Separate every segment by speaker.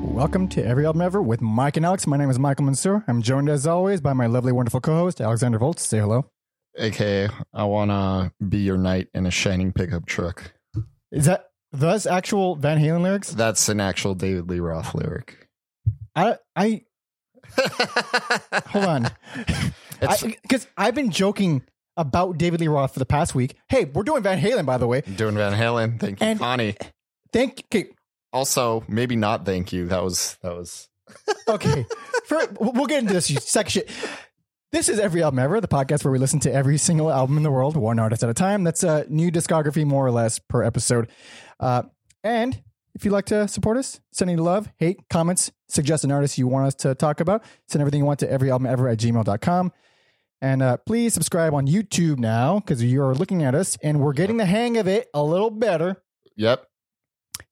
Speaker 1: Welcome to Every Album Ever with Mike and Alex. My name is Michael Mansour. I'm joined as always by my lovely, wonderful co-host Alexander Volts. Say hello.
Speaker 2: aka I want to be your knight in a shining pickup truck.
Speaker 1: Is that those actual Van Halen lyrics?
Speaker 2: That's an actual David Lee Roth lyric.
Speaker 1: I I
Speaker 2: Hold
Speaker 1: hold on because I've been joking about David Lee Roth for the past week. Hey, we're doing Van Halen, by the way.
Speaker 2: doing Van Halen. Thank you,
Speaker 1: And-
Speaker 2: Connie.
Speaker 1: Thank. Okay,
Speaker 2: Also, maybe not. Thank you. That was that was.
Speaker 1: okay. For, we'll get into this section. This is Every Album Ever, the podcast where we listen to every single album in the world, one artist at a time. That's a new discography, more or less, per episode. Uh, and if you'd like to support us, send any love, hate, comments, suggest an artist you want us to talk about, send everything you want to everyalbumever at gmail.com. And uh, please subscribe on YouTube now because you're looking at us and we're getting the hang of it a little better.
Speaker 2: Yep.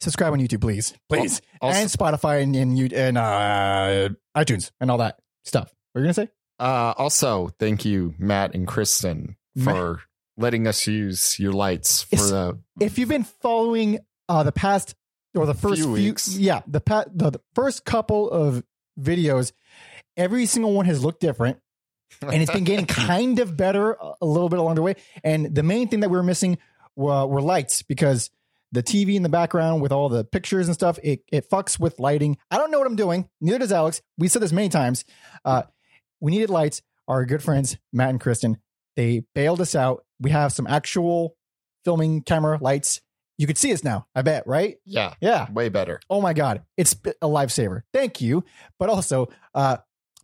Speaker 1: Subscribe on YouTube, please. Please
Speaker 2: Also,
Speaker 1: and Spotify and and, you, and uh, iTunes and all that stuff. What are you gonna say?
Speaker 2: uh, also, thank you, Matt and Kristen,
Speaker 1: Matt.
Speaker 2: for letting us use your lights for
Speaker 1: It's-
Speaker 2: the.
Speaker 1: If you've been following uh, the past or the first
Speaker 2: Few
Speaker 1: few,
Speaker 2: weeks.
Speaker 1: yeah, the, pa- the the first couple of videos, every single one has looked different, and it's been getting kind of better a- a little bit along the way. And the main thing that we were missing were, were lights because the TV in the background with all the pictures and stuff it it fucks with lighting. I don't know what I'm doing. Neither does Alex. We said this many times. Uh, we needed lights. Our good friends Matt and Kristen they bailed us out. We have some actual filming camera lights. You could see us now. I bet, right?
Speaker 2: yeah,
Speaker 1: Yeah.
Speaker 2: way better.
Speaker 1: Oh my God, it's a lifesaver. Thank you. But also, uh,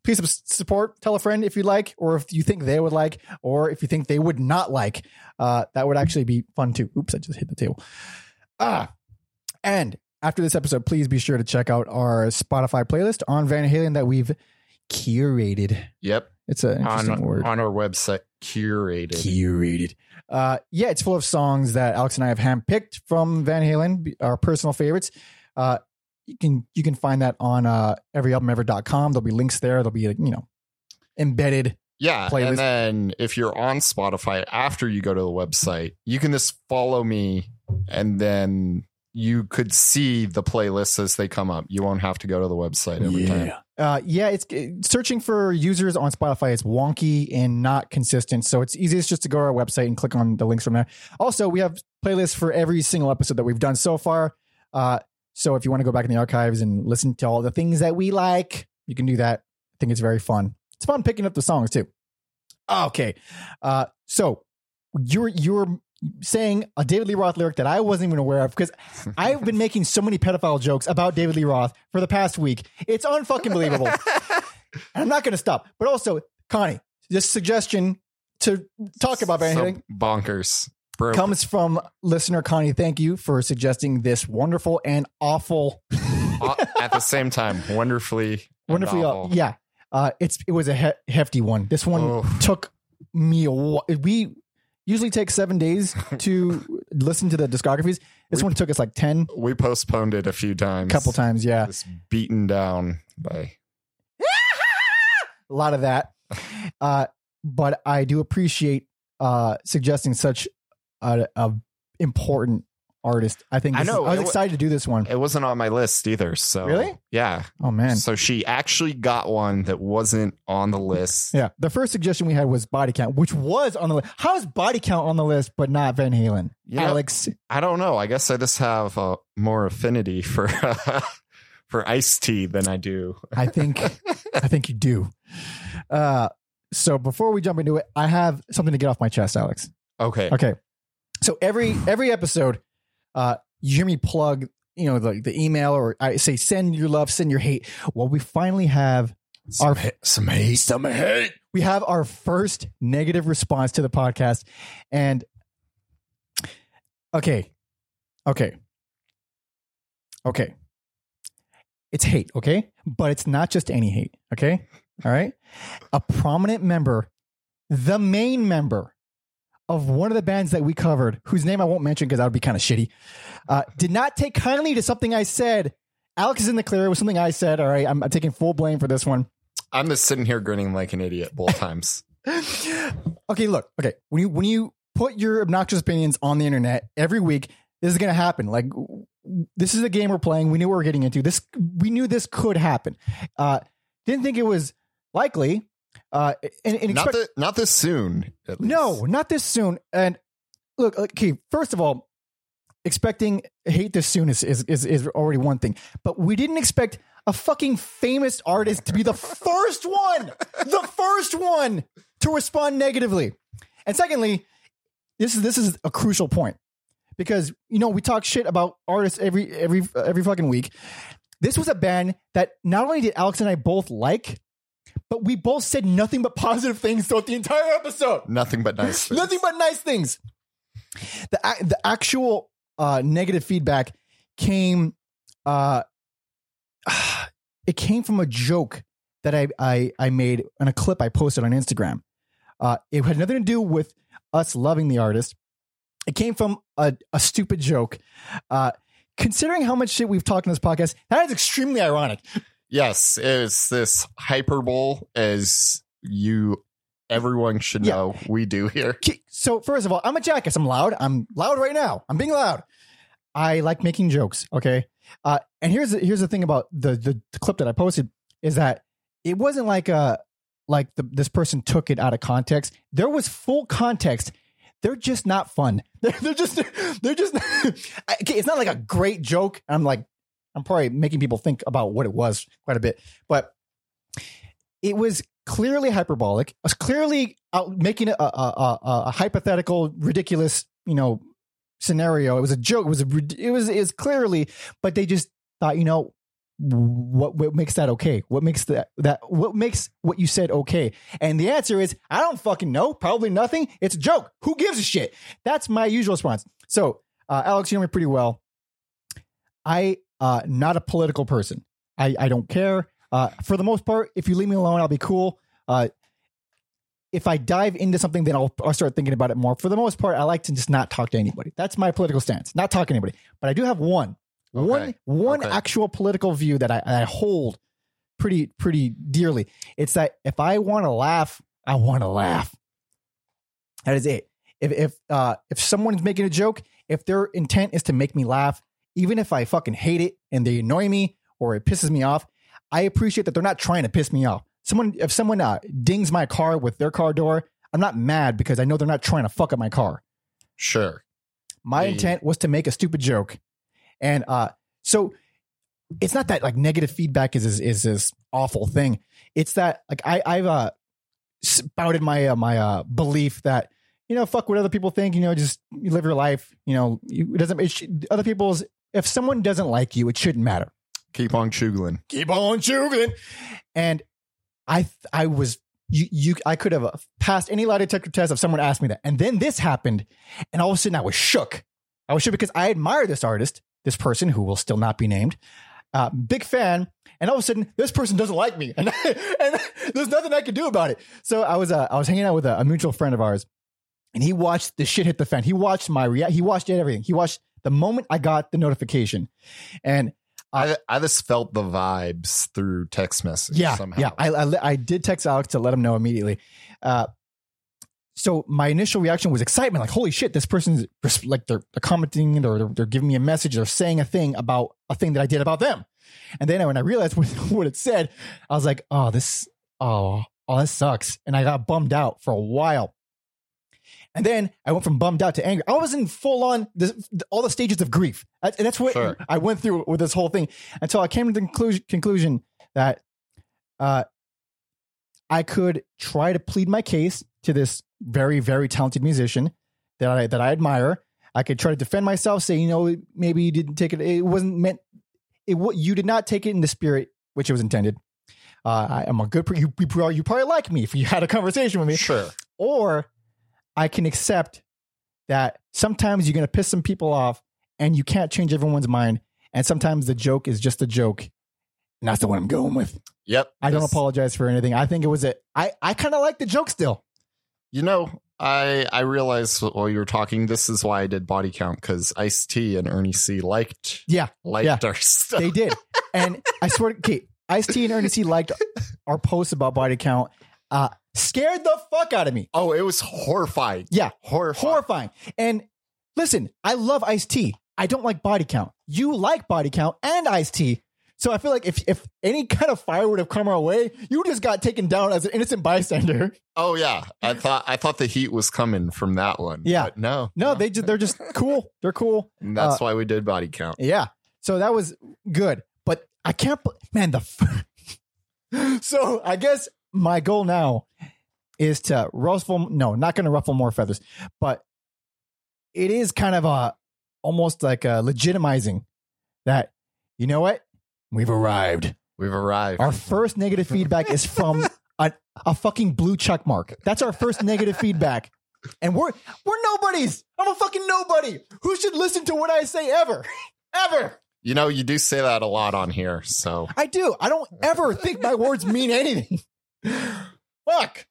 Speaker 1: please su- support. Tell a friend if you like, or if you think they would like, or if you think they would not like. Uh, that would actually be fun too. Oops, I just hit the table. Ah, and after this episode, please be sure to check out our Spotify playlist on Van Halen that we've curated.
Speaker 2: Yep.
Speaker 1: It's an interesting
Speaker 2: On
Speaker 1: word
Speaker 2: on our website, curated.
Speaker 1: curated. Uh, yeah, it's full of songs that Alex and I have handpicked from Van Halen, b- our personal favorites. Uh, you can you can find that on uh, everyalbumever.com. There'll be links there. There'll be you know embedded.
Speaker 2: Yeah,
Speaker 1: playlist.
Speaker 2: and then if you're on Spotify after you go to the website, you can just follow me, and then you could see the playlists as they come up. You won't have to go to the website every time.
Speaker 1: Uh, yeah, it's searching for users on Spotify is wonky and not consistent, so it's easiest just to go to our website and click on the links from there. Also, we have playlists for every single episode that we've done so far. Uh, so if you want to go back in the archives and listen to all the things that we like, you can do that. I think it's very fun. It's fun picking up the songs too. Okay, uh, so you're you're saying a David Lee Roth lyric that I wasn't even aware of because I've been making so many pedophile jokes about David Lee Roth for the past week. It's unfucking believable. and I'm not going to stop. But also, Connie, this suggestion to talk about Van
Speaker 2: So
Speaker 1: Halen
Speaker 2: bonkers. Bro,
Speaker 1: comes from listener Connie. Thank you for suggesting this wonderful and awful,
Speaker 2: at the same time, wonderfully, and
Speaker 1: wonderfully, aw-
Speaker 2: awful.
Speaker 1: yeah. Uh, it's it was a he- hefty one. This one
Speaker 2: Oh,
Speaker 1: took me a while. We usually take seven days to listen to the discographies. This
Speaker 2: We-
Speaker 1: one took us like ten,
Speaker 2: we postponed it a few times,
Speaker 1: couple times. Yeah,
Speaker 2: Just beaten down by
Speaker 1: a lot of that. Uh, but I do appreciate uh, suggesting such a, a important artist. I think
Speaker 2: I
Speaker 1: this is-
Speaker 2: know,
Speaker 1: I was
Speaker 2: it wa-
Speaker 1: excited to do this one.
Speaker 2: it wasn't on my list either. So
Speaker 1: Really?
Speaker 2: yeah.
Speaker 1: Oh man,
Speaker 2: So she actually got one that wasn't on the list.
Speaker 1: yeah. The first suggestion we had was body count, which was on the list. How is body count on the list but not Van Halen?
Speaker 2: You know,
Speaker 1: Alex,
Speaker 2: I don't know. I guess I just have uh, more affinity for for iced tea than I do.
Speaker 1: I think I think you do. Uh, so before we jump into it, I have something to get off my chest, Alex.
Speaker 2: Okay.
Speaker 1: Okay. So every every episode, uh, you hear me plug, you know, the, the email or I say send your love, send your hate. Well, we finally have Some
Speaker 2: hate, some hate, some hate.
Speaker 1: we have our first negative response to the podcast, and okay, okay, okay, it's hate, okay, but it's not just any hate, okay, all right. A prominent member, the main member of one of the bands that we covered, whose name I won't mention because that would be kind of shitty, uh, did not take kindly to something I said. Alex is in the clear. It was something I said. All right, I'm- I'm taking full blame for this one.
Speaker 2: I'm just sitting here grinning like an idiot both times.
Speaker 1: okay, look. Okay, when you when you put your obnoxious opinions on the internet every week, this is gonna happen. Like, this is a game we're playing. We knew what we were getting into. This we knew this could happen. Uh, didn't think it was likely. Uh, and, and
Speaker 2: not
Speaker 1: expect-
Speaker 2: that not this soon. at least.
Speaker 1: no, not this soon. And look, okay, first of all, expecting hate this soon is, is, is, is already one thing, but we didn't expect a fucking famous artist to be the first one, the first one to respond negatively. And secondly, this is this is a crucial point because you know we talk shit about artists every every every fucking week. This was a band that not only did Alex and I both like, but we both said nothing but positive things throughout the entire episode.
Speaker 2: nothing but nice. things.
Speaker 1: Nothing but nice things. The ac- the actual uh, negative feedback came. Uh, it came from a joke that I I, I made on a clip I posted on Instagram. Uh, it had nothing to do with us loving the artist. It came from a, a stupid joke. Uh, considering how much shit we've talked on this podcast, that is extremely ironic.
Speaker 2: Yes, it's this hyperbole as you everyone should
Speaker 1: Yeah.
Speaker 2: know we do here.
Speaker 1: Ki- So first of all, I'm a jackass. I'm loud. I'm loud right now. I'm being loud. I like making jokes. Okay. Uh, and here's the, here's the thing about the, the the clip that I posted is that it wasn't like a like the, this person took it out of context. There was full context. They're just not fun. They're, they're just they're just. I- okay, it's not like a great joke. I'm like I'm probably making people think about what it was quite a bit, but it was clearly hyperbolic. It was clearly out making a, a, a, a- a hypothetical, ridiculous, you know, scenario. It was a joke. It was a, rid- it was is clearly, but they just thought, you know, what what makes that okay? What makes that that what makes what you said okay? And the answer is, I don't fucking know. Probably nothing. It's a joke. Who gives a shit? That's my usual response. So, uh, Alex, you know me pretty well. I uh not a political person. I I don't care. Uh, for the most part, if you leave me alone, I'll be cool. Uh, if I dive into something, then I'll, I'll start thinking about it more. For the most part, I like to just not talk to anybody. That's my political stance. Not talk to anybody. But I do have one, one,
Speaker 2: Okay.
Speaker 1: one
Speaker 2: Okay.
Speaker 1: actual political view that I, I hold pretty, pretty dearly. It's that if I want to laugh, I want to laugh. That is it. If if uh, if someone's making a joke, if their intent is to make me laugh, even if I fucking hate it and they annoy me or it pisses me off, I appreciate that they're not trying to piss me off. Someone, if someone uh, dings my car with their car door, I'm not mad because I know they're not trying to fuck up my car.
Speaker 2: Sure.
Speaker 1: My
Speaker 2: Yeah.
Speaker 1: intent was to make a stupid joke, and uh, so it's not that like negative feedback is is, is this awful thing. It's that like I I've uh, spouted my uh, my uh, belief that you know fuck what other people think. You know, just you live your life. You know, you, it doesn't. It sh- other people's if someone doesn't like you, it shouldn't matter
Speaker 2: Keep on chuggling.
Speaker 1: keep on chugging. And I, th- I was, you, you, I could have uh, passed any lie detector test if someone asked me that. And then this happened, and all of a sudden I was shook. I was shook because I admire this artist, this person who will still not be named, uh, big fan. And all of a sudden, this person doesn't like me, and, and there's nothing I can do about it. So I was, uh, I was hanging out with a, a mutual friend of ours, and he watched the shit hit the fan. He watched my react. He watched everything. He watched the moment I got the notification, and
Speaker 2: I, I just felt the vibes through text message
Speaker 1: yeah,
Speaker 2: somehow.
Speaker 1: Yeah, I, I, I did text Alex to let him know immediately. Uh, so my initial reaction was excitement, like holy shit, this person's res- like they're, they're commenting or they're, they're giving me a message, they're saying a thing about a thing that I did about them. And then when I realized what, what it said, I was like, oh, this, oh, oh, this sucks. And I got bummed out for a while. And then I went from bummed out to angry. I was in full on this, all the stages of grief. That- That's what
Speaker 2: Sure.
Speaker 1: I went through with this whole thing until I came to the conclusion, conclusion that uh, I could try to plead my case to this very, very talented musician that I that I admire. I could try to defend myself, say, you know, maybe you didn't take it. It wasn't meant. It wa- you did not take it in the spirit which it was intended. Uh, I am a good. per- You, you probably you probably like me if you had a conversation with me
Speaker 2: Sure.
Speaker 1: or I can accept that sometimes you're going to piss some people off and you can't change everyone's mind. And sometimes the joke is just a joke. And that's the one I'm going with.
Speaker 2: Yep.
Speaker 1: I don't
Speaker 2: This-
Speaker 1: apologize for anything. I think it was a, I, I kind of like the joke still.
Speaker 2: You know, I I realized while you were talking, this is why I did body count because Ice T and Ernie C liked
Speaker 1: Yeah,
Speaker 2: liked our stuff.
Speaker 1: They did. and I swear to Kate, Ice T and Ernie C liked our post about body count. Uh, scared the fuck out of me.
Speaker 2: oh, it was horrifying.
Speaker 1: Yeah.
Speaker 2: Horrifying.
Speaker 1: Horrifying. And listen, I love Ice T. I don't like body count. You like body count and iced tea. So I feel like if if any kind of fire would have come our way, you just got taken down as an innocent bystander.
Speaker 2: Oh yeah, I thought I thought the heat was coming from that one.
Speaker 1: Yeah.
Speaker 2: but no,
Speaker 1: No, they uh, just, they're just cool. They're cool.
Speaker 2: And that's why we did body count.
Speaker 1: Yeah. So that was good, but I can't. bel- Man, the. f- so I guess my goal now is to ruffle. No, not going to ruffle more feathers, but it is kind of a almost like a legitimizing that you know what we've arrived.
Speaker 2: We've arrived.
Speaker 1: Our first negative feedback is from a, a fucking blue check mark. That's our first negative feedback. And we're we're nobodies. I'm a fucking nobody. Who should listen to what I say ever? ever.
Speaker 2: you know, you do say that a lot on here. So
Speaker 1: I do. I don't ever think my words mean anything. Fuck.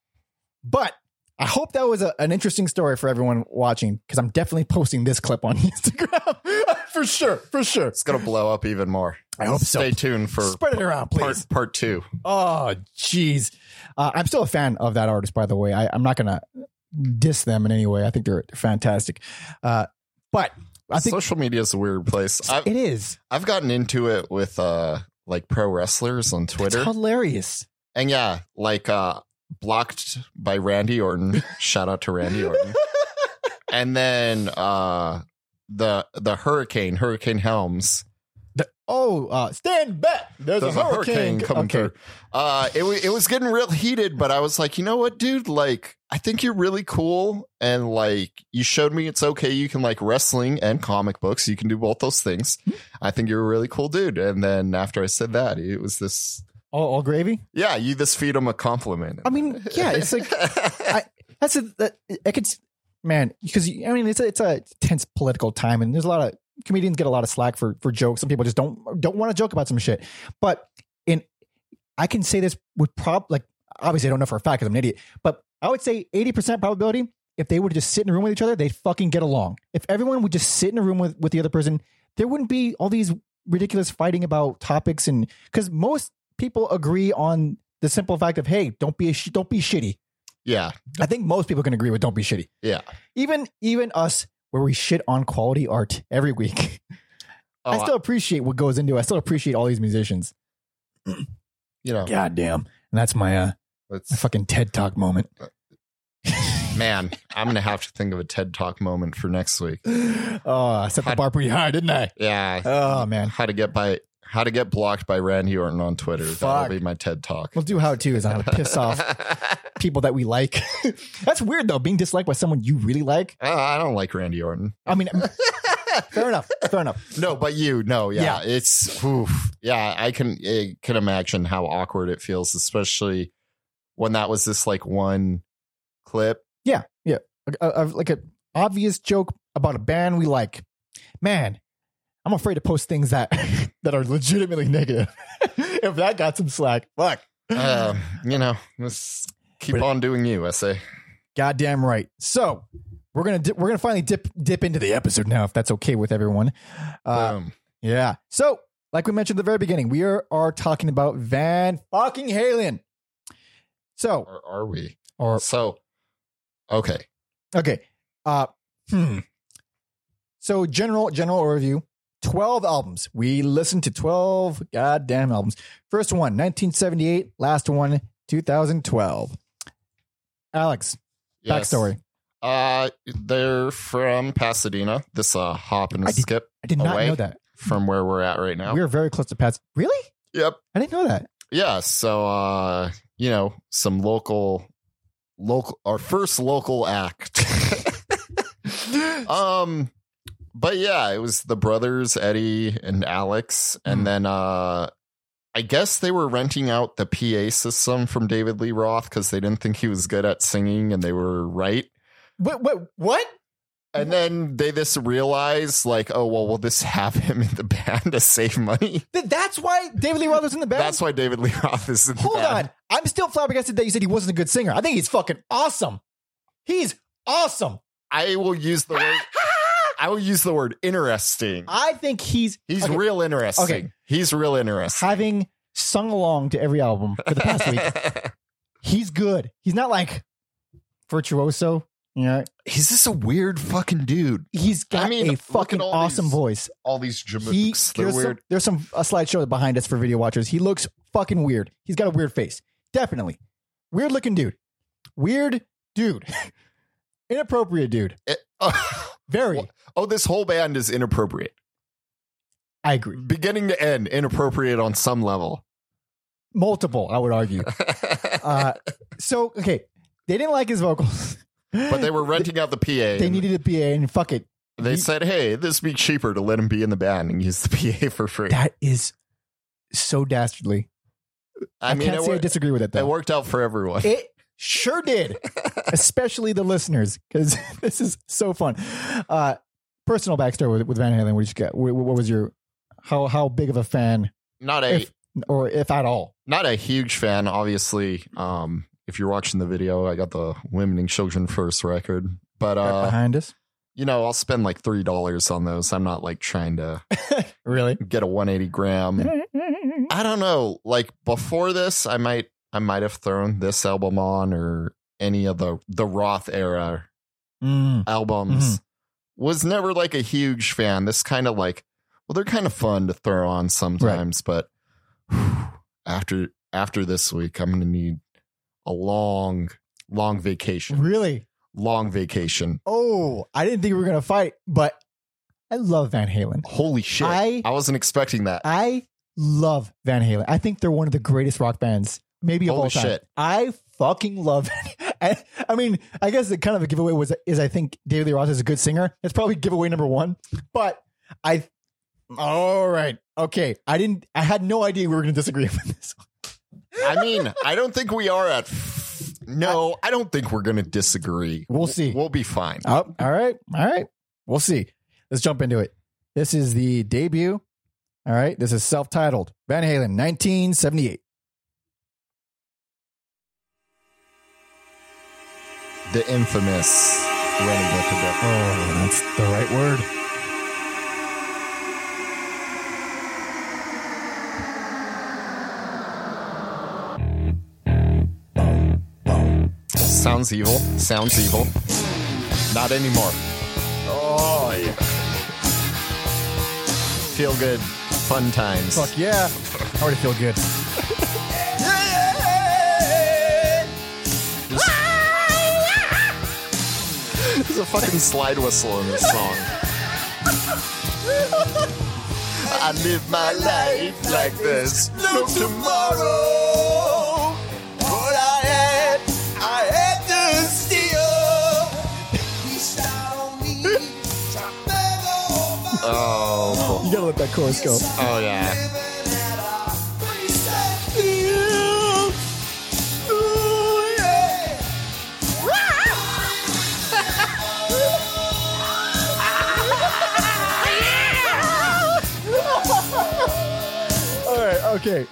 Speaker 1: But I hope that was a, an interesting story for everyone watching because I'm definitely posting this clip on Instagram for sure. For sure.
Speaker 2: it's gonna blow up even more.
Speaker 1: I hope so.
Speaker 2: Stay tuned for
Speaker 1: Spread it around, please.
Speaker 2: part part two.
Speaker 1: Oh, jeez. Uh, I'm still a fan of that artist, by the way. I, I'm not going to diss them in any way. I think they're fantastic. Uh, but I think
Speaker 2: Social media is a weird place. I've
Speaker 1: it is.
Speaker 2: I've gotten into it with uh like pro wrestlers on
Speaker 1: It's
Speaker 2: Twitter,
Speaker 1: hilarious.
Speaker 2: and yeah, like uh blocked by Randy Orton. Shout out to Randy Orton. and then uh the the hurricane Hurricane Helms.
Speaker 1: The- oh, uh, stand back. There's,
Speaker 2: There's a hurricane coming through. Uh, it, wa- it was getting real heated, but I was like, you know what, dude? Like, I think you're really cool. And like, you showed me it's okay. You can like wrestling and comic books. You can do both those things.
Speaker 1: Hmm.
Speaker 2: I think you're a really cool dude. And then after I said that, it was this,
Speaker 1: All, all gravy?
Speaker 2: yeah, you just feed him a compliment.
Speaker 1: I mean, Um, yeah, it's like, I- that's a, that, I could, s- man, because I mean, it's a, it's a tense political time and there's a lot of comedians get a lot of slack for, for jokes. Some people just don't, don't want to joke about some shit, but in, I can say this with prob like, obviously I don't know for a fact cause I'm an idiot, but I would say 80% probability. If they were to just sit in a room with each other, they'd fucking get along. If everyone would just sit in a room with, with the other person, there wouldn't be all these ridiculous fighting about topics and because most people agree on the simple fact of hey, don't be a sh- don't be shitty.
Speaker 2: yeah,
Speaker 1: I think most people can agree with don't be shitty.
Speaker 2: yeah.
Speaker 1: Even even us where we shit on quality art every week.
Speaker 2: Oh,
Speaker 1: I still appreciate what goes into it. I still appreciate all these musicians.
Speaker 2: you know,
Speaker 1: God damn. And that's my uh my
Speaker 2: it's,
Speaker 1: fucking TED Talk moment.
Speaker 2: man, I'm going to have to think of a TED Talk moment for next week.
Speaker 1: Oh, I set the
Speaker 2: Hot-
Speaker 1: bar pretty high, didn't I?
Speaker 2: Yeah.
Speaker 1: Oh man.
Speaker 2: how to get by, how to get blocked by Randy Orton on Twitter.
Speaker 1: Fuck.
Speaker 2: That'll be my TED Talk.
Speaker 1: We'll do how it too is I'm gonna piss off people that we like. that's weird though, being disliked by someone you really like.
Speaker 2: Uh, I don't like Randy Orton.
Speaker 1: I mean fair enough. Fair enough.
Speaker 2: No, but you, no, yeah, it's oof. yeah. I can I can imagine how awkward it feels, especially when that was this like one clip.
Speaker 1: a, a, like a obvious joke about a band we like. Man, I'm afraid to post things that that are legitimately negative. if that got some slack, fuck.
Speaker 2: Um, you know, let's keep
Speaker 1: But-
Speaker 2: on doing you. I say
Speaker 1: Goddamn right. So we're gonna di- we're gonna finally dip dip into the episode now, if that's okay with everyone. Uh,
Speaker 2: Boom.
Speaker 1: yeah. So like we mentioned at the very beginning, we are, are talking about Van fucking Halen. So
Speaker 2: or are we?
Speaker 1: or
Speaker 2: So okay,
Speaker 1: Okay. Uh, hmm. So general general overview. Twelve albums. We listened to twelve goddamn albums. First one, 1978. Last one, 2012. Alex,
Speaker 2: Yes.
Speaker 1: backstory.
Speaker 2: Uh, they're from Pasadena. This uh hop and a
Speaker 1: I did-
Speaker 2: skip
Speaker 1: I did not
Speaker 2: Away?
Speaker 1: know that.
Speaker 2: from where we're at right now.
Speaker 1: We were very close to Pat's. Really?
Speaker 2: Yep.
Speaker 1: I didn't know that.
Speaker 2: yeah so uh you know some local local our first local act um but yeah it was the brothers eddie and alex and
Speaker 1: Mhm.
Speaker 2: then uh i guess they were renting out the pa system from david lee roth because they didn't think he was good at singing and they were right
Speaker 1: What? What? What?
Speaker 2: and then they just realized like oh well we'll just have him in the band to save money
Speaker 1: Th- That's why David Lee Roth was in the band.
Speaker 2: that's why david lee roth is in the
Speaker 1: Hold
Speaker 2: band.
Speaker 1: on. I'm still flabbergasted that you said he wasn't a good singer. I think he's fucking awesome. He's awesome.
Speaker 2: I will use the word. I will use the word interesting.
Speaker 1: I think he's
Speaker 2: He's
Speaker 1: okay.
Speaker 2: real interesting.
Speaker 1: Okay.
Speaker 2: He's real interesting.
Speaker 1: having sung along to every album for the past week, he's good. He's not like virtuoso. You know,
Speaker 2: He's just a weird fucking dude.
Speaker 1: he's got
Speaker 2: I mean,
Speaker 1: a
Speaker 2: look at
Speaker 1: fucking
Speaker 2: all
Speaker 1: awesome
Speaker 2: these-
Speaker 1: voice.
Speaker 2: All these
Speaker 1: He,
Speaker 2: jamooks, they're
Speaker 1: there's, some,
Speaker 2: weird.
Speaker 1: there's some a slideshow behind us for video watchers. He looks fucking weird. He's got a weird face. Definitely. Weird looking dude. Weird dude. Inappropriate dude.
Speaker 2: Eh, oh,
Speaker 1: Very.
Speaker 2: What? oh, this whole band is inappropriate.
Speaker 1: I agree.
Speaker 2: Beginning to end, inappropriate on some level.
Speaker 1: Multiple, I would argue. Uh, so, okay. They didn't like his vocals.
Speaker 2: but they were renting out the PA.
Speaker 1: They
Speaker 2: and
Speaker 1: needed a PA and fuck it.
Speaker 2: they said, hey, this would be cheaper to let him be in the band and use the PA for free.
Speaker 1: That is so dastardly. I,
Speaker 2: I mean,
Speaker 1: can't
Speaker 2: it,
Speaker 1: say I
Speaker 2: wor-
Speaker 1: disagree with it
Speaker 2: it
Speaker 1: though.
Speaker 2: worked out for everyone.
Speaker 1: It sure did, especially the listeners, because this is so fun. Uh, personal backstory with, with Van Halen. What did you get? What, what was your how how big of a fan,
Speaker 2: Not a
Speaker 1: If- or if at all?
Speaker 2: not a huge fan, obviously. Um, if you're watching the video, I got the Women and Children First record, but
Speaker 1: Right
Speaker 2: uh,
Speaker 1: behind us,
Speaker 2: you know, I'll spend like three dollars on those. I'm not like trying to
Speaker 1: really?
Speaker 2: get a 180 gram. I don't know. Like before this, I might I might have thrown this album on or any of the the Roth era
Speaker 1: Mm,
Speaker 2: albums. Was never like a huge fan. This kind of like, well, they're kind of fun to throw on sometimes, but whew, after after this week, I'm gonna need a long, long vacation.
Speaker 1: really?
Speaker 2: Long vacation.
Speaker 1: Oh, I didn't think we were gonna fight, but I love Van Halen.
Speaker 2: Holy shit! I,
Speaker 1: I
Speaker 2: wasn't expecting that.
Speaker 1: I love Van Halen. I think they're one of the greatest rock bands, maybe of
Speaker 2: Holy
Speaker 1: all time.
Speaker 2: shit.
Speaker 1: I fucking love. I, I mean, I guess the kind of a giveaway was is I think David Lee Roth is a good singer. That's probably giveaway number one. But I, all right, okay. I didn't. I had no idea we were going to disagree with this.
Speaker 2: I mean, I don't think we are at. No, I don't think we're gonna disagree.
Speaker 1: We'll see.
Speaker 2: We'll be fine.
Speaker 1: Oh, all right, all right. We'll see. Let's jump into it. This is the debut. All right, this is self-titled Van Halen, 1978.
Speaker 2: The infamous Running With the Devil.
Speaker 1: Oh, that's the right word.
Speaker 2: Sounds evil. Sounds evil. Not anymore. Oh yeah. Feel good. Fun times.
Speaker 1: Fuck yeah. I already feel good.
Speaker 2: There's a fucking slide whistle in this song. I live my life like this. No tomorrow. What I had, I had to steal. Oh,
Speaker 1: You gotta let that chorus go.
Speaker 2: oh yeah.
Speaker 1: All right, okay.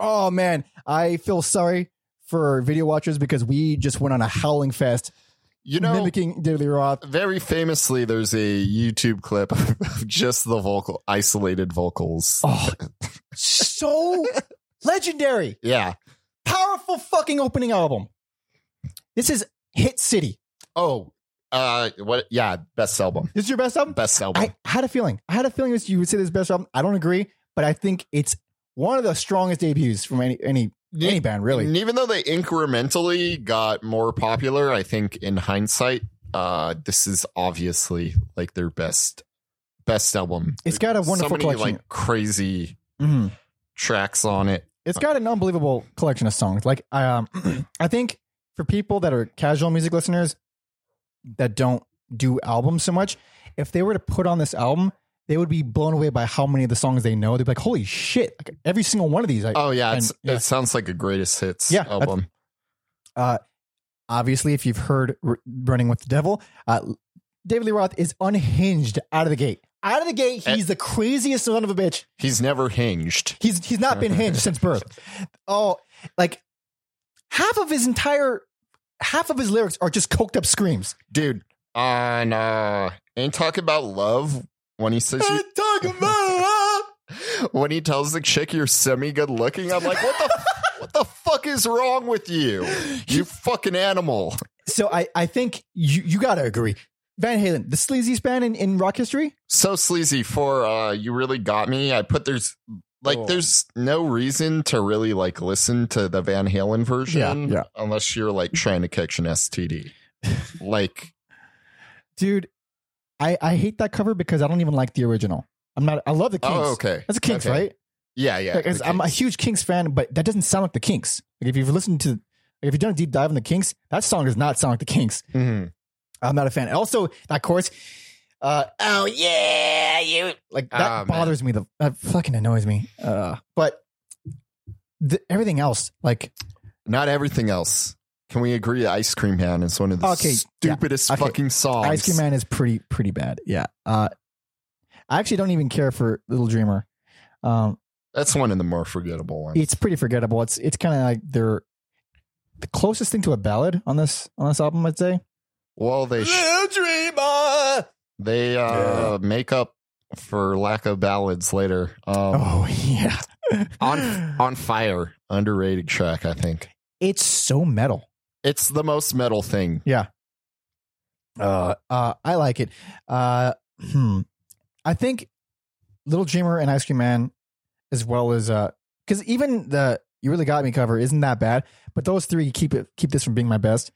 Speaker 1: Oh man, I feel sorry for video watchers because we just went on a howling fest
Speaker 2: You know,
Speaker 1: mimicking Daily Roth.
Speaker 2: very famously, there's a YouTube clip of just the vocal, isolated vocals.
Speaker 1: Oh, so legendary,
Speaker 2: Yeah.
Speaker 1: powerful fucking opening album. This is Hit City.
Speaker 2: Oh, uh, what? Yeah, best album.
Speaker 1: This is your best album.
Speaker 2: Best album.
Speaker 1: I had a feeling. I had a feeling you would say this is best album. I don't agree, but I think it's one of the strongest debuts from any any any band really.
Speaker 2: And even though they incrementally got more popular, I think in hindsight, uh, this is obviously like their best best album.
Speaker 1: It's got a
Speaker 2: so
Speaker 1: wonderful
Speaker 2: many
Speaker 1: collection.
Speaker 2: like crazy
Speaker 1: Mhm.
Speaker 2: tracks on it.
Speaker 1: It's got an unbelievable collection of songs. Like, um, I think for people that are casual music listeners that don't do albums so much, if they were to put on this album, they would be blown away by how many of the songs they know. They'd be like, "Holy shit!" Like every single one of these. Like,
Speaker 2: Oh yeah, it's,
Speaker 1: And- yeah.
Speaker 2: it sounds like a greatest hits
Speaker 1: Yeah, that's-
Speaker 2: album.
Speaker 1: obviously, if you've heard R- "Running with the Devil," uh, David Lee Roth is unhinged out of the gate. Out of the gate, he's the craziest son of a bitch.
Speaker 2: He's never hinged.
Speaker 1: He's he's not been hinged since birth. Oh, like half of his entire half of his lyrics are just coked up screams.
Speaker 2: Dude, on uh ain't talk about love when he says you
Speaker 1: talking about
Speaker 2: when he tells the chick you're semi good looking, I'm like, what the what the fuck is wrong with you? You fucking animal.
Speaker 1: So I, I think you, you got to agree. Van Halen, the sleaziest band in, in rock history.
Speaker 2: So sleazy for uh you really got me. I put there's like
Speaker 1: Oh.
Speaker 2: there's no reason to really like listen to the Van Halen version
Speaker 1: Yeah, yeah.
Speaker 2: unless you're like trying to catch an STD. like
Speaker 1: Dude, I, I hate that cover because I don't even like the original. I'm not, I love the Kinks.
Speaker 2: oh okay.
Speaker 1: That's a Kinks,
Speaker 2: Okay.
Speaker 1: right?
Speaker 2: Yeah, yeah.
Speaker 1: Like, it's-
Speaker 2: the
Speaker 1: I'm a
Speaker 2: Kinks.
Speaker 1: huge Kinks fan, but that doesn't sound like the Kinks. Like if you've listened to, like if you've done a deep dive on the Kinks, that song does not sound like the Kinks.
Speaker 2: Mhm.
Speaker 1: I'm not a fan. Also, that chorus, uh, oh yeah, you like
Speaker 2: Ah,
Speaker 1: that
Speaker 2: man.
Speaker 1: bothers me. The that fucking annoys me. Uh, but the, everything else, like
Speaker 2: Not everything else. Can we agree Ice Cream Man is one of the
Speaker 1: Okay, yeah.
Speaker 2: stupidest
Speaker 1: Okay.
Speaker 2: fucking songs?
Speaker 1: Ice Cream Man is pretty pretty bad. Yeah. Uh, I actually don't even care for Little Dreamer. Um,
Speaker 2: That's one of the more forgettable ones.
Speaker 1: it's pretty forgettable. It's it's kind of like their the closest thing to a ballad on this on this album, I'd say.
Speaker 2: well, they sh-
Speaker 1: Dreamer.
Speaker 2: they uh, make up for lack of ballads later. Um,
Speaker 1: Oh yeah.
Speaker 2: on on fire underrated track i think
Speaker 1: it's so metal.
Speaker 2: it's the most metal thing
Speaker 1: Uh, uh, I like it. Uh, hmm. I think Little Dreamer and Ice Cream Man, as well as uh, because even the You Really Got Me cover isn't that bad, but those three keep it keep this from being my best.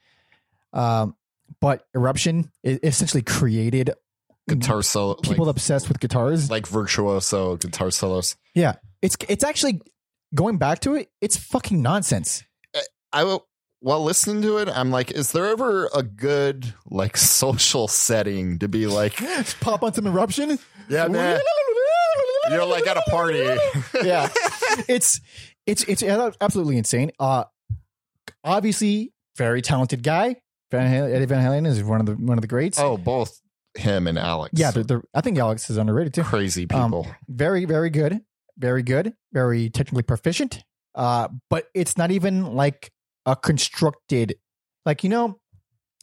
Speaker 1: Um, but Eruption it essentially created
Speaker 2: guitar solo
Speaker 1: people
Speaker 2: like,
Speaker 1: obsessed with guitars.
Speaker 2: like virtuoso guitar solos
Speaker 1: it's it's actually going back to it. It's fucking nonsense.
Speaker 2: i will while listening to it i'm like is there ever a good like social setting to be like
Speaker 1: Just pop on some Eruption.
Speaker 2: yeah man you're like at a party
Speaker 1: yeah it's it's it's absolutely insane uh obviously very talented guy van halen, eddie van halen is one of the one of the greats
Speaker 2: oh both him and alex
Speaker 1: yeah they're, they're, i think alex is underrated too
Speaker 2: crazy
Speaker 1: Um,
Speaker 2: people
Speaker 1: very very good very good very technically proficient uh but it's not even like a constructed like you know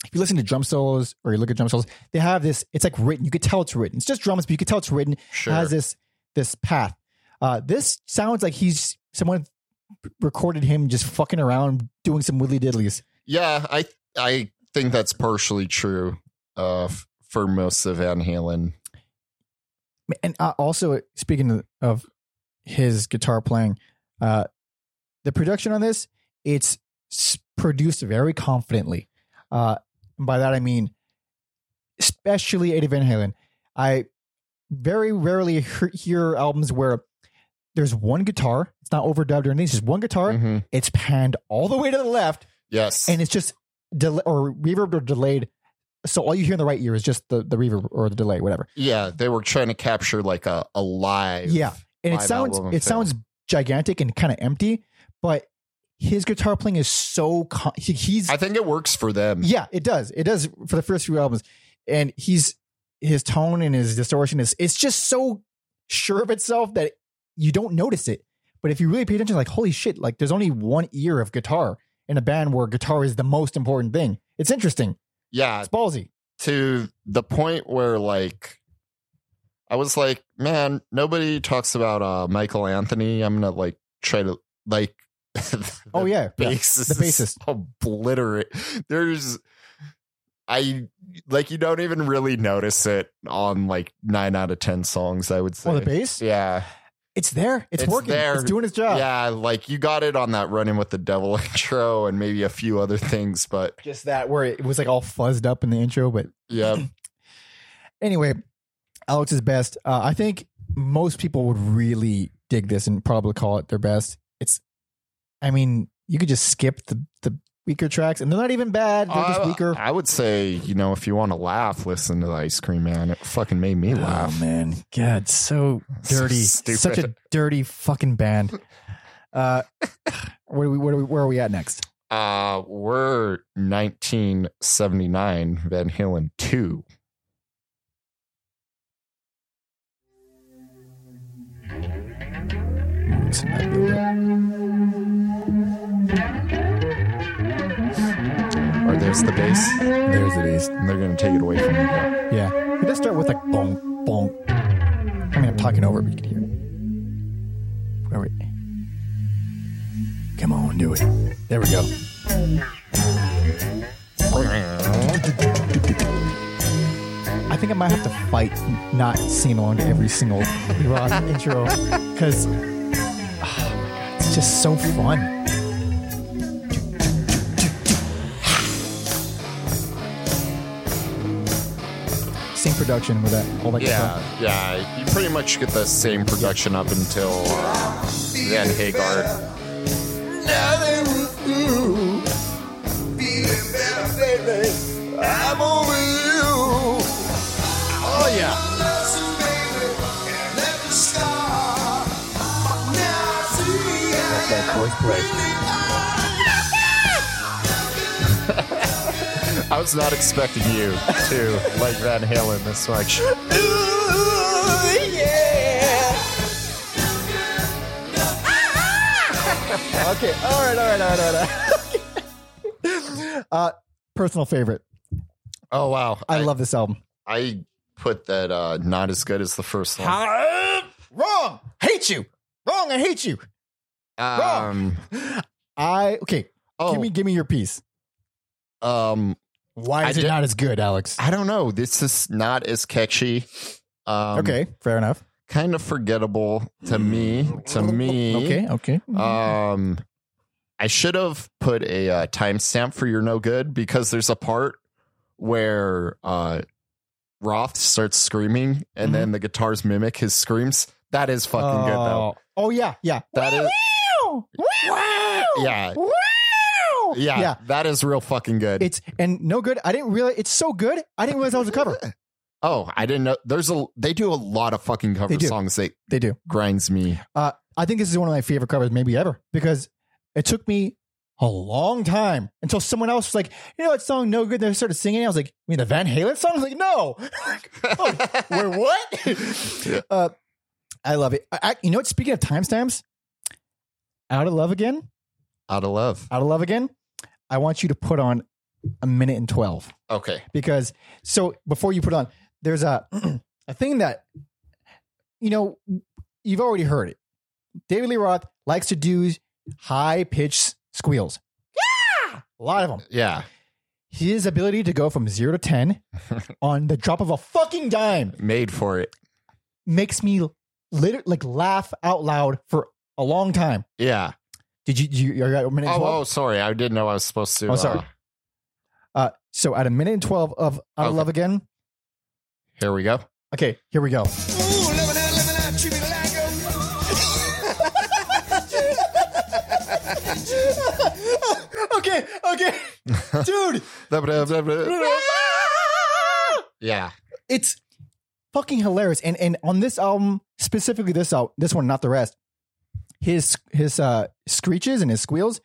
Speaker 1: if you listen to drum solos or you look at drum solos they have this it's like written you could tell it's written it's just drums but you could tell it's written
Speaker 2: sure
Speaker 1: has this this path. Uh, this sounds like he's someone recorded him just fucking around doing some widdly diddlies.
Speaker 2: yeah i i think that's partially true uh f- for most of van halen
Speaker 1: And uh, also, speaking of- of his guitar playing, uh, the production on this it's s- produced very confidently. Uh, and by that I mean, especially Eddie Van Halen. I very rarely hear, hear albums where there's one guitar. It's not overdubbed or anything. It's just one guitar.
Speaker 2: Mhm.
Speaker 1: It's panned all the way to the left.
Speaker 2: yes
Speaker 1: and it's just del- or reverb or delayed. So all you hear in the right ear is just the, the reverb or the delay, whatever.
Speaker 2: Yeah, they were trying to capture like a, a live.
Speaker 1: Yeah, and it
Speaker 2: Live
Speaker 1: sounds
Speaker 2: album
Speaker 1: it
Speaker 2: film.
Speaker 1: sounds gigantic and kind of empty, but his guitar playing is so con- he, he's
Speaker 2: I think it works for them.
Speaker 1: yeah, it does it does for the first few albums, and he's his tone and his distortion is it's just so sure of itself that you don't notice it. But if you really pay attention, like holy shit, like there's only one ear of guitar in a band where guitar is the most important thing. It's interesting.
Speaker 2: Yeah,
Speaker 1: It's ballsy.
Speaker 2: to the point where like I was like, man, nobody talks about uh Michael Anthony. I'm gonna like try to like.
Speaker 1: Oh yeah, yeah.
Speaker 2: bass is
Speaker 1: the bassist.
Speaker 2: obliterate. There's, I like you don't even really notice it on like nine out of ten songs. I would say.
Speaker 1: Oh, the bass?
Speaker 2: Yeah,
Speaker 1: It's there. It's,
Speaker 2: It's
Speaker 1: working.
Speaker 2: there.
Speaker 1: It's doing its job.
Speaker 2: yeah, like you got it on that running with the devil intro and maybe a few other things, but
Speaker 1: Just that where it was like all fuzzed up in the intro. But
Speaker 2: yeah,
Speaker 1: anyway, Alex is best. Uh, I think most people would really dig this and probably call it their best. It's, I mean, you could just skip the, the weaker tracks and they're not even bad. They're
Speaker 2: I-
Speaker 1: just weaker.
Speaker 2: I would say, you know, if you want to laugh, listen to the Ice Cream Man. It fucking made me laugh.
Speaker 1: man. God, so
Speaker 2: So
Speaker 1: dirty.
Speaker 2: stupid.
Speaker 1: Such a dirty fucking band. Uh, where, are we, where, are we, where are we at next?
Speaker 2: Uh, we're 1979 Van Halen 2. Or there's the bass.
Speaker 1: There's it is.
Speaker 2: And they're going to take it away from you.
Speaker 1: Yeah. It does start with like bonk, bonk. I mean, I'm talking over it, but you can hear it. Where we? Come on, do it. There we go. I think I might have to fight not singing along to every single Ross intro because it's just so fun. Same production with that. All that
Speaker 2: Yeah, yeah. You pretty much get the same production up until uh, then Hagar.
Speaker 3: Now that we're through, feeling better, baby. I'm over you.
Speaker 2: Oh yeah.
Speaker 3: Lesson, baby, and let me start. Now I see I am
Speaker 2: I was not expecting you to like Van Halen this much.
Speaker 3: Ooh, yeah.
Speaker 1: Okay. All right. All right. All right. All right. uh, personal favorite.
Speaker 2: Oh wow.
Speaker 1: I love this album.
Speaker 2: I put that uh not as good as the first one.
Speaker 1: Wrong. Hate you. Wrong. I hate you.
Speaker 2: Um
Speaker 1: I okay.
Speaker 2: oh,
Speaker 1: Give me give me your piece.
Speaker 2: um
Speaker 1: Why
Speaker 2: I
Speaker 1: is it
Speaker 2: did-
Speaker 1: not as good, Alex?
Speaker 2: I don't know. This is not as catchy. Um
Speaker 1: okay. Fair enough.
Speaker 2: kind of forgettable to me. To me.
Speaker 1: Okay. Okay.
Speaker 2: Um, I should have put a uh, timestamp for your no good because there's a part where uh, Roth starts screaming and
Speaker 1: Mm-hmm.
Speaker 2: then the guitars mimic his screams. That is fucking good though.
Speaker 1: Oh. Oh yeah. Yeah.
Speaker 2: That is yeah. yeah,
Speaker 1: Yeah.
Speaker 2: That is real fucking good.
Speaker 1: It's and no good. I didn't realize it's so good. I didn't realize that was a cover.
Speaker 2: oh, I didn't know. There's a they do a lot of fucking cover
Speaker 1: They do.
Speaker 2: songs. They
Speaker 1: They do.
Speaker 2: grinds me.
Speaker 1: Uh, I think this is one of my favorite covers maybe ever because it took me a long time until someone else was like, you know that song No Good? They started singing. it. I was like, you mean the Van Halen song? I was like, no. Oh, Wait,
Speaker 2: Yeah.
Speaker 1: what? uh, I love it. I, I, you know what? Speaking of timestamps, Out of Love Again,
Speaker 2: Out of love.
Speaker 1: Out of Love Again, I want you to put on a minute and 12
Speaker 2: Okay.
Speaker 1: because so before you put it on there's a a thing that you know you've already heard it david lee roth likes to do high pitched squeals yeah! a lot of them
Speaker 2: Yeah.
Speaker 1: his ability to go from 0 to 10 on the drop of a fucking dime
Speaker 2: Made for it.
Speaker 1: makes me lit- like laugh out loud for a long time
Speaker 2: Yeah.
Speaker 1: did you you you got a minute and
Speaker 2: Oh,
Speaker 1: 12?
Speaker 2: oh, sorry. I didn't know I was supposed to.
Speaker 1: Oh, sorry.
Speaker 2: uh,
Speaker 1: Uh, so at a minute and 12 of out of
Speaker 2: Okay.
Speaker 1: love again
Speaker 2: here we go.
Speaker 1: okay here we go
Speaker 3: Ooh, living out, living out, treat me like a
Speaker 1: okay okay dude
Speaker 2: Yeah.
Speaker 1: it's fucking hilarious. And and on this album, specifically this out this one, not the rest, his his uh screeches and his squeals,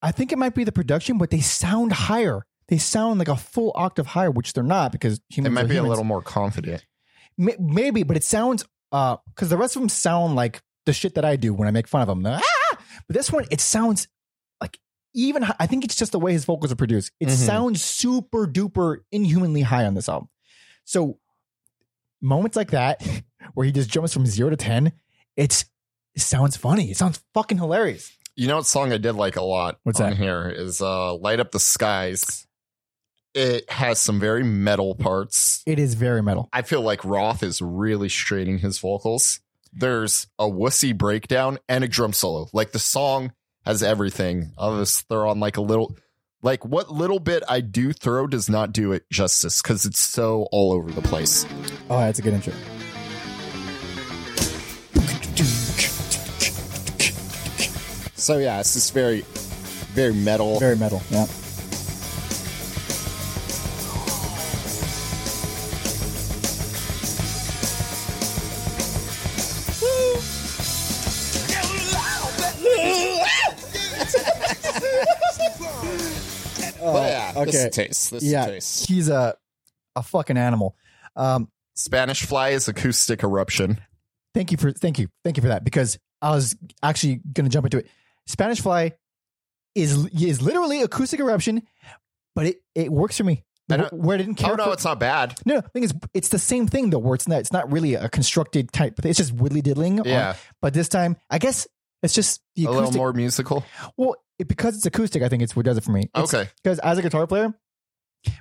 Speaker 1: I think it might be the production, but they sound higher. They sound like a full octave higher, which they're not because
Speaker 2: It
Speaker 1: humans are
Speaker 2: might be a
Speaker 1: humans.
Speaker 2: little more confident.
Speaker 1: May- maybe, but it sounds uh because the rest of them sound like the shit that I do when I make fun of them. Ah! But this one, it sounds like even hi- I think it's just the way his vocals are produced. It
Speaker 2: Mhm.
Speaker 1: sounds super duper inhumanly high on this album. So moments like that where he just jumps from zero to ten, it's it sounds funny. It sounds fucking hilarious.
Speaker 2: You know what song I did like a lot
Speaker 1: What's
Speaker 2: on
Speaker 1: that?
Speaker 2: here is uh Light Up the Skies. It has some very metal parts.
Speaker 1: It is very metal.
Speaker 2: I feel like Roth is really straining his vocals. There's a wussy breakdown and a drum solo. Like the song has everything. I'll just throw on like a little like what little bit I do throw does not do it justice because it's so all over the place.
Speaker 1: Oh, that's a good intro.
Speaker 2: So yeah, it's just very, very metal.
Speaker 1: Very metal. Yeah.
Speaker 2: But Oh, yeah, this
Speaker 1: okay.
Speaker 2: taste, this
Speaker 1: yeah.
Speaker 2: taste.
Speaker 1: He's a a fucking animal. Um
Speaker 2: Spanish Fly is acoustic eruption. Oh,
Speaker 1: thank you for thank you thank you for that because i was actually going to jump into it spanish fly is is literally acoustic eruption but it it works for me
Speaker 2: I
Speaker 1: The-
Speaker 2: don't-
Speaker 1: where I didn't care
Speaker 2: Oh no,
Speaker 1: for-
Speaker 2: it's not bad.
Speaker 1: no, no, the thing is, it's the same thing though, where it's not, it's not really a constructed type. It's just widdly diddling. on-
Speaker 2: Yeah,
Speaker 1: but this time, I guess it's just the
Speaker 2: a little
Speaker 1: acoustic.
Speaker 2: more musical.
Speaker 1: well, it, because it's acoustic, I think it's what does it for me.
Speaker 2: Okay,
Speaker 1: Because as a guitar player,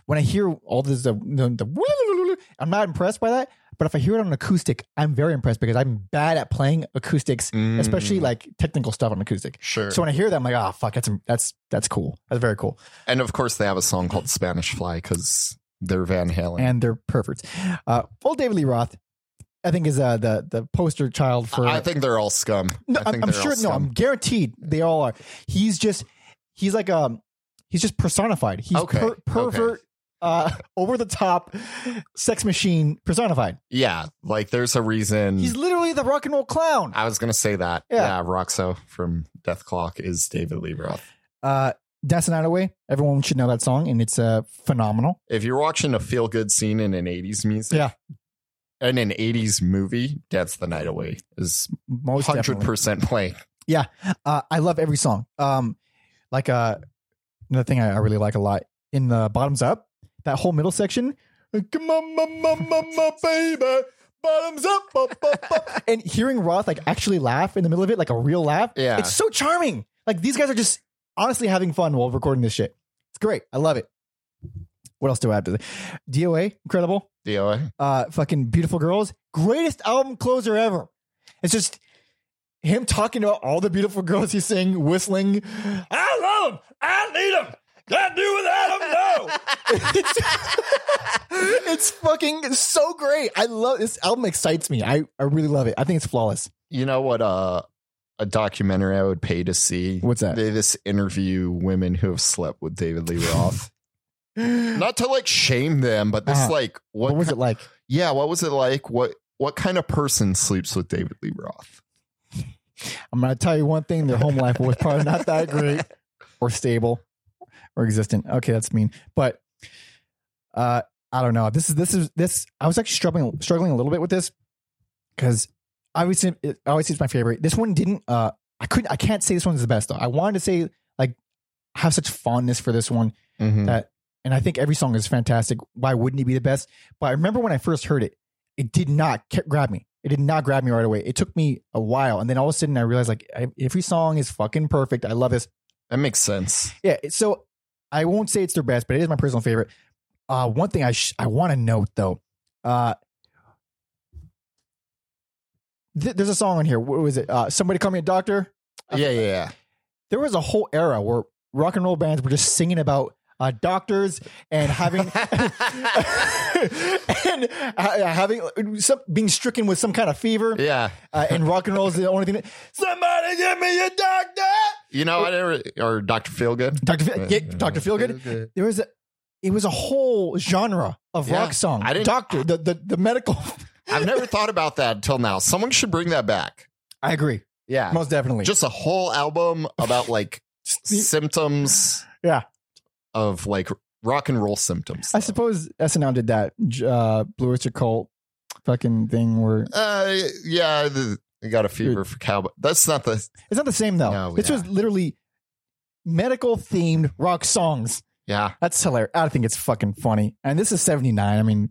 Speaker 1: when I hear all this, the, the, the I'm not impressed by that. But if I hear it on acoustic, I'm very impressed because I'm bad at playing acoustics, especially
Speaker 2: Mm,
Speaker 1: like technical stuff on acoustic.
Speaker 2: sure.
Speaker 1: So when I hear that, I'm like, oh fuck, that's that's that's cool. That's very cool,
Speaker 2: and of course, they have a song called Spanish Fly because they're Van Halen.
Speaker 1: and they're perverts. Uh, well, David Lee Roth, I think, is uh, the the poster child for.
Speaker 2: I think they're all scum.
Speaker 1: No,
Speaker 2: I
Speaker 1: I'm,
Speaker 2: think
Speaker 1: I'm
Speaker 2: they're all
Speaker 1: sure. No,
Speaker 2: scum.
Speaker 1: I'm guaranteed they all are. He's just he's like um he's just personified. He's
Speaker 2: Okay,
Speaker 1: per-
Speaker 2: okay.
Speaker 1: pervert, uh, over the top, sex machine personified.
Speaker 2: yeah, like there's a reason.
Speaker 1: He's literally the rock and roll clown.
Speaker 2: I was gonna say that.
Speaker 1: Yeah.
Speaker 2: Yeah. Roxo from Death Clock is David Lee Roth.
Speaker 1: Uh, Dance the Night Away. Everyone should know that song, and it's uh, phenomenal.
Speaker 2: If you're watching a feel good scene in an 80s music,
Speaker 1: Yeah.
Speaker 2: in an 80s movie, Dance the Night Away is
Speaker 1: Most
Speaker 2: 100%
Speaker 1: definitely.
Speaker 2: playing.
Speaker 1: Uh, I love every song. Um, like uh, another thing I, I really like a lot in the bottoms up. That whole middle section. Come on, my, my, my, my baby. Bottoms up, up, up, up. and hearing Roth like actually laugh in the middle of it, like a real laugh.
Speaker 2: Yeah.
Speaker 1: It's so charming. Like these guys are just honestly having fun while recording this shit. It's great. I love it. What else do I have to say? DOA, incredible
Speaker 2: DOA.
Speaker 1: uh fucking beautiful girls greatest album closer ever it's just him talking about all the beautiful girls he's seeing whistling i love them i need them can't do without them no it's, it's fucking so great i love this album excites me i i really love it i think it's flawless
Speaker 2: You know what? Uh, a documentary I would pay to see.
Speaker 1: What's that?
Speaker 2: They just interview women who have slept with David Lee Roth. Not to like shame them, but this
Speaker 1: Uh-huh.
Speaker 2: like what,
Speaker 1: what was it like
Speaker 2: Yeah, what was it like? What what kind of person sleeps with David Lee Roth?
Speaker 1: i'm gonna tell you one thing their home life was probably not that great or stable or existent. Okay, that's mean. But uh I don't know. This is this is this I was actually struggling struggling a little bit with this cuz obviously it always is my favorite. This one didn't uh I couldn't I can't say this one's the best though. I wanted to say like I have such fondness for this one
Speaker 2: Mhm.
Speaker 1: that and I think every song is fantastic. Why wouldn't it be the best? But I remember when I first heard it, it did not ca- grab me. It did not grab me right away. It took me a while, and then all of a sudden I realized like I, every song is fucking perfect. I love this.
Speaker 2: That makes sense.
Speaker 1: Yeah, so I won't say it's their best, but it is my personal favorite. Uh, one thing I sh- I want to note though, uh, th- there's a song on here. What was it? Uh, Somebody call me a doctor.
Speaker 2: Yeah, yeah, yeah.
Speaker 1: There was a whole era where rock and roll bands were just singing about uh, doctors and having and uh, having some being stricken with some kind of fever.
Speaker 2: Yeah.
Speaker 1: Uh, and rock and roll is the only thing. That, Somebody give me a doctor.
Speaker 2: You know, I never or Dr. Feelgood.
Speaker 1: Doctor, Fe- yeah, Doctor Feelgood. there was a it was a whole genre of
Speaker 2: Yeah.
Speaker 1: rock song.
Speaker 2: I didn't-
Speaker 1: Doctor, the the, the medical.
Speaker 2: I've never thought about that until now. Someone should bring that back.
Speaker 1: I agree,
Speaker 2: Yeah.
Speaker 1: most definitely.
Speaker 2: Just a whole album about like symptoms
Speaker 1: Yeah.
Speaker 2: of like rock and roll symptoms.
Speaker 1: I suppose SNL did that j- uh, Blue Oyster Cult fucking thing where
Speaker 2: uh yeah, the, I got a fever for cowboy. That's not the
Speaker 1: it's not the same though.
Speaker 2: No,
Speaker 1: this was literally medical themed rock songs.
Speaker 2: yeah.
Speaker 1: That's hilarious. I think it's fucking funny. And this is seventy nine. I mean,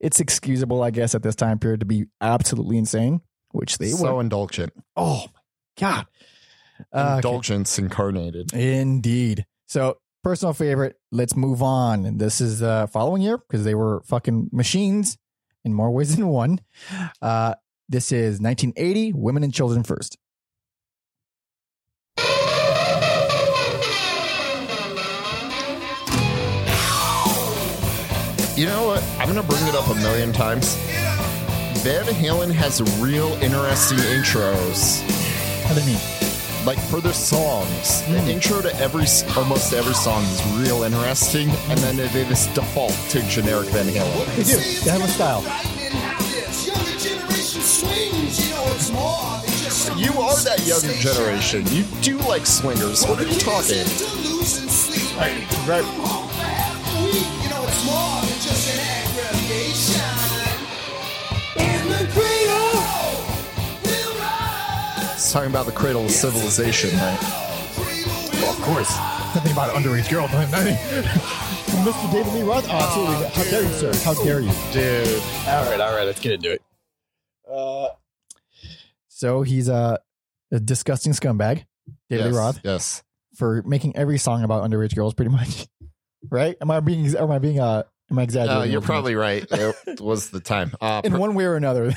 Speaker 1: it's excusable, I guess, at this time period to be absolutely insane, which they
Speaker 2: so
Speaker 1: were.
Speaker 2: indulgent.
Speaker 1: Oh my god. Uh, okay.
Speaker 2: Indulgence incarnated.
Speaker 1: Indeed. So, personal favorite. Let's move on. And this is uh, following year because they were fucking machines in more ways than one. Uh, this is 1980. Women and children first.
Speaker 2: You know what? I'm gonna bring it up a million times. Van Halen has real interesting intros.
Speaker 1: What do they mean?
Speaker 2: like for their songs
Speaker 1: Hmm.
Speaker 2: the intro to every almost every song is real interesting and then they just default to generic van halen
Speaker 1: They do. They have a style.
Speaker 2: you are that younger generation you do like swingers what are you talking
Speaker 1: Right.
Speaker 2: it's talking about the cradle of civilization right
Speaker 1: Of course. Nothing about an underage girl. but nothing. Mr. David Lee Roth? Oh, absolutely. How dare you, sir? How dare you?
Speaker 2: dude
Speaker 4: All right, all right, let's get into it.
Speaker 1: So, he's a, a disgusting scumbag, David
Speaker 2: yes,
Speaker 1: Lee Roth,
Speaker 2: yes
Speaker 1: for making every song about underage girls pretty much. right? Am I being? Am I being? Uh, am I exaggerating?
Speaker 2: No, you're
Speaker 1: a little
Speaker 2: probably right. It was the time. Uh,
Speaker 1: bit? in
Speaker 2: per-
Speaker 1: one way or another.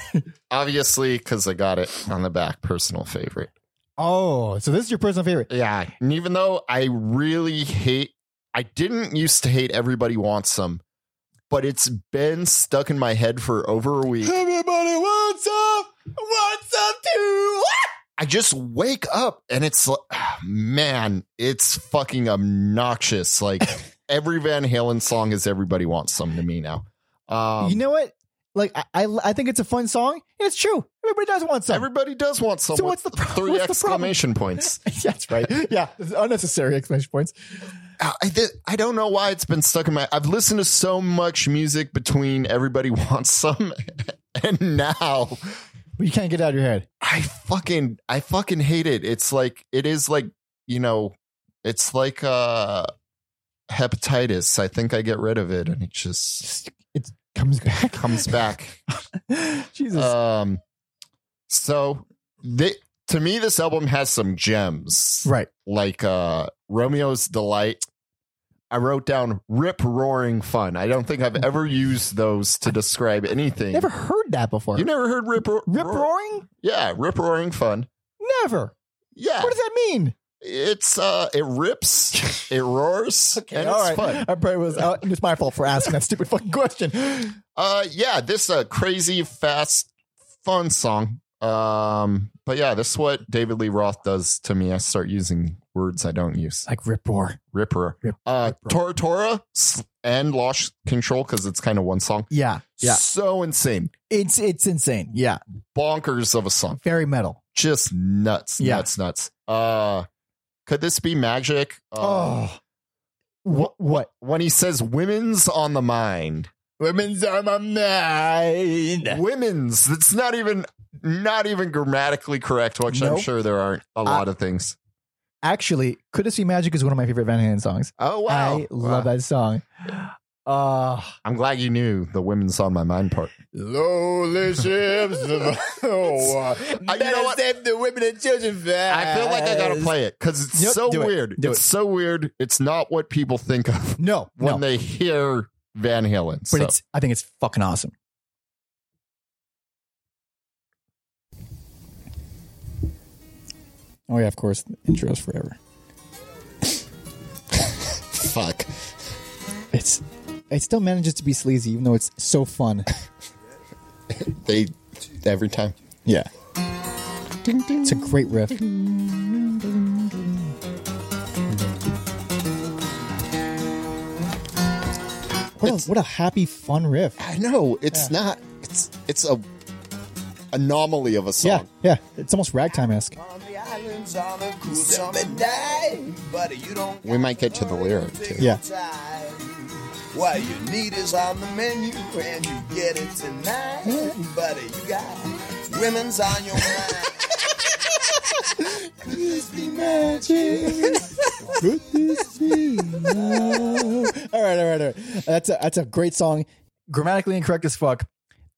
Speaker 2: obviously, because I got it on the back, personal favorite.
Speaker 1: oh, so this is your personal favorite?
Speaker 2: Yeah. And even though I really hate, I didn't used to hate Everybody Wants Some, but it's been stuck in my head for over a week.
Speaker 1: Everybody wants some, wants some too.
Speaker 2: I just wake up and it's like, man, it's fucking obnoxious. Like every Van Halen song is Everybody Wants Some to me now. Um,
Speaker 1: you know what? Like I, I, I think it's a fun song, and it's true. Everybody does want some.
Speaker 2: Everybody does want some.
Speaker 1: So what's the pro-
Speaker 2: three
Speaker 1: what's the problem?
Speaker 2: exclamation points?
Speaker 1: That's right. Yeah, it's unnecessary exclamation points.
Speaker 2: I, I thi- I don't know why it's been stuck in my. I've listened to so much music between Everybody Wants Some and now.
Speaker 1: But you can't get it out of your head.
Speaker 2: I fucking I fucking hate it. It's like it is like you know, it's like uh hepatitis. I think I get rid of it, and it just
Speaker 1: Just- It comes back.
Speaker 2: comes back.
Speaker 1: Jesus.
Speaker 2: um, so they, to me, this album has some gems,
Speaker 1: right.
Speaker 2: like uh Romeo's Delight. I wrote down "rip roaring fun." I don't think I've ever used those to describe anything.
Speaker 1: Never heard that before.
Speaker 2: you never heard "rip ro-
Speaker 1: Rip
Speaker 2: roar-
Speaker 1: roaring?
Speaker 2: Yeah, "rip roaring fun."
Speaker 1: Never.
Speaker 2: Yeah,
Speaker 1: What does that mean?
Speaker 2: It's uh, it rips, it roars, and it's fun.
Speaker 1: I probably was. Uh, it's my fault for asking that stupid fucking question.
Speaker 2: Uh, yeah, this a crazy fast fun song. Um, but yeah, this is what David Lee Roth does to me. I start using words I don't use.
Speaker 1: Like rip roar.
Speaker 2: Ripper,
Speaker 1: Rip-
Speaker 2: uh,
Speaker 1: rip
Speaker 2: Tora Tora s- and Lost Control because it's kind of one song.
Speaker 1: Yeah. Yeah.
Speaker 2: so insane,
Speaker 1: It's it's insane. Yeah.
Speaker 2: bonkers of a song,
Speaker 1: Very metal.
Speaker 2: just nuts,
Speaker 1: Yeah.
Speaker 2: nuts, nuts. Uh, could this be magic? Uh,
Speaker 1: oh. What? What?
Speaker 2: when he says "women's on the mind."
Speaker 1: Women's on my mind.
Speaker 2: women's that's not even not even grammatically correct which i'm
Speaker 1: Nope.
Speaker 2: sure there aren't a lot of things
Speaker 1: Actually, Could This Be Magic is one of my favorite Van Halen songs.
Speaker 2: oh wow
Speaker 1: I love
Speaker 2: Wow.
Speaker 1: that song. Uh,
Speaker 2: i'm glad you knew the women's on my mind part uh,
Speaker 1: Lowly ships of oh,
Speaker 2: better
Speaker 1: save the women and children
Speaker 2: i feel like i gotta play it because it's
Speaker 1: Yep,
Speaker 2: so
Speaker 1: do it.
Speaker 2: weird
Speaker 1: Do
Speaker 2: it's
Speaker 1: it.
Speaker 2: so weird it's not what people think of
Speaker 1: No,
Speaker 2: when
Speaker 1: no,
Speaker 2: they hear van halen
Speaker 1: but
Speaker 2: so
Speaker 1: it's. I think it's fucking awesome. Oh yeah, of course. Intros forever.
Speaker 2: fuck
Speaker 1: It's. It still manages to be sleazy, even though it's so fun.
Speaker 2: they every time
Speaker 1: Yeah. It's a great riff. What a, what a happy, fun riff.
Speaker 2: i know it's not it's it's a anomaly of a song
Speaker 1: Yeah, yeah. It's almost ragtime esque.
Speaker 3: On the islands on a cool summer night, but you don't.
Speaker 2: We might get to the lyric, too.
Speaker 1: Yeah.
Speaker 3: What you need is on the menu, and you get it tonight, buddy. You got women's on your mind.
Speaker 1: all right, all right, all right. That's a that's a great song. Grammatically incorrect as fuck.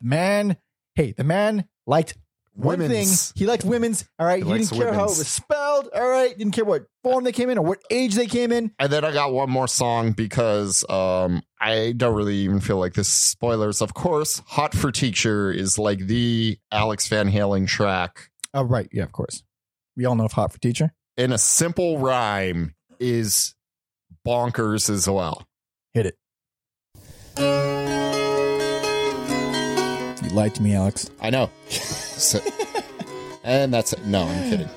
Speaker 1: The man, hey, the man liked one thing.
Speaker 2: Women's.
Speaker 1: He liked women's. All right, he,
Speaker 2: likes
Speaker 1: didn't care how it
Speaker 2: women's.
Speaker 1: was spelled. All right, didn't care what form they came in or what age they came in.
Speaker 2: And then I got one more song because um, I don't really even feel like this is spoilers. Of course, Hot for Teacher is like the Alex Van Halen track
Speaker 1: Oh, right, yeah, of course. We all know of Hot for Teacher.
Speaker 2: in a simple rhyme is bonkers as well.
Speaker 1: Hit it. You lied to me, Alex.
Speaker 2: I know. So- and that's it. No, I'm kidding.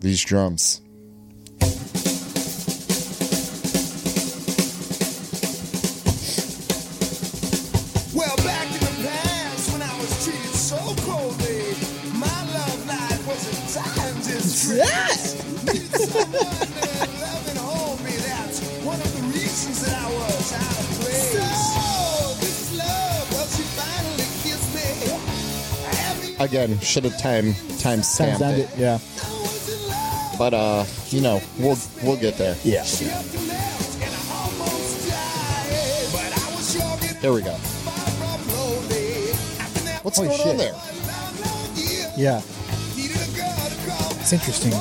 Speaker 2: These drums.
Speaker 3: Well, back in the past when I was treated so coldly, my love life was a time distress. Needed someone to love and hold me. That's one of the reasons that I was out of place. So this love, well, she finally kissed me. Happy
Speaker 2: Again, should have time time stamped
Speaker 1: Sounds
Speaker 2: it.
Speaker 1: it. Yeah.
Speaker 3: I was in love.
Speaker 2: But uh, you know, we'll we'll get there.
Speaker 1: Yeah.
Speaker 3: She left and left, and I almost died. But I was sure getting
Speaker 2: There we go.
Speaker 3: far from lonely. I can never
Speaker 2: What's
Speaker 1: Holy
Speaker 2: going on
Speaker 1: shit.
Speaker 2: there?
Speaker 3: love, love you.
Speaker 1: Yeah.
Speaker 3: Needed a girl to call
Speaker 1: It's interesting.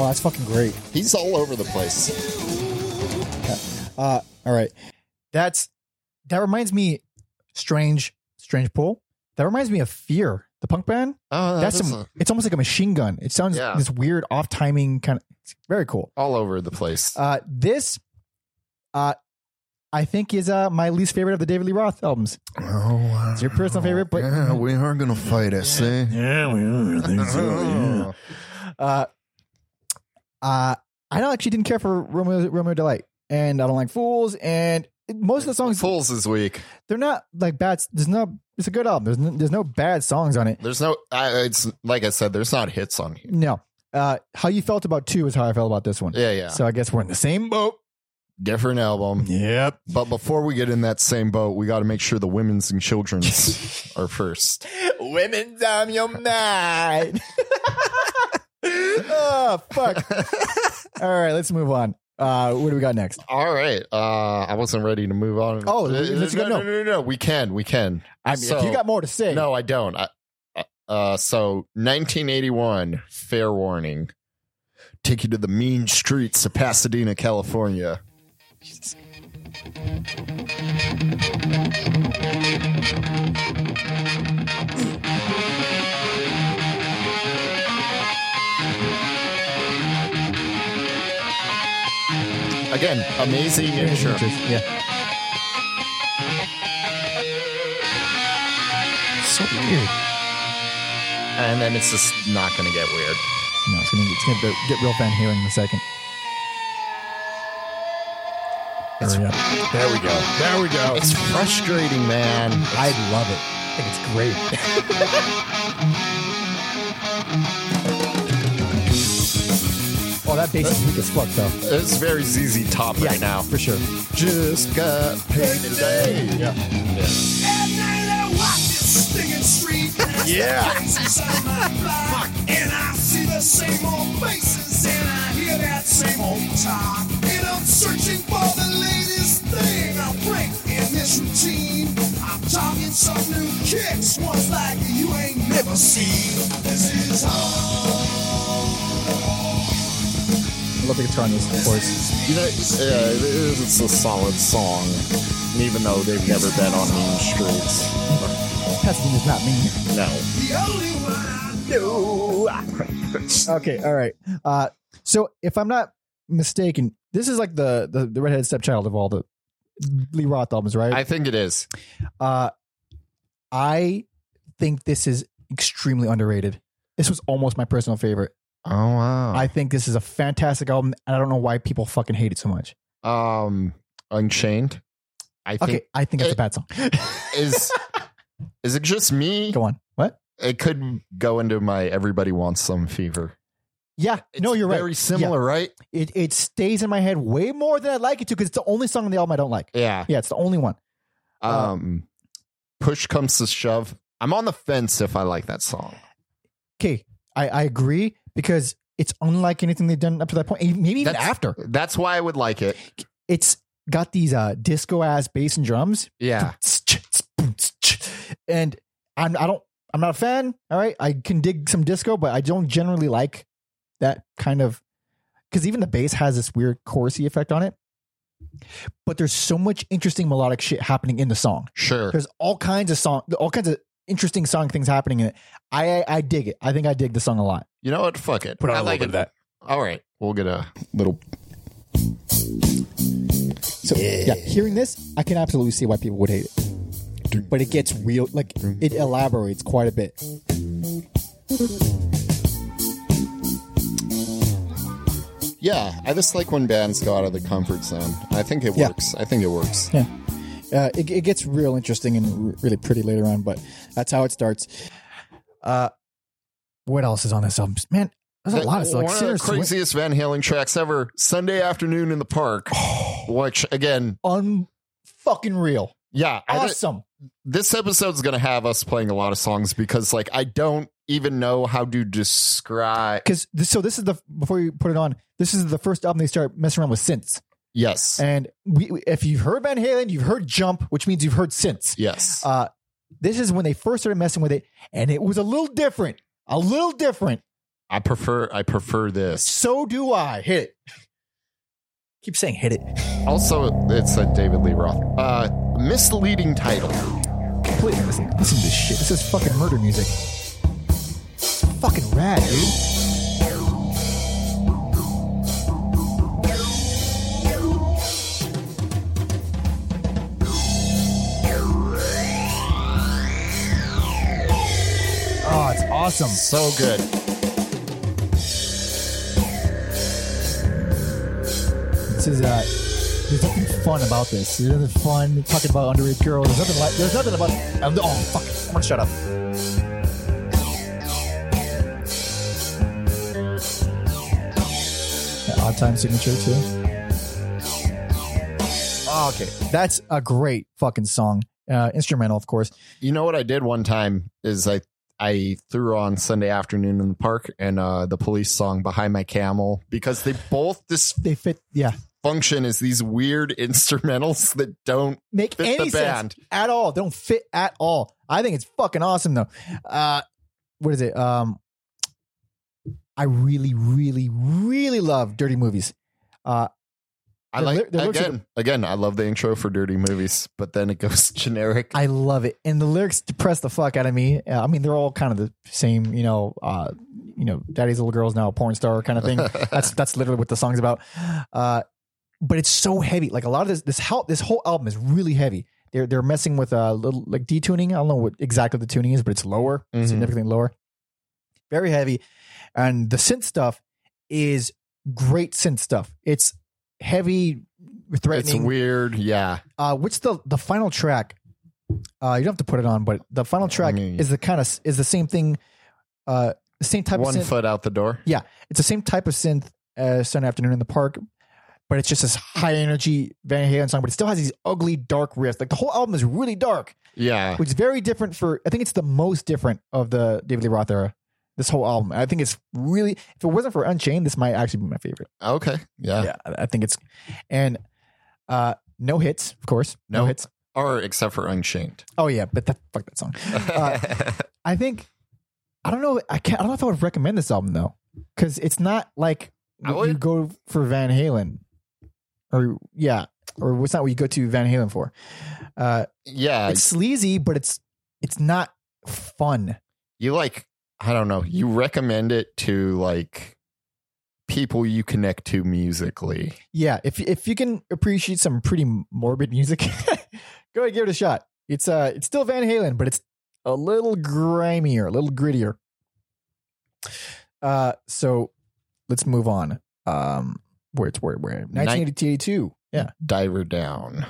Speaker 1: Oh, that's fucking great.
Speaker 2: He's all over the place.
Speaker 1: Uh, all right. That's that reminds me. Strange, strange pool. That reminds me of Fear, the punk band.
Speaker 2: Oh, that
Speaker 1: that's
Speaker 2: is,
Speaker 1: some.
Speaker 2: uh,
Speaker 1: it's almost like a machine gun. It sounds
Speaker 2: Yeah.
Speaker 1: this weird off timing kind of. It's very cool.
Speaker 2: all over the place.
Speaker 1: Uh, this, uh, I think is uh my least favorite of the David Lee Roth albums.
Speaker 2: oh,
Speaker 1: It's your personal favorite, but
Speaker 2: we are gonna fight it. See,
Speaker 1: Yeah, we are. I think Uh, uh, I don't actually didn't care for Romeo Romeo Delight, and I don't like Fools, and most of the songs
Speaker 2: Fools is weak.
Speaker 1: they're not like bad. There's no. It's a good album. There's no, there's no bad songs on it.
Speaker 2: There's no. I, it's like I said. There's not hits on here.
Speaker 1: No. Uh, how you felt about two is how I felt about this one.
Speaker 2: Yeah, yeah.
Speaker 1: So I guess we're in the same boat.
Speaker 2: Different album.
Speaker 1: Yep.
Speaker 2: But before we get in that same boat, we got to make sure the women's and children's are first.
Speaker 1: Women's on your mind. oh fuck. All right, let's move on. Uh, what do we got next?
Speaker 2: All right. Uh, I wasn't ready to move on.
Speaker 1: Oh,
Speaker 2: Uh,
Speaker 1: let's
Speaker 2: no,
Speaker 1: go-
Speaker 2: no,
Speaker 1: no.
Speaker 2: no, no, no. We can. We can.
Speaker 1: I mean, if
Speaker 2: So-
Speaker 1: you got more to say,
Speaker 2: No, I don't. I, uh, so 1981, fair warning. Take you to the mean streets of Pasadena, California. Again, amazing intro.
Speaker 1: Yeah. So weird.
Speaker 2: And then it's just not going to get weird.
Speaker 1: No, it's gonna, it's gonna be- get real fan hearing in a second. Hurry up.
Speaker 2: There we go.
Speaker 1: There we go.
Speaker 2: It's frustrating, man.
Speaker 1: I love it. I think it's great. oh, that bass is weak as fuck, though.
Speaker 2: It's very ZZ Top right now.
Speaker 1: for sure.
Speaker 2: Just got paid today. Yeah.
Speaker 3: At night I watch this stinging street blast
Speaker 2: Yeah.
Speaker 3: the place inside my block. And I see the same old faces and I hear that same old talk. And I'm searching for the latest thing I break in this routine. I'm talking some new kicks, ones like you ain't never seen. This is home.
Speaker 1: I love the guitar on this, of course.
Speaker 2: You know, yeah, it is, it's a solid song, even though they've never been on mean streets.
Speaker 1: Pasadena's not mean.
Speaker 2: No.
Speaker 3: The only one I know.
Speaker 1: Okay, all right. Uh, so if I'm not mistaken, this is like the the, the redheaded stepchild of all the Lee Roth albums, right?
Speaker 2: I think it is.
Speaker 1: Uh, I think this is extremely underrated. This was almost my personal favorite.
Speaker 2: Oh wow.
Speaker 1: I think this is a fantastic album, and I don't know why people fucking hate it so much.
Speaker 2: um Unchained. I think
Speaker 1: Okay, I think it's a
Speaker 2: it-
Speaker 1: bad song.
Speaker 2: is is it just me?
Speaker 1: Go on. What?
Speaker 2: It could go into my everybody wants some fever.
Speaker 1: Yeah.
Speaker 2: It's
Speaker 1: no, you're right.
Speaker 2: Very similar, right?
Speaker 1: Yeah. It it stays in my head way more than I'd like it to because it's the only song on the album I don't like.
Speaker 2: Yeah.
Speaker 1: Yeah, it's the only one.
Speaker 2: Um Push comes to shove. I'm on the fence if I like that song.
Speaker 1: Okay, I, I agree because it's unlike anything they've done up to that point, and maybe even
Speaker 2: That's-
Speaker 1: after.
Speaker 2: That's why I would like it.
Speaker 1: It's got these uh, disco ass bass and drums.
Speaker 2: Yeah.
Speaker 1: Ah. and I'm I don't I'm not a fan. All right, I can dig some disco, but I don't generally like that kind of because even the bass has this weird chorusy effect on it. But there's so much interesting melodic shit happening in the song.
Speaker 2: Sure.
Speaker 1: There's all kinds of song, all kinds of interesting song things happening in it. I I, I dig it. I think I dig the song a lot.
Speaker 2: You know what? Fuck it.
Speaker 4: Put on
Speaker 2: I
Speaker 4: a little
Speaker 2: like
Speaker 4: bit of that.
Speaker 2: All right. We'll get a little.
Speaker 1: So yeah, hearing this, I can absolutely see why people would hate it. But it gets real, like it elaborates quite a bit.
Speaker 2: Yeah. I just like when bands go out of the comfort zone. I think it
Speaker 1: Yeah.
Speaker 2: works. I think it works.
Speaker 1: Yeah. Uh, it, it gets real interesting and r- really pretty later on, but that's how it starts. Uh, what else is on this album? Man, there's a lot of stuff. Like,
Speaker 2: One of the
Speaker 1: seriously, what-
Speaker 2: craziest Van Halen tracks ever. Sunday afternoon in the park.
Speaker 1: Oh.
Speaker 2: which again,
Speaker 1: un fucking real.
Speaker 2: yeah. I don't-
Speaker 1: Awesome.
Speaker 2: this episode's gonna have us playing a lot of songs because, like, I don't even know how to describe.
Speaker 1: Because so this is the before you put it on. This is the first album they start messing around with synths.
Speaker 2: Yes.
Speaker 1: And we, if you've heard Van Halen, you've heard Jump, which means you've heard synths.
Speaker 2: Yes.
Speaker 1: Uh, this is when they first started messing with it, and it was a little different. A little different.
Speaker 2: I prefer I prefer this.
Speaker 1: So do I. Hit it. Keep saying hit it.
Speaker 2: Also, it's a David Lee Roth. Uh, misleading title.
Speaker 1: Completely missing. Listen to this shit. This is fucking murder music. It's fucking rad, dude. Oh, it's awesome.
Speaker 2: So good.
Speaker 1: This is uh, there's nothing fun about this. There's nothing fun talking about underage girls. There's nothing like. There's nothing about. Um, oh fuck! I'm gonna shut up. That odd time signature too. Oh, okay, that's a great fucking song. Uh, instrumental, of course.
Speaker 2: You know what I did one time is I I threw on Sunday afternoon in the park and uh, the police song behind my camel because they both this
Speaker 1: They fit. Yeah,
Speaker 2: function is these weird instrumentals that don't
Speaker 1: make
Speaker 2: Fit the
Speaker 1: any
Speaker 2: band.
Speaker 1: sense at all. They don't fit at all. I think it's fucking awesome though. Uh, what is it? Um, I really, really, really love dirty movies. Uh,
Speaker 2: I
Speaker 1: The
Speaker 2: like
Speaker 1: ly- the lyrics are
Speaker 2: again again I love the intro for dirty movies but then it goes generic.
Speaker 1: I love it, and the lyrics depress the fuck out of me. Uh, I mean, they're all kind of the same, you know. Uh, you know, daddy's little girl's now a porn star kind of thing. that's that's literally what the song's about. Uh, but it's so heavy. Like a lot of this this how this whole album is really heavy. They're they're messing with a little like detuning. I don't know what exactly the tuning is, but it's lower,
Speaker 2: Mhm.
Speaker 1: significantly lower. Very heavy, and the synth stuff is great synth stuff. It's heavy,
Speaker 2: It's
Speaker 1: threatening.
Speaker 2: weird, yeah.
Speaker 1: Uh, what's the the final track? Uh, you don't have to put it on, but the final track
Speaker 2: mean-
Speaker 1: is the kind of is the same thing, uh, same type
Speaker 2: One
Speaker 1: of synth.
Speaker 2: foot out the door.
Speaker 1: It's the same type of synth as Sunday Afternoon in the Park, but it's just this high energy Van Halen song. But it still has these ugly dark riffs. Like the whole album is really dark,
Speaker 2: Yeah.
Speaker 1: which is very different for. I think it's the most different of the David Lee Roth era. This whole album, I think it's really. If it wasn't for Unchained, this might actually be my favorite.
Speaker 2: Okay. Yeah.
Speaker 1: Yeah, I I think it's, and uh, no hits, of course, no
Speaker 2: No.
Speaker 1: hits.
Speaker 2: Or except for Unchained.
Speaker 1: Oh yeah, but that fuck that song. Uh, I think I don't know. I can't. I don't know if I would recommend this album though, because it's not like
Speaker 2: I
Speaker 1: what you
Speaker 2: would-
Speaker 1: go for Van Halen, or yeah, or what's not what you go to Van Halen for. Uh,
Speaker 2: yeah.
Speaker 1: it's sleazy, but it's it's not fun.
Speaker 2: you like I don't know, you recommend it to like people you connect to musically.
Speaker 1: Yeah, if if you can appreciate some pretty morbid music, go ahead give it a shot. It's uh, it's still Van Halen, but it's a little grimier, a little grittier. Uh, so let's move on. Um, where it's where where 1982. Yeah,
Speaker 2: Diver down.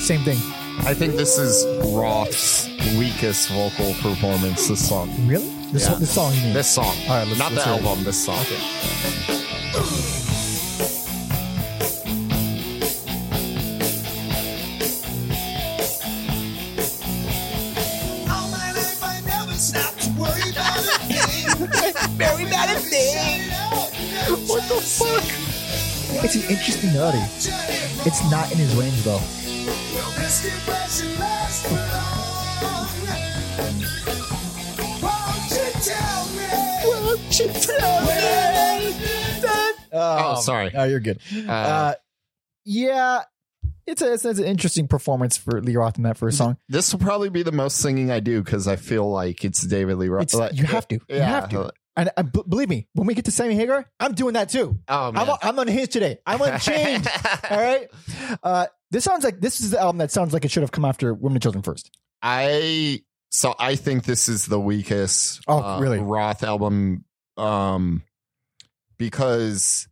Speaker 1: same thing.
Speaker 2: I think this is Roth's weakest vocal performance this song.
Speaker 1: Really? This
Speaker 2: Yeah.
Speaker 1: this song you mean?
Speaker 2: This song.
Speaker 1: All right, let's-
Speaker 2: Not
Speaker 1: let's
Speaker 2: the
Speaker 1: hear it.
Speaker 2: album, this song.
Speaker 3: All my life I never stopped to worry about a thing. Very bad at thing.
Speaker 1: what the fuck? It's an interesting melody. It's not in his range though.
Speaker 2: Oh, sorry.
Speaker 1: Oh, you're good.
Speaker 2: Uh,
Speaker 1: Uh, yeah, it's, a, it's, it's an interesting performance for Lee Roth in that first song.
Speaker 2: this will probably be the most singing I do because I feel like it's David Lee Roth. oh,
Speaker 1: It's, you have to, you have to. And uh, b- believe me, when we get to Sammy Hagar, I'm doing that too.
Speaker 2: Oh, man.
Speaker 1: I'm on, I'm on his today. I'm unchained. All right. Uh, this sounds like this is the album that sounds like it should have come after Women and Children first.
Speaker 2: I so I think this is the weakest uh,
Speaker 1: Oh, really?
Speaker 2: Roth album um because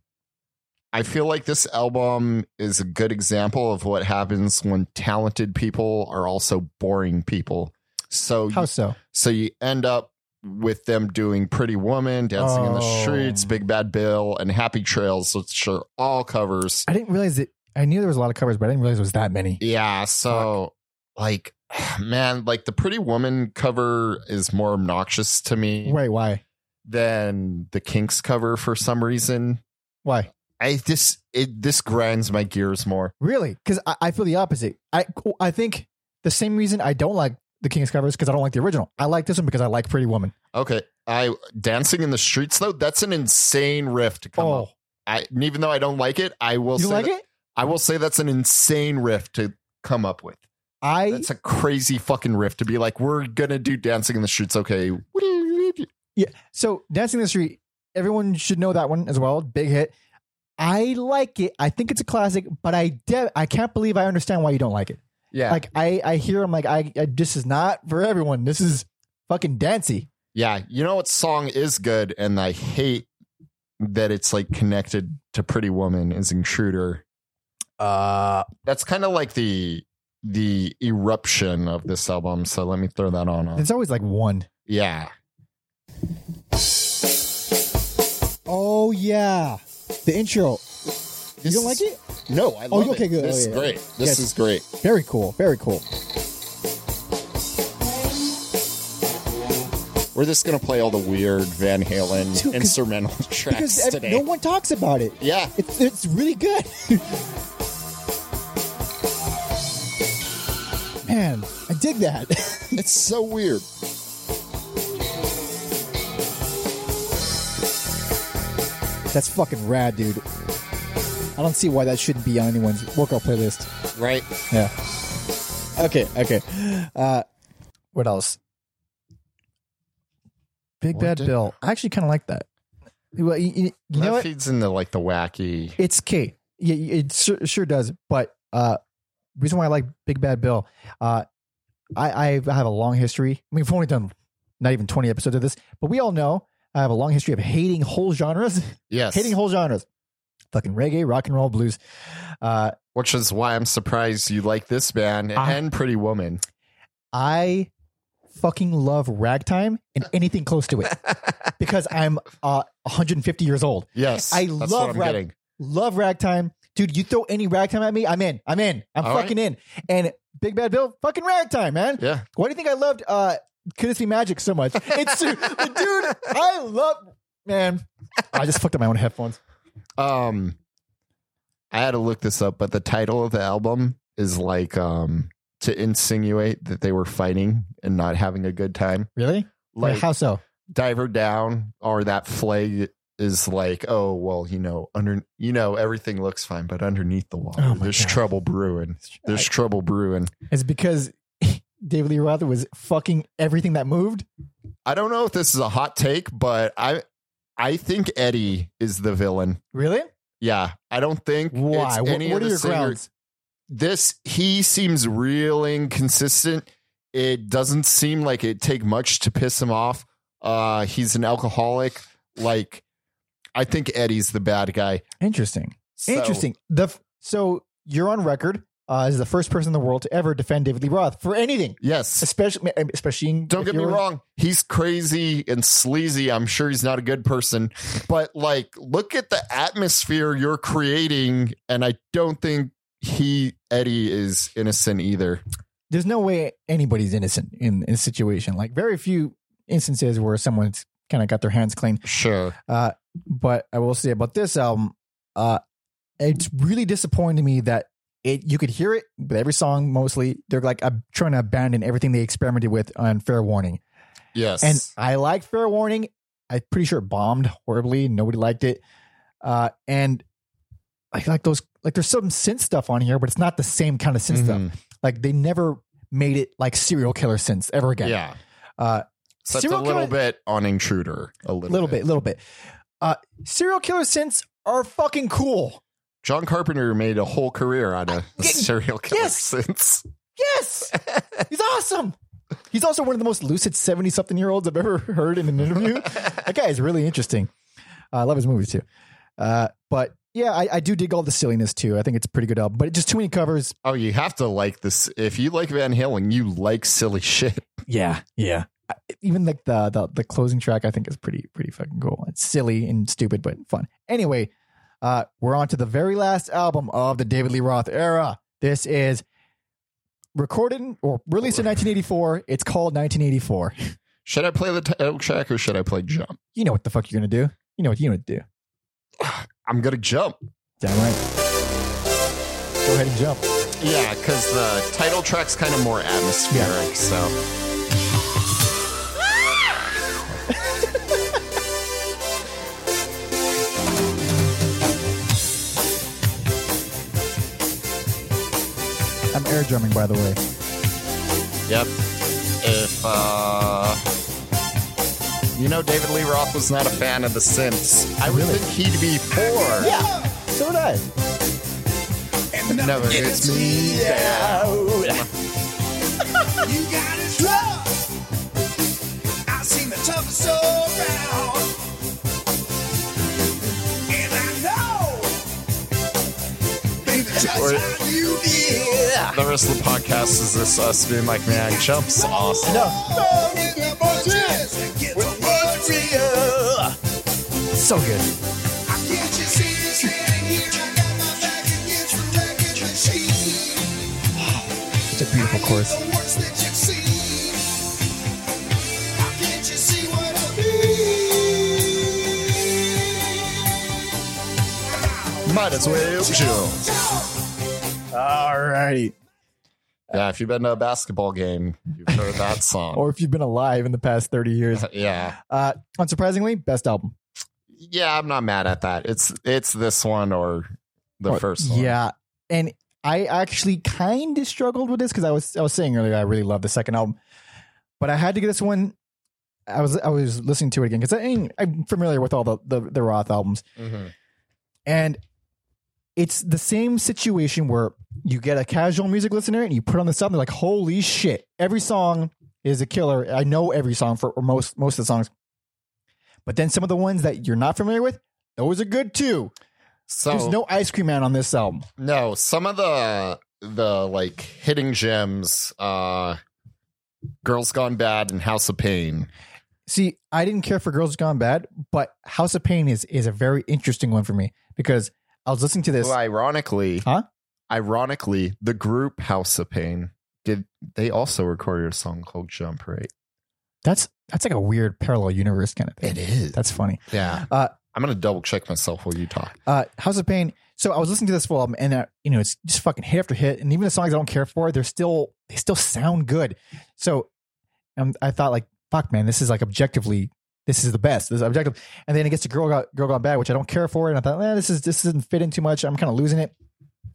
Speaker 2: I feel like this album is a good example of what happens when talented people are also boring people. So
Speaker 1: How so?
Speaker 2: so Oh, you end up with them doing Pretty Woman, Dancing in the
Speaker 1: Oh.
Speaker 2: Streets, Big Bad Bill, and Happy Trails, which are all covers.
Speaker 1: I didn't realize it. I knew there was a lot of covers, but I didn't realize it was that many.
Speaker 2: Yeah, so like man, like the pretty woman cover is more obnoxious to me
Speaker 1: Wait, why?
Speaker 2: than the Kinks cover for some reason.
Speaker 1: Why?
Speaker 2: I this it this grinds my gears more.
Speaker 1: Really? Because I, I feel the opposite. I I think the same reason I don't like the King's covers because I don't like the original. I like this one because I like Pretty Woman.
Speaker 2: Okay, I dancing in the streets though. That's an insane riff to come
Speaker 1: oh,
Speaker 2: up. I, and even though I don't like it, I will
Speaker 1: you
Speaker 2: say
Speaker 1: like
Speaker 2: that,
Speaker 1: it?
Speaker 2: I will say that's an insane riff to come up with.
Speaker 1: I
Speaker 2: That's a crazy fucking riff to be like, we're gonna do dancing in the streets. Okay,
Speaker 1: Yeah. So Dancing in the Street, everyone should know that one as well. Big hit. I like it. I think it's a classic, but I de- I can't believe I understand why you don't like it.
Speaker 2: yeah,
Speaker 1: Like I I hear I'm like I, I this is not for everyone. This is fucking dancey.
Speaker 2: yeah. You know what song is good, and I hate that it's like connected to Pretty Woman is Intruder.
Speaker 1: Uh
Speaker 2: That's kind of like the the eruption of this album. So let me throw that on. on.
Speaker 1: it's always like one.
Speaker 2: Yeah,
Speaker 5: Oh yeah, the intro. You
Speaker 2: This
Speaker 5: don't like
Speaker 2: is-
Speaker 5: it?
Speaker 2: No, I
Speaker 5: Oh,
Speaker 2: love
Speaker 5: okay,
Speaker 2: it.
Speaker 5: good.
Speaker 2: This
Speaker 5: Oh,
Speaker 2: is
Speaker 5: yeah.
Speaker 2: great. This
Speaker 5: Yes.
Speaker 2: is great.
Speaker 5: Very cool. Very cool.
Speaker 2: We're just gonna play all the weird Van Halen
Speaker 5: Dude, 'cause-
Speaker 2: instrumental tracks
Speaker 5: Because ev-
Speaker 2: today.
Speaker 5: no one talks about it.
Speaker 2: yeah,
Speaker 5: It's, it's really good. Man, I dig that.
Speaker 2: it's so weird.
Speaker 5: That's fucking rad, dude. I don't see why that shouldn't be on anyone's workout playlist.
Speaker 2: Right?
Speaker 5: Yeah. Okay. Okay.
Speaker 1: Uh, What else? Big
Speaker 2: What
Speaker 1: Bad
Speaker 2: did-
Speaker 1: Bill. I actually kind of like that. Well, you, you- you
Speaker 2: that
Speaker 1: know what?
Speaker 2: feeds into like the wacky.
Speaker 1: It's K. Yeah, it sure, sure does. But uh, reason why I like Big Bad Bill, uh, I I have a long history. I mean, we've only done not even twenty episodes of this, but we all know I have a long history of hating whole genres,
Speaker 2: Yes.
Speaker 1: hating whole genres, fucking reggae, rock and roll, blues. Uh,
Speaker 2: which is why I'm surprised you like this band
Speaker 5: Uh-huh.
Speaker 1: Ah.
Speaker 2: and Pretty Woman.
Speaker 1: I fucking love ragtime and anything close to it because I'm uh 150 years old.
Speaker 2: Yes,
Speaker 1: I
Speaker 2: that's
Speaker 1: love
Speaker 2: what I'm
Speaker 1: rag-
Speaker 2: getting.
Speaker 1: Love ragtime. Dude, you throw any ragtime at me, I'm in. I'm in. I'm
Speaker 2: All
Speaker 1: fucking in. And Big Bad Bill, fucking ragtime, man.
Speaker 2: Yeah,
Speaker 1: Why do you think I loved uh Could This Be Magic so much? It's dude, I love man. I just fucked up my own headphones.
Speaker 2: um i had to look this up but the title of the album is like um to insinuate that they were fighting and not having a good time
Speaker 1: Really?
Speaker 2: like
Speaker 1: How so?
Speaker 2: diver down or that flag is like oh well you know under you know everything looks fine but underneath the water
Speaker 1: Oh my
Speaker 2: there's
Speaker 1: God.
Speaker 2: trouble brewing there's trouble brewing
Speaker 1: It's because David Lee Roth was fucking everything that moved.
Speaker 2: i don't know if this is a hot take but i i think eddie is the villain
Speaker 1: Really?
Speaker 2: yeah i don't think
Speaker 1: Why?
Speaker 2: it's
Speaker 1: What,
Speaker 2: any
Speaker 1: what
Speaker 2: of
Speaker 1: are
Speaker 2: the
Speaker 1: your
Speaker 2: singers-
Speaker 1: grounds?
Speaker 2: this he seems real inconsistent. It doesn't seem like it take much to piss him off. Uh he's an alcoholic. Like I think Eddie's the bad guy.
Speaker 1: Interesting.
Speaker 2: So-
Speaker 1: Interesting. The f- so you're on record uh, as the first person in the world to ever defend David Lee Roth for anything,
Speaker 2: Yes.
Speaker 1: especially eh, especially. in-
Speaker 2: Don't
Speaker 1: if
Speaker 2: get me
Speaker 1: you're-
Speaker 2: wrong. He's crazy and sleazy. I'm sure he's not a good person. But like look at the atmosphere you're creating and I don't think he Eddie is innocent either.
Speaker 1: There's no way anybody's innocent in, in a situation like very few instances where someone's kind of got their hands clean.
Speaker 2: Sure.
Speaker 1: Uh, but I will say about this album, uh, it's really disappointing to me that it you could hear it with every song mostly. They're like uh, trying to abandon everything they experimented with on Fair Warning,
Speaker 2: Yes.
Speaker 1: and I like Fair Warning. I'm pretty sure it bombed horribly. Nobody liked it, uh, and I like those. Like there's some synth stuff on here, but it's not the same kind of synth
Speaker 2: Mhm.
Speaker 1: stuff. Like they never made it like serial killer synths ever again.
Speaker 2: Yeah.
Speaker 1: Uh,
Speaker 2: Except
Speaker 1: Serial
Speaker 2: a
Speaker 1: killer-
Speaker 2: little bit on intruder. A little,
Speaker 1: little bit, little bit. Uh, serial killer synths are fucking cool.
Speaker 2: John Carpenter made a whole career out of
Speaker 1: yeah,
Speaker 2: serial killer
Speaker 1: yes.
Speaker 2: synths.
Speaker 1: Yes, he's awesome. He's also one of the most lucid seventy-something year olds I've ever heard in an interview. that guy is really interesting. Uh, I love his movies too. Uh, but yeah, I, I do dig all the silliness too. I think it's a pretty good album, but just too many covers.
Speaker 2: Oh, you have to like this. If you like Van Halen, you like silly shit.
Speaker 1: Yeah, yeah. Even like the, the the closing track, I think is pretty pretty fucking cool. It's silly and stupid, but fun. Anyway, uh, we're on to the very last album of the David Lee Roth era. This is recorded or released in 1984. It's called 1984.
Speaker 2: Should I play the title track or should I play Jump?
Speaker 1: You know what the fuck you're gonna do. You know what you gonna do.
Speaker 2: I'm gonna jump.
Speaker 1: Damn right. Go ahead and jump.
Speaker 2: Yeah, because the title track's kind of more atmospheric. So
Speaker 1: I'm air drumming, by the way.
Speaker 2: yep. If uh, you know David Lee Roth was not a fan of the synths, I would think he'd be for.
Speaker 1: Yeah. So did I.
Speaker 3: And
Speaker 2: Never gets me
Speaker 1: Oh,
Speaker 3: You got it rough. I've seen the toughest soul around. And I know. Baby, just
Speaker 2: Or-
Speaker 3: how you feel.
Speaker 2: The rest of the podcast is this us being like, man, jumps awesome.
Speaker 3: Throw in the punches and get to work
Speaker 1: So good.
Speaker 3: I can't you see this standing here? I got my back against the wrecking machine.
Speaker 1: It's a beautiful chorus.
Speaker 3: The worst that you've seen. How can't you see what I feel?
Speaker 2: Might as well jump.
Speaker 1: All righty.
Speaker 2: Yeah, if you've been to a basketball game, you've heard that song.
Speaker 1: Or if you've been alive in the past 30 years.
Speaker 2: yeah,
Speaker 1: Uh, unsurprisingly, best album.
Speaker 2: yeah, I'm not mad at that. It's it's this one or the
Speaker 1: Or-
Speaker 2: first one.
Speaker 1: Yeah. And I actually kind of struggled with this because I was I was saying earlier I really love the second album, but I had to get this one. I was I was listening to it again because I I'm familiar with all the, the the Roth albums,
Speaker 2: Mhm.
Speaker 1: and it's the same situation where you get a casual music listener and you put on this album, they're like, "Holy shit! Every song is a killer." I know every song for or most most of the songs, but then some of the ones that you're not familiar with, those are good too. There's
Speaker 2: So no-,
Speaker 1: no Ice Cream Man on this album.
Speaker 2: some of the the like hitting gems, uh, Girls Gone Bad and House of Pain.
Speaker 1: See, I didn't care for Girls Gone Bad, but House of Pain is is a very interesting one for me because I was listening to this.
Speaker 2: Well, ironically,
Speaker 1: Huh?
Speaker 2: Ironically, the group House of Pain did they also recorded a song called Jump Right?
Speaker 1: That's that's like a weird parallel universe kind of thing.
Speaker 2: is.
Speaker 1: That's funny.
Speaker 2: yeah.
Speaker 1: Uh,
Speaker 2: I'm gonna double check myself while you talk.
Speaker 1: uh, House of Pain. So I was listening to this full album, and uh, you know it's just fucking hit after hit, and even the songs I don't care for, they're still they still sound good. So um, I thought like, fuck, man, this is like objectively, this is the best. This is objective, and then it gets to Girl Got, Girl Gone Bad, which I don't care for, and I thought, eh, this is this doesn't fit in too much. I'm kind of losing it.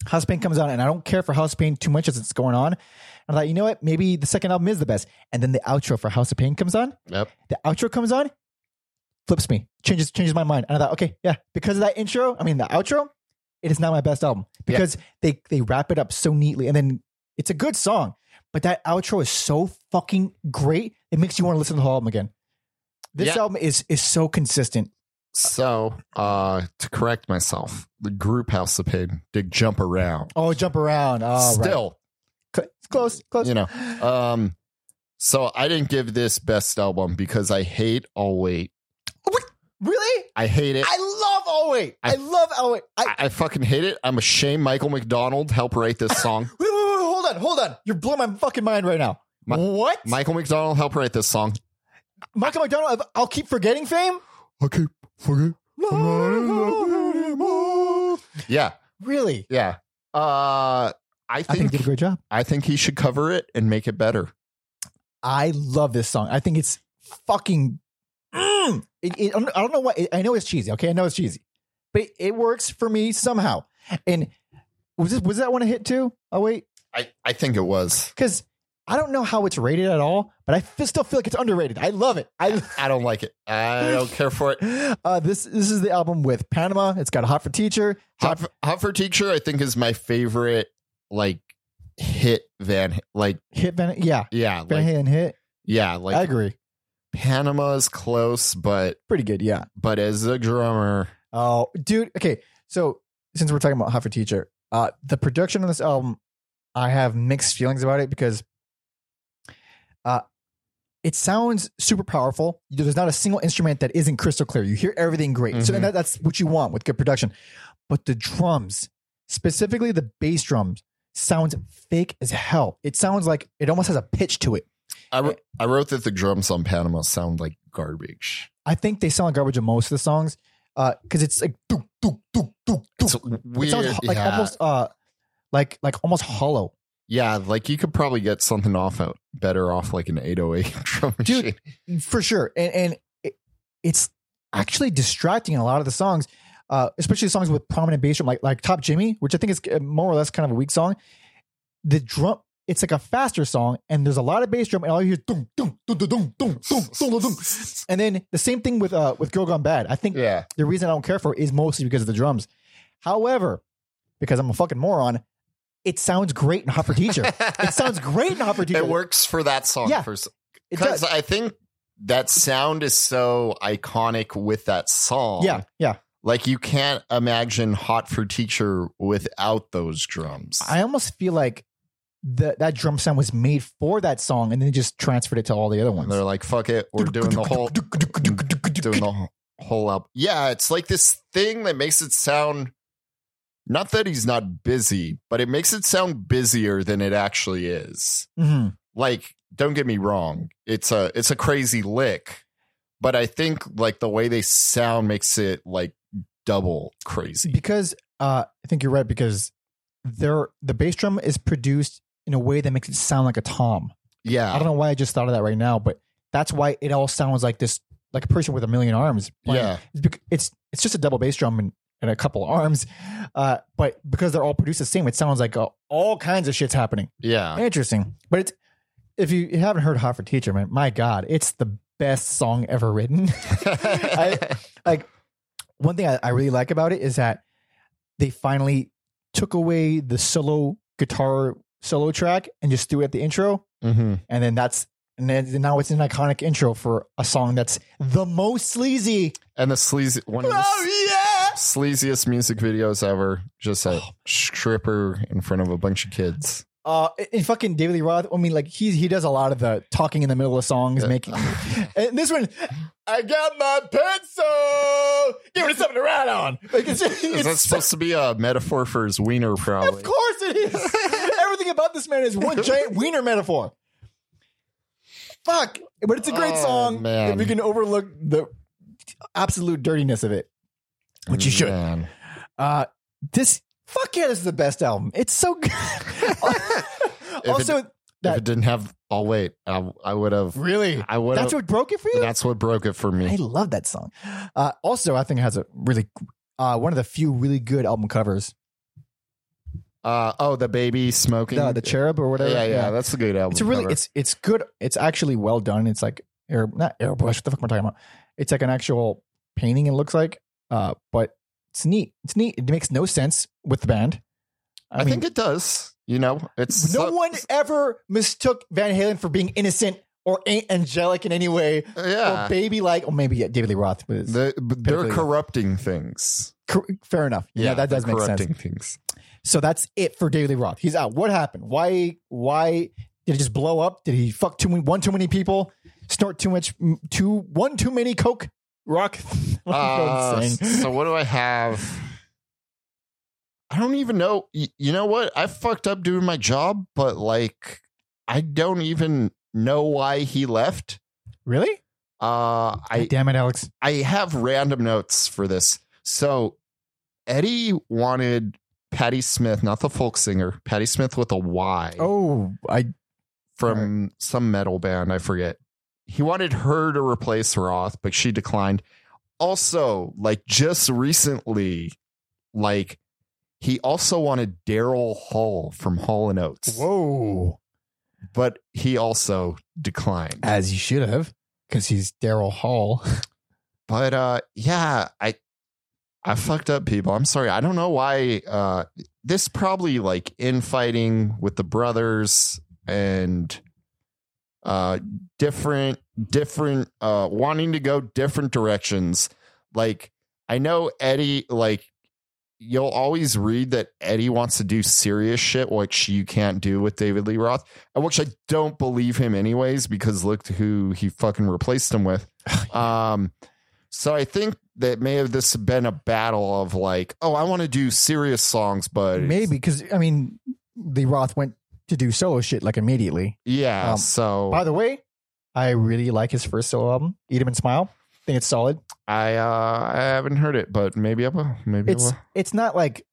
Speaker 1: House of Pain comes on, and I don't care for House of Pain too much as it's going on. I thought, you know what, maybe the second album is the best, and then the outro for House of Pain comes on,
Speaker 2: Yep.
Speaker 1: the outro comes on, flips me, changes changes my mind. And I thought, okay, yeah, because of that intro, I mean the outro, it is not my best album because they they wrap it up so neatly, and then it's a good song, but that outro is so fucking great, it makes you want to listen to the whole album again. This
Speaker 2: Yeah.
Speaker 1: album is is so consistent.
Speaker 2: So, uh, to correct myself, the group House of Pain did jump around.
Speaker 1: Oh, jump around, oh, right.
Speaker 2: Still,
Speaker 1: Cl- close, close.
Speaker 2: you know. Um, so I didn't give this best album because I hate All Wait.
Speaker 1: really,
Speaker 2: I hate it.
Speaker 1: I love Oh Wait, I,
Speaker 2: I-
Speaker 1: love Oh Wait. I,
Speaker 2: I, I fucking hate it. I'm ashamed Michael McDonald helped write this song.
Speaker 1: wait, wait, wait, wait, hold on, hold on. You're blowing my fucking mind right now.
Speaker 2: Mi-
Speaker 1: what,
Speaker 2: Michael McDonald helped write this song.
Speaker 1: Michael McDonald? of I'll keep forgetting fame.
Speaker 2: Okay, forget. Yeah,
Speaker 1: Really?
Speaker 2: yeah. Uh, I
Speaker 1: I think
Speaker 2: think
Speaker 1: he did a great job.
Speaker 2: I think he should cover it and make it better.
Speaker 1: I love this song. I think it's fucking. Mm. It, it, I don't- I don't know what. I know it's cheesy. Okay, I know it's cheesy, but it, it works for me somehow. And was this was that one a hit too? Oh wait,
Speaker 2: I, I think it was.
Speaker 1: because I don't know how it's rated at all, but I f- still feel like it's underrated. I love it. I
Speaker 2: I don't like it. I don't care for it.
Speaker 1: uh, this this is the album with Panama. It's got Hot for Teacher.
Speaker 2: Hot for, Hot for Teacher, I think, is my favorite like hit Van like
Speaker 1: Hit Van yeah
Speaker 2: yeah
Speaker 1: Van
Speaker 2: like
Speaker 1: Halen hit.
Speaker 2: yeah
Speaker 1: I
Speaker 2: like
Speaker 1: agree.
Speaker 2: Panama is close, but
Speaker 1: Pretty good. Yeah.
Speaker 2: but as a drummer,
Speaker 1: Oh, dude. Okay. So since we're talking about Hot for Teacher, uh, the production on this album, I have mixed feelings about it because uh, it sounds super powerful. There's not a single instrument that isn't crystal clear. You hear everything great. So
Speaker 2: Mhm.
Speaker 1: and that, that's what you want with good production. But the drums, specifically the bass drums, sounds fake as hell. It sounds like it almost has a pitch to it.
Speaker 2: I
Speaker 1: Eh.
Speaker 2: wr- I wrote that the drums on Panama sound like garbage.
Speaker 1: I think they sound like garbage in most of the songs. because it's like dook, dook, dook, dook, dook.
Speaker 2: It's weird.
Speaker 1: It sounds like
Speaker 2: yeah.
Speaker 1: almost uh, like like almost hollow.
Speaker 2: yeah, like you could probably get something off out better off like an 808 drum
Speaker 1: Dude,
Speaker 2: machine.
Speaker 1: for sure and and it, it's actually distracting in a lot of the songs uh especially the songs with prominent bass drum like like top jimmy which i think is uh, more or less kind of a weak song the drum it's like a faster song and there's a lot of bass drum and all you hear is dum, dum, dum, dum, dum, dum, dum, dum, dum, dum. and then the same thing with uh with girl gone bad i think
Speaker 2: Yeah.
Speaker 1: the reason i don't care for it is mostly because of the drums however because i'm a fucking moron it sounds great in hot for teacher it sounds great in hot for teacher
Speaker 2: It works for that song
Speaker 1: Yeah,
Speaker 2: for s-
Speaker 1: It
Speaker 2: because
Speaker 1: does.
Speaker 2: I think that sound is so iconic with that song.
Speaker 1: yeah yeah
Speaker 2: Like you can't imagine Hot for Teacher without those drums.
Speaker 1: I almost feel like that that drum sound was made for that song, and then just transferred it to all the other ones.
Speaker 2: They're like, fuck it, we're doing the whole doing the wh- whole album. Yeah, it's like this thing that makes it sound not that he's not busy, but it makes it sound busier than it actually is.
Speaker 1: Mhm.
Speaker 2: Like, don't get me wrong, it's a it's a crazy lick, but I think like the way they sound makes it like double crazy.
Speaker 1: Because uh, I think you're right. Because there, the bass drum is produced in a way that makes it sound like a tom.
Speaker 2: Yeah.
Speaker 1: I don't know why I just thought of that right now, but that's why it all sounds like this, like a person with a million arms. playing.
Speaker 2: Yeah.
Speaker 1: it's bec- it's, it's just a double bass drum and, and a couple arms, uh, but because they're all produced the same, it sounds like uh, all kinds of shits happening.
Speaker 2: Yeah.
Speaker 1: Interesting. But it's if you haven't heard Hot for Teacher, man, my God, it's the best song ever written. I- like one thing I, I really like about it is that they finally took away the solo guitar solo track and just threw it at the intro.
Speaker 2: hmm
Speaker 1: And then that's and then now it's an iconic intro for a song that's the most sleazy.
Speaker 2: And the sleazy one of the
Speaker 1: Oh,
Speaker 2: sleaziest music videos ever. Just
Speaker 1: Oh,
Speaker 2: a stripper in front of a bunch of kids.
Speaker 1: Uh, and fucking David Lee Roth. I mean, like he he does a lot of the talking in the middle of songs, making. and this one, I got my pencil. Give me something to write on. Like it's,
Speaker 2: Is that
Speaker 1: it's
Speaker 2: supposed to be a metaphor for his wiener? Probably.
Speaker 1: of course it is. Everything about this man is one giant wiener metaphor. Fuck, but it's a great
Speaker 2: Oh,
Speaker 1: song.
Speaker 2: man.
Speaker 1: If you can overlook the absolute dirtiness of it, which you should.
Speaker 2: Mm, Man.
Speaker 1: Uh, this fuck yeah, this is the best album. It's so good. also,
Speaker 2: if
Speaker 1: that
Speaker 2: it didn't have, oh wait, I, I would have.
Speaker 1: really
Speaker 2: I would.
Speaker 1: that's
Speaker 2: have-
Speaker 1: what broke it for you.
Speaker 2: That's what broke it for
Speaker 1: I
Speaker 2: me.
Speaker 1: love that song. Uh, also, I think it has a really uh, one of the few really good album covers.
Speaker 2: Uh, oh, the baby smoking.
Speaker 1: The, the cherub or
Speaker 2: Yeah,
Speaker 1: whatever.
Speaker 2: yeah, that's a good album.
Speaker 1: It's a really
Speaker 2: cover.
Speaker 1: it's it's good. It's actually well done. It's like air not airbrush. What the fuck am I talking about? It's like an actual painting. It looks like, uh, but it's neat. It's neat. It makes no sense with the band.
Speaker 2: I, think it does. You know, it's
Speaker 1: no
Speaker 2: so-
Speaker 1: one ever mistook Van Halen for being innocent or ain't angelic in any way or
Speaker 2: Yeah,
Speaker 1: baby like. Or maybe yeah, David Lee Roth was
Speaker 2: the, but they're
Speaker 1: Pitifully.
Speaker 2: corrupting things.
Speaker 1: Cor- fair enough. Yeah, that
Speaker 2: they're
Speaker 1: does make sense.
Speaker 2: corrupting Things.
Speaker 1: So that's it for Daily Roth. He's out. What happened? Why? Why did it just blow up? Did he fuck too many, one too many people? Snort too much? m- Too one too many coke? Rock? I don't know what
Speaker 2: Uh,
Speaker 1: I'm saying.
Speaker 2: so what do I have? I don't even know. Y- You know what? I fucked up doing my job, but like, I don't even know why he left.
Speaker 1: really?
Speaker 2: Uh, I
Speaker 1: Damn it, Alex.
Speaker 2: I have random notes for this. So Eddie wanted Patti Smith, not the folk singer, Patti Smith with a Y
Speaker 1: Oh, I
Speaker 2: from some metal band, I forget. He wanted her to replace Roth, but she declined. Also, like just recently, like he also wanted Daryl Hall from Hall and Oates,
Speaker 1: whoa.
Speaker 2: but he also declined.
Speaker 1: As you should have, because he's Daryl Hall.
Speaker 2: but uh yeah i i fucked up people i'm sorry i don't know why uh this probably like infighting with the brothers and uh different different uh wanting to go different directions like i know eddie like you'll always read that eddie wants to do serious shit which you can't do with david lee roth and which i don't believe him anyways because look who he fucking replaced him with um so I think that may have this been a battle of like, oh, I want to do serious songs, but
Speaker 1: Maybe because I mean, Lee Roth went to do solo shit like immediately.
Speaker 2: yeah.
Speaker 1: Um,
Speaker 2: so
Speaker 1: By the way, I really like his first solo album, Eat 'Em and Smile. I think it's solid.
Speaker 2: I uh, I haven't heard it, but maybe I will. Maybe I
Speaker 1: It's
Speaker 2: will.
Speaker 1: it's not like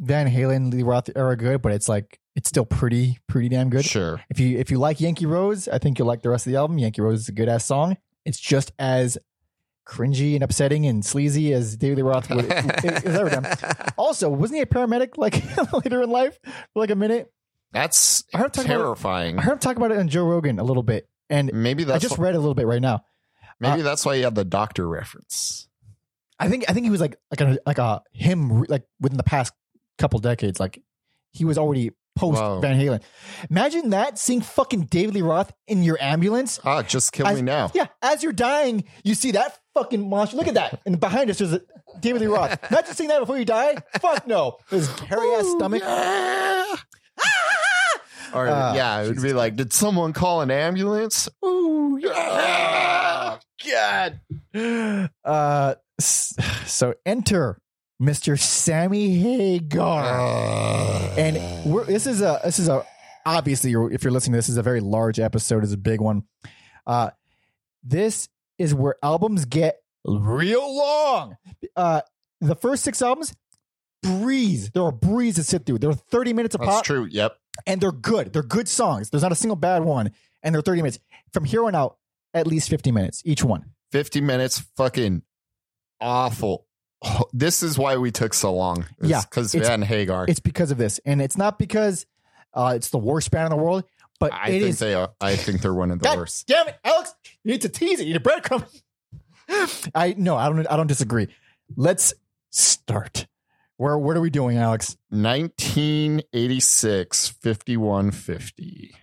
Speaker 1: Van Halen, Lee Roth era good, but it's like it's still pretty pretty damn good.
Speaker 2: Sure.
Speaker 1: If you if you like Yankee Rose, I think you'll like the rest of the album. Yankee Rose is a good ass song. It's just as cringy and upsetting and sleazy as David Lee Roth was, has ever done. Also, wasn't he a paramedic like later in life for like a minute?
Speaker 2: That's
Speaker 1: I heard him talk about it-
Speaker 2: terrifying.
Speaker 1: I heard him talk about it on Joe Rogan a little bit, and
Speaker 2: Maybe
Speaker 1: I
Speaker 2: that's
Speaker 1: just uh,
Speaker 2: wh-
Speaker 1: read a little bit right now.
Speaker 2: maybe that's why you had the doctor reference.
Speaker 1: I think I think he was like like a, like a him like within the past couple decades, like he was already post
Speaker 2: Wow.
Speaker 1: Van Halen. Imagine that seeing fucking David Lee Roth in your ambulance.
Speaker 2: Ah, just kill
Speaker 1: I-
Speaker 2: me now.
Speaker 1: Yeah, as you're dying, you see that fucking monster. Look at that, and behind us there's a David Lee Roth. Not just seeing that before you die. Fuck no, his hairy
Speaker 2: Oh,
Speaker 1: ass stomach.
Speaker 2: Or
Speaker 1: Ah,
Speaker 2: yeah, it would be like, did someone call an ambulance? Ooh,
Speaker 1: Ah,
Speaker 2: yeah. God.
Speaker 1: Uh, s- so enter Mr. Sammy Hagar,
Speaker 2: Ah.
Speaker 1: and we're, this is a this is a obviously you're, if you're listening, to this this is a very large episode. It's a big one. Uh, this is where albums get real long. Uh, the first six albums. Breeze. There are breeze to sit through. They're 30 minutes
Speaker 2: That's
Speaker 1: apart.
Speaker 2: true. Yep.
Speaker 1: and they're good. They're good songs. There's not a single bad one, and they're 30 minutes. From here on out, at least 50 minutes each one.
Speaker 2: 50 minutes fucking awful. Oh, This is why we took so long. It's
Speaker 1: Yeah,
Speaker 2: Because
Speaker 1: it's-
Speaker 2: Van Hagar.
Speaker 1: It's because of this, and it's not because uh, it's the worst band in the world, but
Speaker 2: I
Speaker 1: it
Speaker 2: think
Speaker 1: is.
Speaker 2: they are I think they're one of the
Speaker 1: God
Speaker 2: worst.
Speaker 1: damn it, Alex! You need to tease it. You need a breadcrumb. I no, I don't. I don't disagree. Let's start. Where what are we doing, Alex?
Speaker 2: 1986 5150.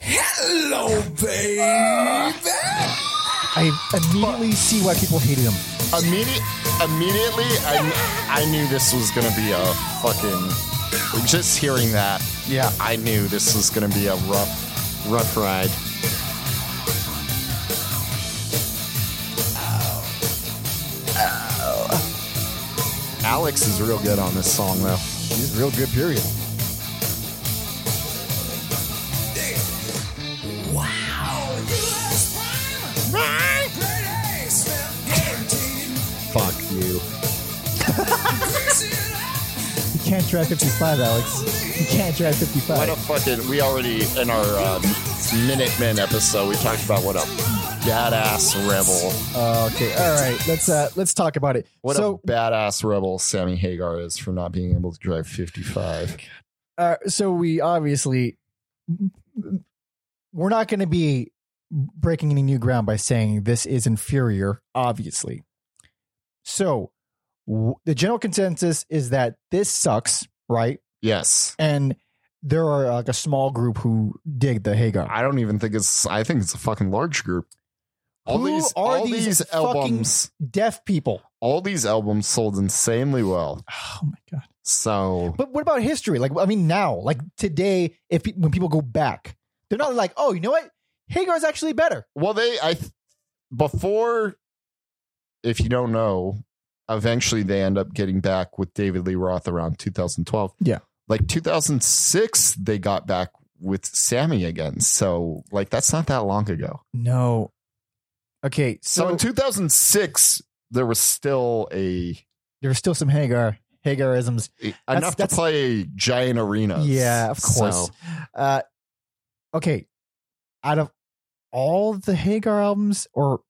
Speaker 3: Hello, baby.
Speaker 1: I immediately see why people hated him.
Speaker 2: Immediate, immediately, I, kn- I knew this was going to be a fucking. Just hearing that,
Speaker 1: Yeah.
Speaker 2: I knew this was going to be a rough, rough ride. Alex is real good on this song, though.
Speaker 1: He's real good. Period.
Speaker 3: Wow. US Prime. Grade A, smell guaranteed.
Speaker 2: Fuck you.
Speaker 3: Grease it up.
Speaker 1: You can't drive 55, Alex. You can't drive 55.
Speaker 2: What a fucking. We already, in our um, Minutemen episode, we talked about what a badass rebel.
Speaker 1: Okay, all right. Let's uh let's talk about it.
Speaker 2: What
Speaker 1: so
Speaker 2: a badass rebel Sammy Hagar is for not being able to drive 55.
Speaker 1: uh, so we obviously we're not going to be breaking any new ground by saying this is inferior, obviously. So w- the general consensus is that this sucks, right?
Speaker 2: Yes.
Speaker 1: And there are like a small group who dig the Hagar.
Speaker 2: I don't even think it's, I think it's a fucking large group. All
Speaker 1: Who
Speaker 2: these,
Speaker 1: are
Speaker 2: all
Speaker 1: these
Speaker 2: these,
Speaker 1: fucking-
Speaker 2: albums,
Speaker 1: Deaf people.
Speaker 2: all these albums sold insanely well.
Speaker 1: Oh my god.
Speaker 2: So,
Speaker 1: But what about history? Like, I mean, now, like today, if pe- when people go back, they're not like, oh, you know what, Hagar's actually better.
Speaker 2: well, they, I, th- before, if you don't know, eventually they end up getting back with David Lee Roth around 2012.
Speaker 1: Yeah.
Speaker 2: Like 2006, they got back with Sammy again. So, like, that's not that long ago.
Speaker 1: No. Okay,
Speaker 2: So,
Speaker 1: so,
Speaker 2: in 2006, there was still a
Speaker 1: there's still some Hagar Hagarisms.
Speaker 2: enough
Speaker 1: that's-
Speaker 2: to play giant arenas.
Speaker 1: Yeah, of course.
Speaker 2: So,
Speaker 1: Uh, okay, out of all the Hagar albums, or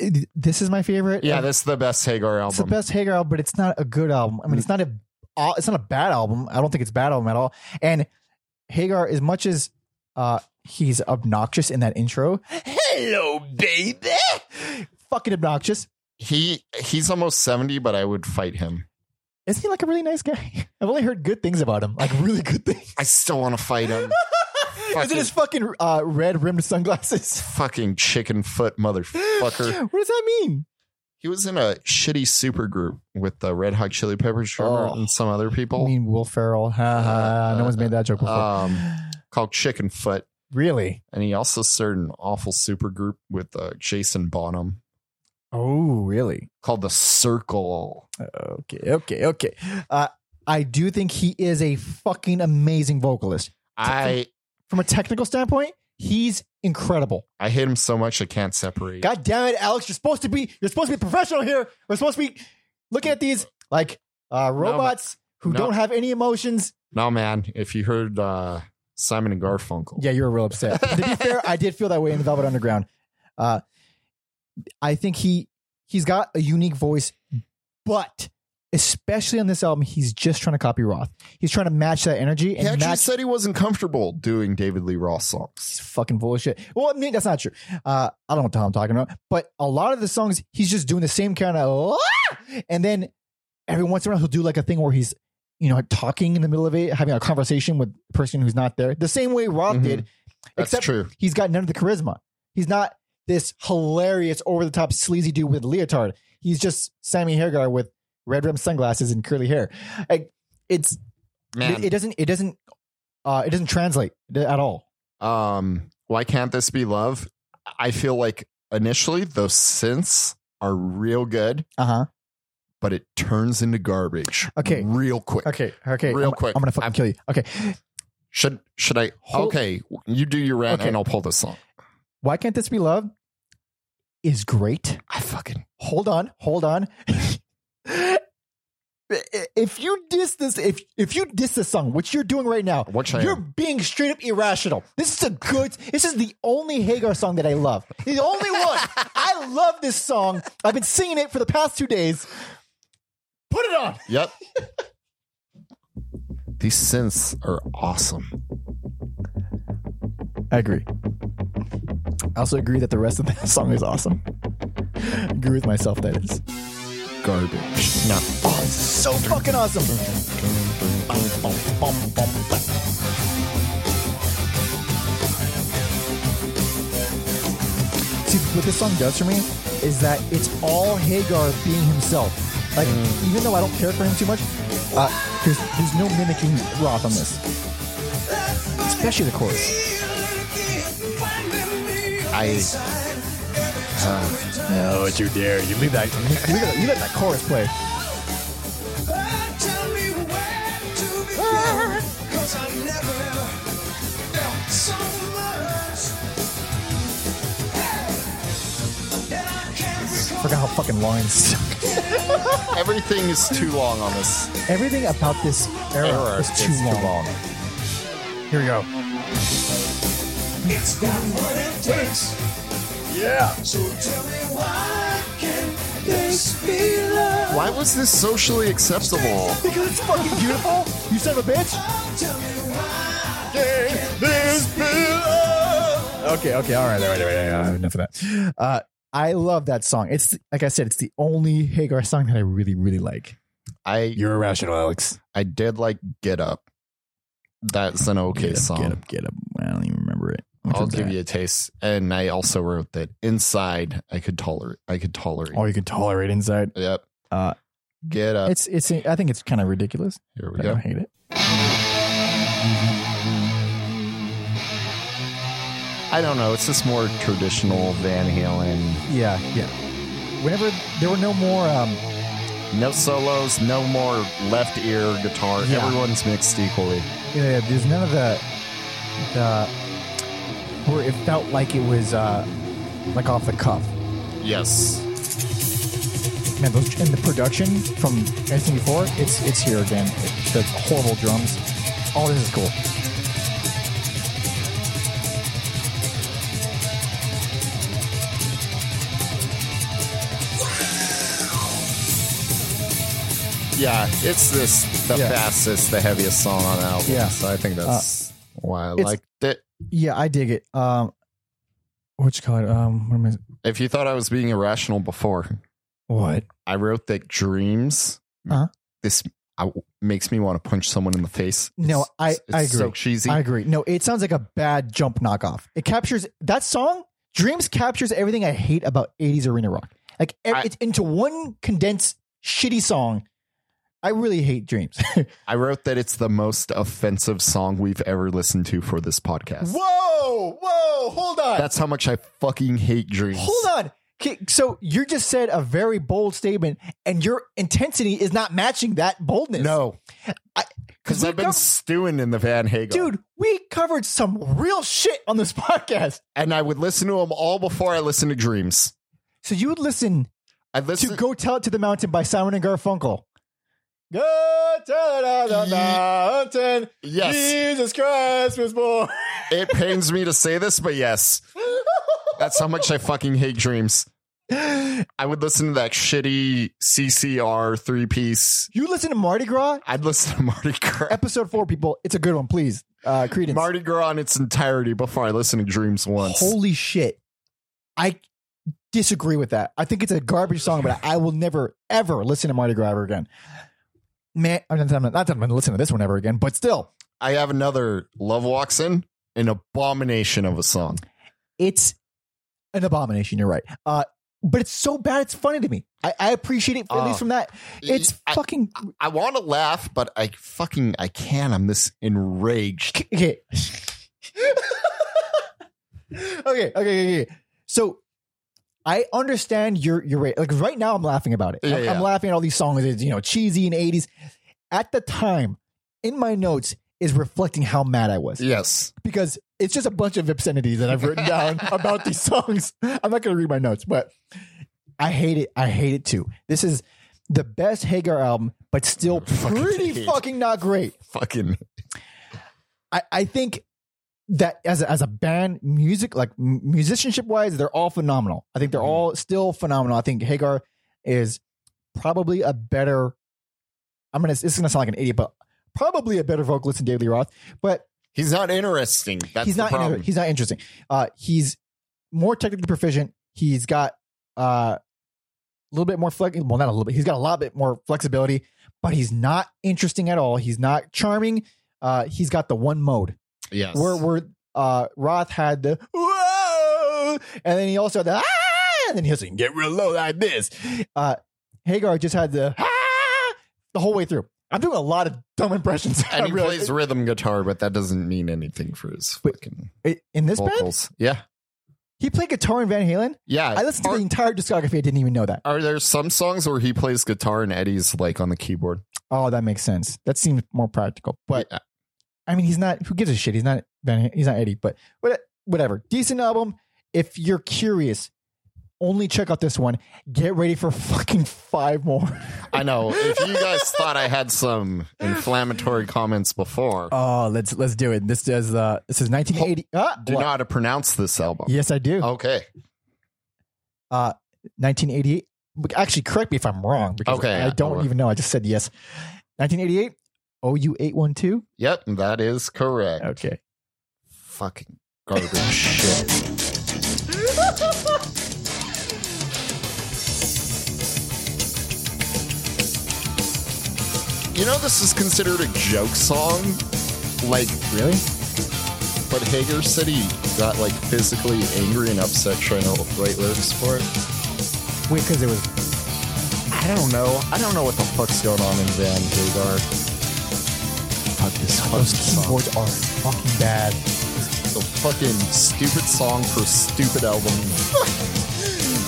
Speaker 1: eh, this is my favorite.
Speaker 2: yeah, this is the best Hagar
Speaker 1: it's the
Speaker 2: album.
Speaker 1: best Hagar album, but it's not a good album. I mean, it's not a uh, it's not a bad album. I don't think it's a bad album at all. And Hagar, as much as uh, he's obnoxious in that intro, hello baby, fucking obnoxious.
Speaker 2: He he's almost seventy, but I would fight him.
Speaker 1: Isn't he like a really nice guy? I've only heard good things about him, like really good things.
Speaker 2: I still want to fight him.
Speaker 1: Is it his fucking uh, red rimmed sunglasses?
Speaker 2: Fucking chicken foot motherfucker.
Speaker 1: What does that mean?
Speaker 2: He was in a shitty supergroup with the Red Hot Chili Peppers drummer
Speaker 1: Oh.
Speaker 2: and some other
Speaker 1: I
Speaker 2: people
Speaker 1: mean Will Ferrell. Ha, ha. no one's made that joke before.
Speaker 2: um, called Chicken Foot,
Speaker 1: really?
Speaker 2: and he also started an awful supergroup with uh, Jason Bonham
Speaker 1: Oh, really?
Speaker 2: called the Circle.
Speaker 1: Okay, okay, okay. Uh, I do think he is a fucking amazing vocalist.
Speaker 2: I
Speaker 1: From a technical standpoint, He's incredible.
Speaker 2: I hate him so much I can't separate.
Speaker 1: God damn it, Alex! You're supposed to be you're supposed to be professional here. We're supposed to be looking at these like uh, robots who
Speaker 2: no.
Speaker 1: don't have any emotions.
Speaker 2: no man, if you heard uh, Simon and Garfunkel,
Speaker 1: Yeah, you were real upset. to be fair, I did feel that way in Velvet Underground. Uh, I think he he's got a unique voice, but especially on this album, he's just trying to copy Roth. He's trying to match that energy
Speaker 2: he
Speaker 1: and
Speaker 2: actually
Speaker 1: match
Speaker 2: said he wasn't comfortable doing David Lee Roth songs.
Speaker 1: It's fucking bullshit. Well, I mean, that's not true. Uh, I don't know what the hell I'm talking about, but a lot of the songs he's just doing the same kind of, "Ah!" and then every once in a while he'll do like a thing where he's, you know, talking in the middle of it, having a conversation with a person who's not there, the same way Roth
Speaker 2: Mhm.
Speaker 1: did.
Speaker 2: That's
Speaker 1: except
Speaker 2: true.
Speaker 1: he's got none of the charisma. He's not this hilarious, over the top, sleazy dude with leotard. He's just Sammy Hagar with red rim sunglasses and curly hair. Like, it's
Speaker 2: Man,
Speaker 1: it, it doesn't it doesn't uh, it doesn't translate at all.
Speaker 2: um why can't this be love i feel like initially those synths are real good
Speaker 1: Uh huh.
Speaker 2: but it turns into garbage
Speaker 1: Okay.
Speaker 2: real quick
Speaker 1: Okay, okay.
Speaker 2: Real
Speaker 1: I'm-
Speaker 2: quick.
Speaker 1: I'm gonna fucking kill you. Okay.
Speaker 2: should should i
Speaker 1: Hold-
Speaker 2: okay you do your rant
Speaker 1: Okay.
Speaker 2: and i'll pull this song
Speaker 1: Why can't this be love? Is great.
Speaker 2: i fucking
Speaker 1: Hold on, hold on. if you diss this, if if you diss this song, which you're doing right now,
Speaker 2: Which I
Speaker 1: you're
Speaker 2: am.
Speaker 1: being straight up irrational. This is a good. This is the only Hagar song that I love. The only one. I love this song. I've been singing it for the past two days. Put it on.
Speaker 2: yep these synths are awesome
Speaker 1: I agree. I also agree that the rest of that song is awesome. agree with myself. That is.
Speaker 2: garbage not awesome
Speaker 1: so fucking awesome. See, what this song does for me is that it's all Hagar being himself. Like,
Speaker 2: Mm.
Speaker 1: even though I don't care for him too much, uh, there's, there's no mimicking Roth on this, especially the chorus.
Speaker 2: i
Speaker 4: No, don't you dare. You leave that.
Speaker 1: You let, you let that chorus play. Forgot how fucking long it's.
Speaker 2: everything is too long on this
Speaker 1: Everything about this era,
Speaker 2: Era
Speaker 1: is too
Speaker 2: is too
Speaker 1: long.
Speaker 2: long.
Speaker 1: Here we go.
Speaker 3: It's got what it takes. Yeah. So tell me why can this be love?
Speaker 2: why was this socially acceptable
Speaker 1: Because it's fucking beautiful. You son of a bitch.
Speaker 3: Tell me why.
Speaker 1: Okay, okay, all right, all right, all right, all right, enough of that. Uh, I love that song. It's like I said, it's the only Hagar song that I really, really like.
Speaker 2: i
Speaker 4: You're irrational, Alex.
Speaker 2: i did like get up that's an okay
Speaker 1: get up,
Speaker 2: song
Speaker 1: Get up, get up. I don't even remember it. Which
Speaker 2: I'll
Speaker 1: one's
Speaker 2: give
Speaker 1: that?
Speaker 2: you a taste. And I also wrote that inside I could tolerate. I could tolerate.
Speaker 1: Oh, you can tolerate inside.
Speaker 2: Yep.
Speaker 1: Uh,
Speaker 2: Get up.
Speaker 1: It's it's. I think it's kind of ridiculous.
Speaker 2: Here we
Speaker 1: But I
Speaker 2: go.
Speaker 1: don't hate it.
Speaker 2: I don't know. It's just more traditional Van Halen.
Speaker 1: Yeah, yeah. Whenever there were no more, um,
Speaker 2: No solos. No more left ear guitar.
Speaker 1: Yeah.
Speaker 2: Everyone's mixed equally.
Speaker 1: yeah, yeah, there's none of the the where it felt like it was uh like off the cuff.
Speaker 2: Yes.
Speaker 1: Man, those, and the production from everything before, it's it's here again. The horrible drums. All this is cool.
Speaker 2: Yeah. It's this the
Speaker 1: Yeah.
Speaker 2: fastest, the heaviest song on the album.
Speaker 1: Yeah. Uh,
Speaker 2: So I think that's why I
Speaker 1: it's-
Speaker 2: liked it.
Speaker 1: Yeah, I dig it. Um, what you call it? Um, what am I?
Speaker 2: If you thought I was being irrational before,
Speaker 1: What?
Speaker 2: I wrote that dreams.
Speaker 1: Uh-huh.
Speaker 2: This I, makes me want to punch someone in the face.
Speaker 1: No,
Speaker 2: It's-
Speaker 1: I-
Speaker 2: it's
Speaker 1: I
Speaker 2: So
Speaker 1: agree.
Speaker 2: cheesy.
Speaker 1: I agree. No, it sounds like a bad jump knockoff. It captures that song. Dreams captures everything I hate about '80s arena rock. Like ev-
Speaker 2: I-
Speaker 1: it's into one condensed shitty song. I really hate Dreams.
Speaker 2: I wrote that it's the most offensive song we've ever listened to for this podcast.
Speaker 1: whoa, whoa, hold on.
Speaker 2: That's how much I fucking hate dreams.
Speaker 1: Hold on. Okay, so you just said a very bold statement, and your intensity is not matching that boldness.
Speaker 2: No, because
Speaker 1: we
Speaker 2: I've been
Speaker 1: come-
Speaker 2: stewing in the Van Hagel,
Speaker 1: Dude, we covered some real shit on this podcast.
Speaker 2: And I would listen to them all before I listened to Dreams.
Speaker 1: So you would listen
Speaker 2: I
Speaker 1: to
Speaker 2: listened.
Speaker 1: Go Tell It to the Mountain by Simon and Garfunkel. Go tell it on the mountain.
Speaker 2: yes,
Speaker 1: Jesus Christ was born.
Speaker 2: it pains me to say this, but yes, that's how much I fucking hate Dreams. I would listen to that shitty CCR three piece.
Speaker 1: you listen to Mardi Gras?
Speaker 2: I'd listen to Mardi Gras,
Speaker 1: Episode four, people. It's a good one, please. Uh, Credence.
Speaker 2: Mardi Gras in its entirety before I listen to Dreams once.
Speaker 1: Holy shit. I disagree with that. I think it's a garbage song, but I will never, ever listen to Mardi Gras ever again. Man, I'm not, I'm not, not that I'm going to listen to this one ever again, but still,
Speaker 2: I have another Love Walks In, an abomination of a song.
Speaker 1: it's an abomination. You're right. Uh, but it's so bad, it's funny to me. I, I appreciate it, at
Speaker 2: Uh,
Speaker 1: least from that. It's
Speaker 2: I-
Speaker 1: fucking.
Speaker 2: I want to laugh, but I fucking I can't. I'm this enraged.
Speaker 1: okay. okay, okay, okay, okay. So I understand you're you're right. Like right now, I'm laughing about it.
Speaker 2: Yeah,
Speaker 1: I'm,
Speaker 2: yeah.
Speaker 1: I'm laughing at all these songs. It's you know cheesy and '80s. At the time, in my notes is reflecting how mad I was
Speaker 2: Yes.
Speaker 1: because it's just a bunch of obscenities that I've written down about these songs. I'm not going to read my notes, but I hate it. I hate it too. This is the best Hagar album, but still
Speaker 2: Fucking
Speaker 1: pretty
Speaker 2: hate.
Speaker 1: fucking not great.
Speaker 2: Fucking
Speaker 1: I, I think that as a, as a band, music like m- musicianship wise, they're all phenomenal. I think
Speaker 2: Mm-hmm.
Speaker 1: they're all still phenomenal. I think Hagar is probably a better. I'm gonna. This is gonna sound like an idiot, but probably a better vocalist than David Lee Roth. But
Speaker 2: He's not interesting. That's
Speaker 1: he's
Speaker 2: the
Speaker 1: not. inter-
Speaker 2: problem.
Speaker 1: he's not interesting. Uh, he's more technically proficient. He's got uh, a little bit more flex. Well, not a little bit. He's got a lot bit more flexibility, but he's not interesting at all. He's not charming. Uh, he's got the one mode
Speaker 2: yes.
Speaker 1: where where uh Roth had the whoa, and then he also had the ah, and then he was like get real low like this. Uh, Hagar just had the ah, the whole way through. I'm doing a lot of dumb impressions.
Speaker 2: and he
Speaker 1: I realize.
Speaker 2: plays rhythm guitar, but that doesn't mean anything for his
Speaker 1: Wait,
Speaker 2: fucking
Speaker 1: I- in this band.
Speaker 2: vocals. Yeah.
Speaker 1: He played guitar in Van Halen.
Speaker 2: Yeah.
Speaker 1: I listened to
Speaker 2: are,
Speaker 1: the entire discography. I didn't even know that.
Speaker 2: are there some songs where he plays guitar and Eddie's like on the keyboard?
Speaker 1: Oh, that makes sense. That seems more practical. But
Speaker 2: Yeah.
Speaker 1: I mean, he's not. Who gives a shit? He's not. Van, he's not Eddie. But what- whatever. Decent album. If you're curious, only check out this one. Get ready for fucking five more.
Speaker 2: I know. If you guys thought I had some inflammatory comments before,
Speaker 1: Oh, let's let's do it. This does. Uh, this is 1980. ah,
Speaker 2: do you
Speaker 1: what?
Speaker 2: know how to pronounce this album.
Speaker 1: Yes, I do.
Speaker 2: Okay.
Speaker 1: 1988. But Actually, correct me if I'm wrong. Because
Speaker 2: Okay.
Speaker 1: I don't even know. I just said yes. 1988. OU 812.
Speaker 2: Yep, that is correct.
Speaker 1: Okay.
Speaker 2: Fucking garbage shit. You know, this is considered a joke song. Like,
Speaker 1: Really?
Speaker 2: but Hager said he got like physically angry and upset trying to write lyrics for it.
Speaker 1: Wait, because it was
Speaker 2: I don't know. I don't know what the fuck's going on in Van Hagar. Fuck this fucking
Speaker 1: those
Speaker 2: song.
Speaker 1: keyboards are fucking bad.
Speaker 2: The fucking stupid song for stupid album.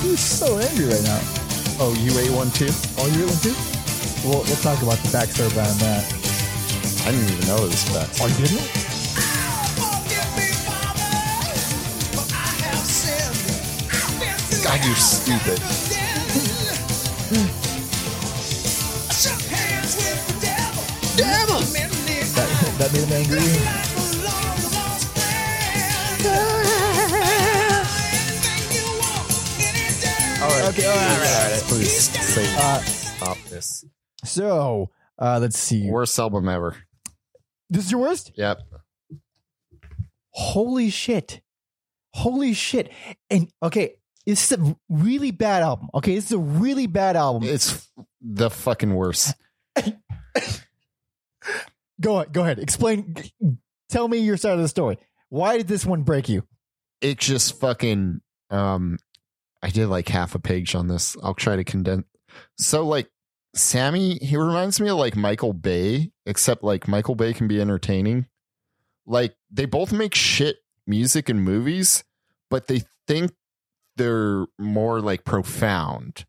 Speaker 1: He's so angry right now.
Speaker 2: Oh, UA12?
Speaker 1: Oh, you really too? Well, let's talk about the backstory behind that.
Speaker 2: I didn't even know this fact.
Speaker 1: Oh, you didn't?
Speaker 2: God, you're stupid.
Speaker 1: That, that made him angry. Okay, all right, all right, all right.
Speaker 2: Please say
Speaker 1: Uh,
Speaker 2: stop this.
Speaker 1: So, uh, let's see.
Speaker 2: Worst album ever.
Speaker 1: This is your worst?
Speaker 2: Yep.
Speaker 1: Holy shit. Holy shit. And, okay, this is a really bad album. Okay, this is a really bad album.
Speaker 2: It's the fucking worst.
Speaker 1: Go, go ahead. Explain. Tell me your side of the story. Why did this one break you?
Speaker 2: It just fucking um I did like half a page on this. I'll try to condense. So like Sammy, he reminds me of like Michael Bay, except like Michael Bay can be entertaining. Like they both make shit music and movies, but they think they're more like profound.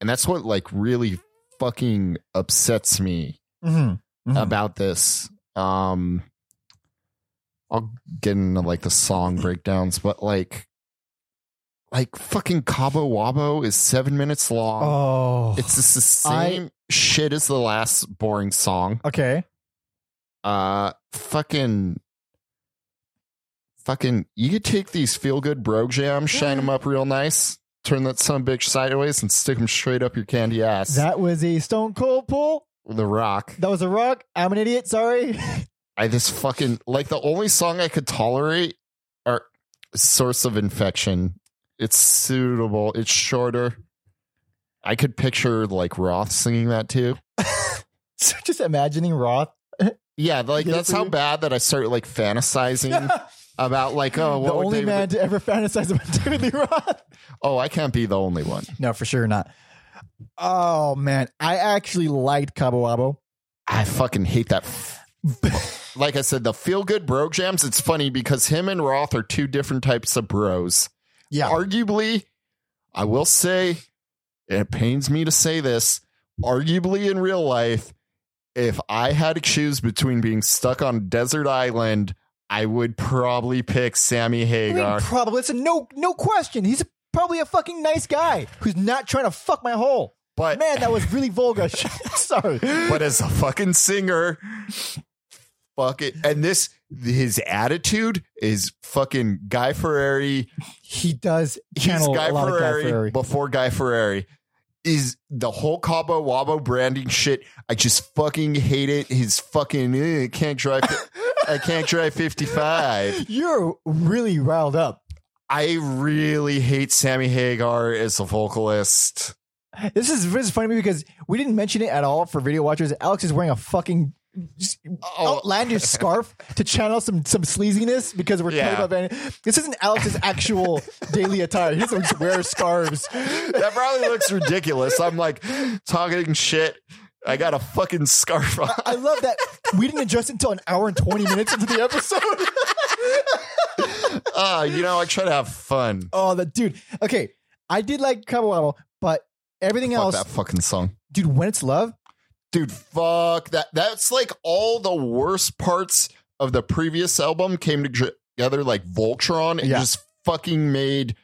Speaker 2: And that's what like really fucking upsets me
Speaker 1: Mm-hmm. Mhm.
Speaker 2: about this. Um, I'll get into like the song breakdowns, but like, like fucking Cabo Wabo is seven minutes long.
Speaker 1: Oh,
Speaker 2: it's just the
Speaker 1: I-
Speaker 2: same shit as the last boring song.
Speaker 1: okay.
Speaker 2: Uh, fucking, fucking, you could take these feel good bro jams, shine them up real nice, turn that some bitch sideways, and stick them straight up your candy ass.
Speaker 1: That was a Stone Cold pull.
Speaker 2: the Rock.
Speaker 1: That was a rock. I'm an idiot. Sorry.
Speaker 2: I just fucking like the only song I could tolerate are Source of Infection. It's suitable. It's shorter. I could picture like Roth singing that too.
Speaker 1: So Just imagining Roth.
Speaker 2: Yeah, like
Speaker 1: Get it
Speaker 2: that's
Speaker 1: for
Speaker 2: how
Speaker 1: you?
Speaker 2: bad that I start like fantasizing
Speaker 1: the
Speaker 2: about like oh what would
Speaker 1: only
Speaker 2: David-
Speaker 1: man to ever fantasize about David Lee Roth.
Speaker 2: oh I can't be the only one.
Speaker 1: No, for sure not. Oh man, I actually liked Cabo Wabo.
Speaker 2: I fucking hate that. like I said, the feel good bro jams. It's funny because him and Roth are two different types of bros.
Speaker 1: Yeah.
Speaker 2: arguably, I will say, and it pains me to say this, arguably in real life, if I had to choose between being stuck on a desert island, I would probably pick Sammy
Speaker 1: I mean,
Speaker 2: Hagar.
Speaker 1: probably. It's a no, no question. He's probably a fucking nice guy who's not trying to fuck my hole.
Speaker 2: But
Speaker 1: Man, that was really vulgar. Sorry.
Speaker 2: but as a fucking singer, fuck it. And this his attitude is fucking Guy Ferrari.
Speaker 1: He does
Speaker 2: He's
Speaker 1: channel
Speaker 2: Guy
Speaker 1: a lot
Speaker 2: Ferrari,
Speaker 1: of Guy Ferrari.
Speaker 2: before Guy Ferrari. Is the whole Cabo Wabo branding shit? I just fucking hate it. His fucking eh, can't drive. I can't drive fifty five.
Speaker 1: You're really riled up.
Speaker 2: I really hate Sammy Hagar as a vocalist.
Speaker 1: This is, this is funny to me because we didn't mention it at all for video watchers. Alex is wearing a fucking just
Speaker 2: Oh.
Speaker 1: outlandish scarf to channel some some sleaziness because we're
Speaker 2: Yeah.
Speaker 1: talking about Van- this isn't Alex's actual daily attire. He doesn't just wear scarves.
Speaker 2: That probably looks ridiculous. I'm like talking shit. I got a fucking scarf on.
Speaker 1: I love that we didn't adjust until an hour and twenty minutes into the episode.
Speaker 2: Uh, you know, I try to have fun.
Speaker 1: Oh, that dude. Okay, I did like Cabo Wabo, but everything
Speaker 2: Fuck
Speaker 1: else,
Speaker 2: that fucking song.
Speaker 1: dude. When it's love,
Speaker 2: Dude, fuck that. That's like all the worst parts of the previous album came together like Voltron and
Speaker 1: Yeah.
Speaker 2: just fucking made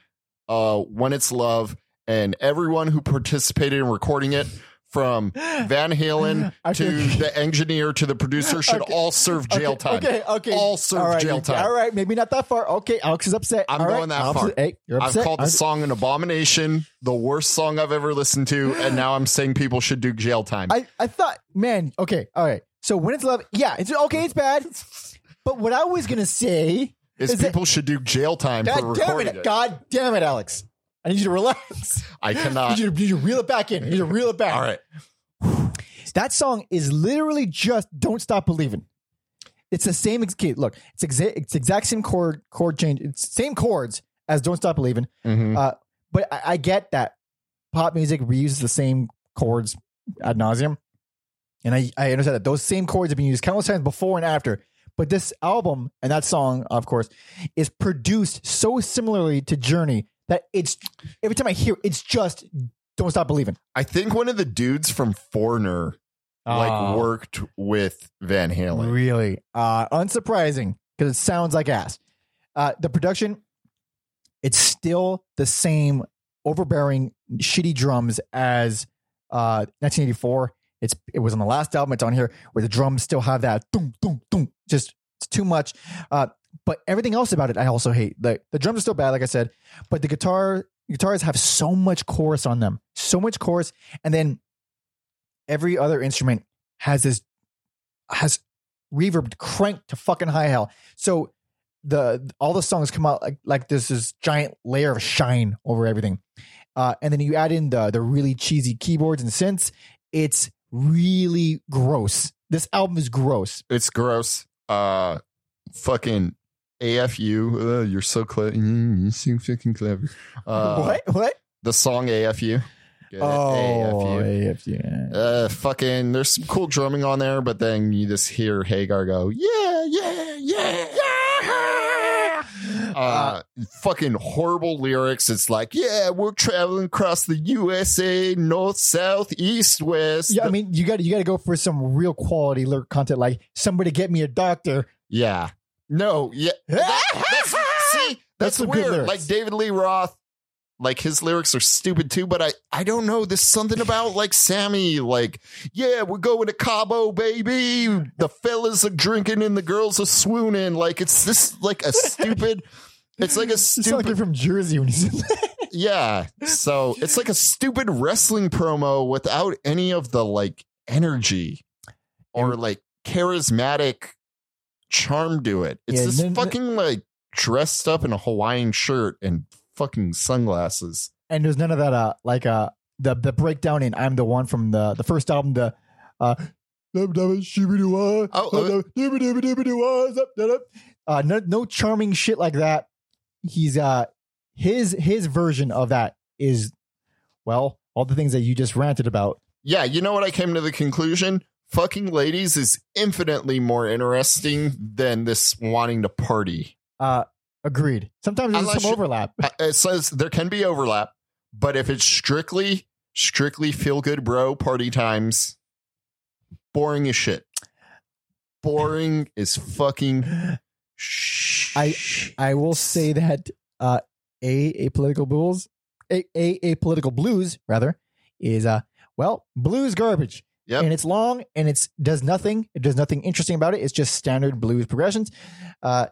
Speaker 2: uh When It's Love and everyone who participated in recording it from Van Halen
Speaker 1: I
Speaker 2: to
Speaker 1: think-
Speaker 2: the engineer to the producer should
Speaker 1: Okay.
Speaker 2: all serve jail
Speaker 1: okay,
Speaker 2: time.
Speaker 1: Okay, okay,
Speaker 2: All serve
Speaker 1: right,
Speaker 2: jail
Speaker 1: you-
Speaker 2: time.
Speaker 1: All right, maybe not that far. Okay, Alex is upset.
Speaker 2: I'm
Speaker 1: All right,
Speaker 2: going that
Speaker 1: Alex
Speaker 2: far.
Speaker 1: is- hey, you're
Speaker 2: I've
Speaker 1: upset.
Speaker 2: called the
Speaker 1: I'm-
Speaker 2: song an abomination, the worst song I've ever listened to, and now I'm saying people should do jail time.
Speaker 1: I, I thought, man, okay, all right. So when it's love, yeah, it's okay, it's bad. But what I was gonna say
Speaker 2: is,
Speaker 1: is that-
Speaker 2: people should do jail time for
Speaker 1: God damn
Speaker 2: recording
Speaker 1: it,
Speaker 2: it.
Speaker 1: God damn it, Alex. I need you to relax.
Speaker 2: I
Speaker 1: I
Speaker 2: cannot.
Speaker 1: need you to, you need to reel it back in. You need to reel it back.
Speaker 2: All right.
Speaker 1: That song is literally just "Don't Stop Believing." It's the same ex- okay, look. It's exact it's exact same chord chord change. It's same chords as "Don't Stop Believing."
Speaker 2: Mhm.
Speaker 1: Uh, but I, I get that pop music reuses the same chords ad nauseum, and I I understand that those same chords have been used countless times before and after. But this album and that song, of course, is produced so similarly to Journey that it's every time I hear it, it's just "Don't Stop Believing."
Speaker 2: I think one of the dudes from Foreigner like worked with Van Halen.
Speaker 1: Really? Uh, unsurprising because it sounds like ass. Uh, the production, it's still the same overbearing, shitty drums as uh, 1984. It's it was on the last album. It's on here where the drums still have that thunk, thunk, thunk. Just it's too much. Uh, but everything else about it, I also hate. Like the drums are still bad, like I said, but the guitar guitars have so much chorus on them, so much chorus, and then every other instrument has this has reverb cranked to fucking high hell. So the all the songs come out like like this this giant layer of shine over everything, uh, and then you add in the the really cheesy keyboards and synths. It's really gross. This album is gross.
Speaker 2: It's gross. Uh, fucking AFU. Uh, you're so clever. Mm, you're so fucking clever. Uh,
Speaker 1: what? What?
Speaker 2: The song AFU. Get it?
Speaker 1: Oh,
Speaker 2: AFU.
Speaker 1: AFU.
Speaker 2: Uh, fucking. There's some cool drumming on there, but then you just hear Hagar go, yeah, yeah, yeah, yeah. Uh, fucking horrible lyrics. It's like, yeah, we're traveling across the USA, north, south, east, west.
Speaker 1: Yeah, I mean, you got you got to go for some real quality lyric content, like "Somebody get me a doctor."
Speaker 2: Yeah. No, yeah. That- that's, see,
Speaker 1: That's
Speaker 2: that's,
Speaker 1: some good
Speaker 2: weird.
Speaker 1: lyrics.
Speaker 2: Like David Lee Roth, like his lyrics are stupid too, but I, I don't know. There's something about like Sammy, like, yeah, we're going to Cabo, baby. The fellas are drinking and the girls are swooning. Like, it's this, like a stupid. It's like a
Speaker 1: You sound like
Speaker 2: stupid,
Speaker 1: you're from Jersey when you said that.
Speaker 2: yeah. So it's like a stupid wrestling promo without any of the like energy or like charismatic charm to it. It's
Speaker 1: Yeah,
Speaker 2: just
Speaker 1: then-
Speaker 2: fucking like dressed up in a Hawaiian shirt and fucking sunglasses.
Speaker 1: And there's none of that, uh, like uh, the the breakdown in "I'm the One" from the the first album. The uh,
Speaker 2: Oh,
Speaker 1: uh, no, no charming shit like that. He's uh, his his version of that is, well, all the things that you just ranted about.
Speaker 2: Yeah, you know what I came to the conclusion? Fucking ladies is infinitely more interesting than this wanting to party.
Speaker 1: Uh, agreed. Sometimes there's
Speaker 2: Unless
Speaker 1: some
Speaker 2: you-
Speaker 1: overlap.
Speaker 2: Uh, it says there can be overlap, but if it's strictly strictly feel good bro party times, boring as shit. Boring is fucking. Shh.
Speaker 1: I- I will say that uh, a apolitical blues, a, a apolitical blues rather, is uh well blues garbage.
Speaker 2: Yep.
Speaker 1: and it's long and it's does nothing. It does nothing interesting about it. It's just standard blues progressions. Uh,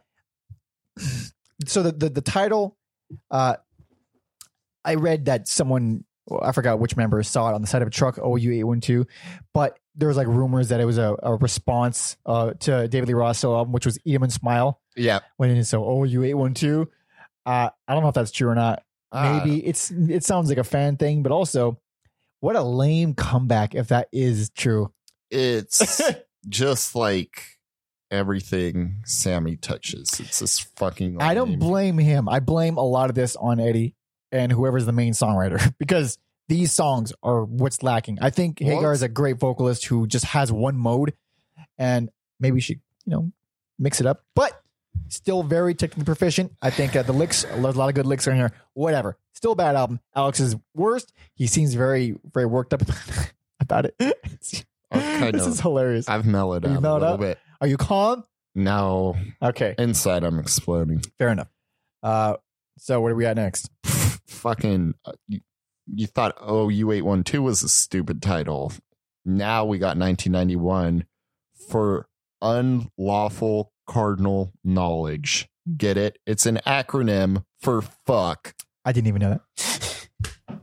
Speaker 1: so the the, the title, uh, I read that someone I forgot which member saw it on the side of a truck OU eight one two, but there was like rumors that it was a, a response uh, to David Lee Roth's solo album, which was Eat 'Em and Smile
Speaker 2: yeah.
Speaker 1: when it is so OU eight one two. Uh, I don't know if that's true or not.
Speaker 2: Ah,
Speaker 1: Maybe it's it sounds like a fan thing, but also, what a lame comeback if that is true.
Speaker 2: it's just like everything Sammy touches. It's this fucking.
Speaker 1: I don't
Speaker 2: lame.
Speaker 1: blame him. I blame a lot of this on Eddie and whoever's the main songwriter because these songs are what's lacking. I think
Speaker 2: Well,
Speaker 1: Hagar is a great vocalist who just has one mode, and maybe she you know mix it up, but. Still very technically proficient. I think uh, the licks, there's a lot of good licks on here. Whatever. Still bad album. Alex is worst. He seems very, very worked up about it. this
Speaker 2: I've kind of-
Speaker 1: is hilarious.
Speaker 2: I've mellowed
Speaker 1: You
Speaker 2: out a
Speaker 1: mellowed
Speaker 2: little
Speaker 1: out?
Speaker 2: bit.
Speaker 1: Are you calm?
Speaker 2: No,
Speaker 1: Okay,
Speaker 2: inside I'm exploding.
Speaker 1: fair enough. Uh, so what are we at next?
Speaker 2: fucking uh, you, you thought oh u812 was a stupid title now we got 1991 for unlawful cardinal knowledge get it it's an acronym for fuck
Speaker 1: I didn't even know that.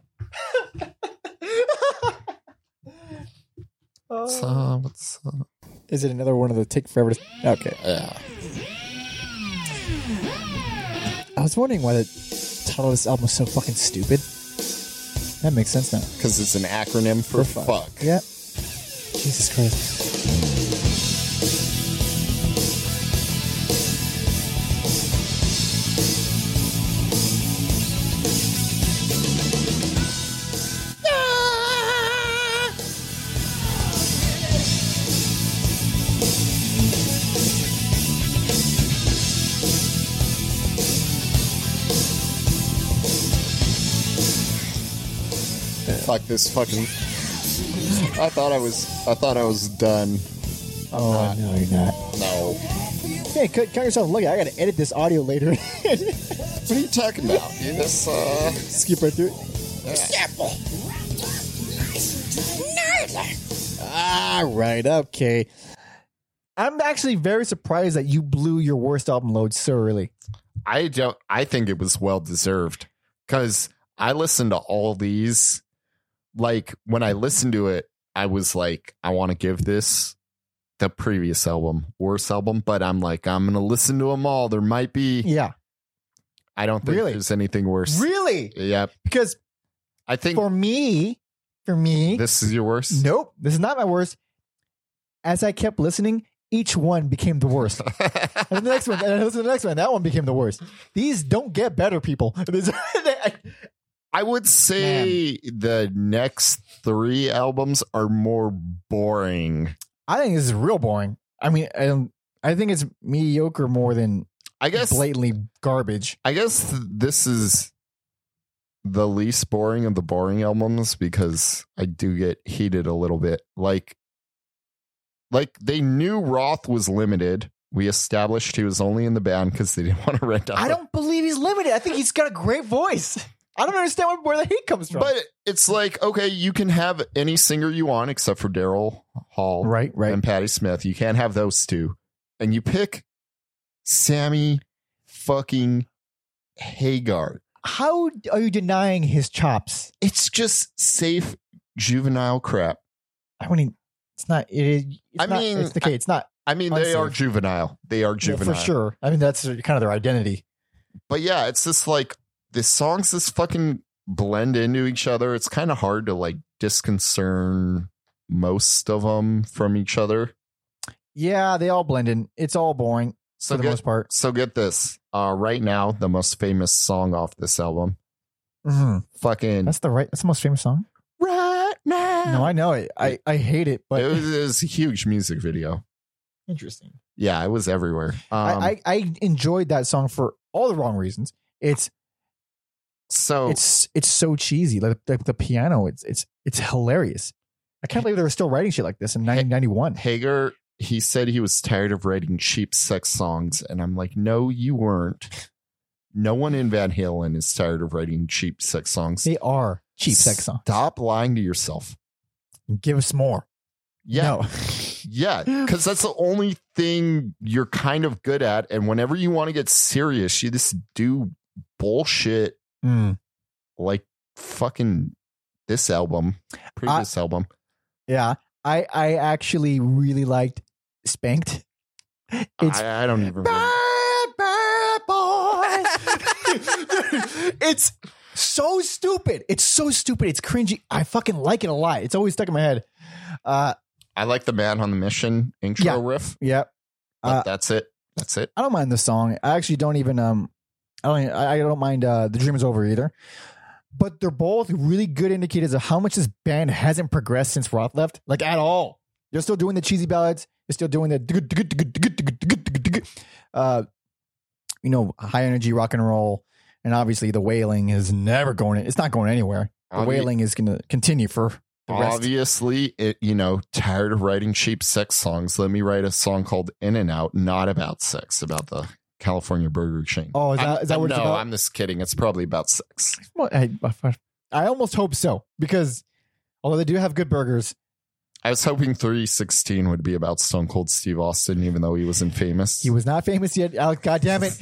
Speaker 2: what's up what's uh, up
Speaker 5: Is it another one of the take forever? To, okay.
Speaker 2: yeah.
Speaker 5: I was wondering why the title of this album was so fucking stupid. That makes sense now.
Speaker 2: cuz it's an acronym for, fuck,
Speaker 5: Yeah. Jesus Christ.
Speaker 2: fuck this fucking I thought I was I thought I was done
Speaker 5: Oh no, you're not.
Speaker 2: no
Speaker 5: Hey, cut, cut yourself. Look, I gotta edit this audio later.
Speaker 2: what are you talking about dude? This, uh
Speaker 5: Skip right through it. All Ah, right. Okay.
Speaker 1: I'm actually very surprised that you blew your worst album load so early.
Speaker 2: I don't. I think it was well deserved because I listened to all these. Like when I listened to it, I was like, I want to give this the previous album worst album, but I'm like, I'm gonna listen to them all. There might be.
Speaker 1: Yeah,
Speaker 2: I don't think
Speaker 1: Really?
Speaker 2: there's anything worse.
Speaker 1: really?
Speaker 2: Yep.
Speaker 1: Because
Speaker 2: I think
Speaker 1: for me, for me,
Speaker 2: this is your worst.
Speaker 1: nope, this is not my worst. As I kept listening, each one became the worst. And then the next one, and then listen to the next one. That one became the worst. These don't get better, people. These are-
Speaker 2: I would say the next three albums are more boring.
Speaker 1: um, I think this is real boring. I mean, I, don't- I think it's mediocre more than
Speaker 2: I guess
Speaker 1: blatantly garbage.
Speaker 2: I guess th- this is the least boring of the boring albums because I do get heated a little bit. Like, like they knew Roth was limited. We established he was only in the band because they didn't want to rent out.
Speaker 1: I don't believe he's limited. I think he's got a great voice. I don't understand where- where the hate comes from.
Speaker 2: But it's like okay, you can have any singer you want except for Daryl Hall,
Speaker 1: right, right.
Speaker 2: and Patty Smith. You can't have those two. And you pick Sammy fucking Hagar.
Speaker 1: How are you denying his chops?
Speaker 2: It's just safe juvenile crap.
Speaker 1: I mean, it's not. It is. It's
Speaker 2: I
Speaker 1: not,
Speaker 2: mean,
Speaker 1: it's the case. It's not
Speaker 2: I mean, they
Speaker 1: Unsafe.
Speaker 2: are juvenile. They are
Speaker 1: well,
Speaker 2: juvenile.
Speaker 1: for sure. I mean, that's their- kind of their identity.
Speaker 2: But yeah, it's just like the songs just fucking blend into each other. It's kind of hard to like disconcern most of them from each other.
Speaker 1: Yeah, they all blend in. It's all boring
Speaker 2: So
Speaker 1: for the
Speaker 2: get,
Speaker 1: most part.
Speaker 2: so get this. Uh, right now, the most famous song off this album,
Speaker 1: Mhm.
Speaker 2: fucking
Speaker 1: That's the right. That's the most famous song.
Speaker 2: right now.
Speaker 1: No, I know it. I, I hate it, but
Speaker 2: it, was, it was a huge music video.
Speaker 1: interesting.
Speaker 2: Yeah, it was everywhere. Um,
Speaker 1: I, I I enjoyed that song for all the wrong reasons. It's
Speaker 2: so
Speaker 1: it's it's so cheesy. Like the, the piano, it's it's it's hilarious. I can't believe they were still writing shit like this in 1991.
Speaker 2: Hager, he said he was tired of writing cheap sex songs, and I'm like, no, you weren't. No one in Van Halen is tired of writing cheap sex songs.
Speaker 1: They are cheap sex songs.
Speaker 2: Stop lying to yourself.
Speaker 1: Give us more.
Speaker 2: Yeah,
Speaker 1: No.
Speaker 2: yeah, because that's the only thing you're kind of good at. And whenever you want to get serious, you just do bullshit
Speaker 1: Mm.
Speaker 2: like fucking this album, previous album.
Speaker 1: Yeah. I I actually really liked Spanked. It's
Speaker 2: I, I don't even. remember.
Speaker 1: bad, bad boys. it's so stupid. It's so stupid. It's cringy. I fucking like it a lot. It's always stuck in my head. Uh,
Speaker 2: I like the man on the mission intro
Speaker 1: Yeah.
Speaker 2: riff.
Speaker 1: yeah.
Speaker 2: But
Speaker 1: Uh,
Speaker 2: that's it. That's it.
Speaker 1: I don't mind the song. I actually don't even um I don't I I don't mind uh The Dream Is Over either. But they're both really good indicators of how much this band hasn't progressed since Roth left, like at all. They're still doing the cheesy ballads, they're still doing the uh you know, high energy rock and roll. And obviously the wailing is never going it's not going anywhere. The
Speaker 2: Obvi-
Speaker 1: wailing is gonna continue for the rest.
Speaker 2: Obviously, it, you know, tired of writing cheap sex songs. Let me write a song called In and Out, not about sex, about the California burger chain.
Speaker 1: Oh, is that-
Speaker 2: I'm-
Speaker 1: is that what
Speaker 2: no,
Speaker 1: it's about?
Speaker 2: I'm just kidding. It's probably about sex.
Speaker 1: Well, I, I almost hope so, because although they do have good burgers,
Speaker 2: I was hoping 316 would be about Stone Cold Steve Austin, even though he wasn't famous.
Speaker 1: He was not famous yet, Alex. God damn it!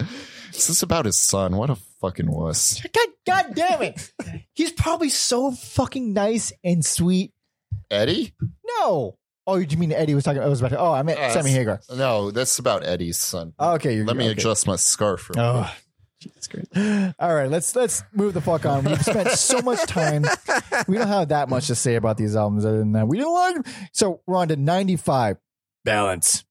Speaker 2: Is this about his son? What a fucking wuss.
Speaker 1: God, God damn it! He's probably so fucking nice and sweet.
Speaker 2: Eddie?
Speaker 1: No. Oh, you mean Eddie was talking? I was about. To, oh, I meant
Speaker 2: Yes.
Speaker 1: Sammy Hagar.
Speaker 2: No, that's about Eddie's son.
Speaker 1: Oh, okay, you're,
Speaker 2: Let me
Speaker 1: okay.
Speaker 2: adjust my scarf. real
Speaker 1: Oh, Jesus Christ! All right, let's let's move the fuck on. We've spent so much time. We don't have that much to say about these albums other than that. We don't like. them. So we're on to ninety five.
Speaker 4: Balance.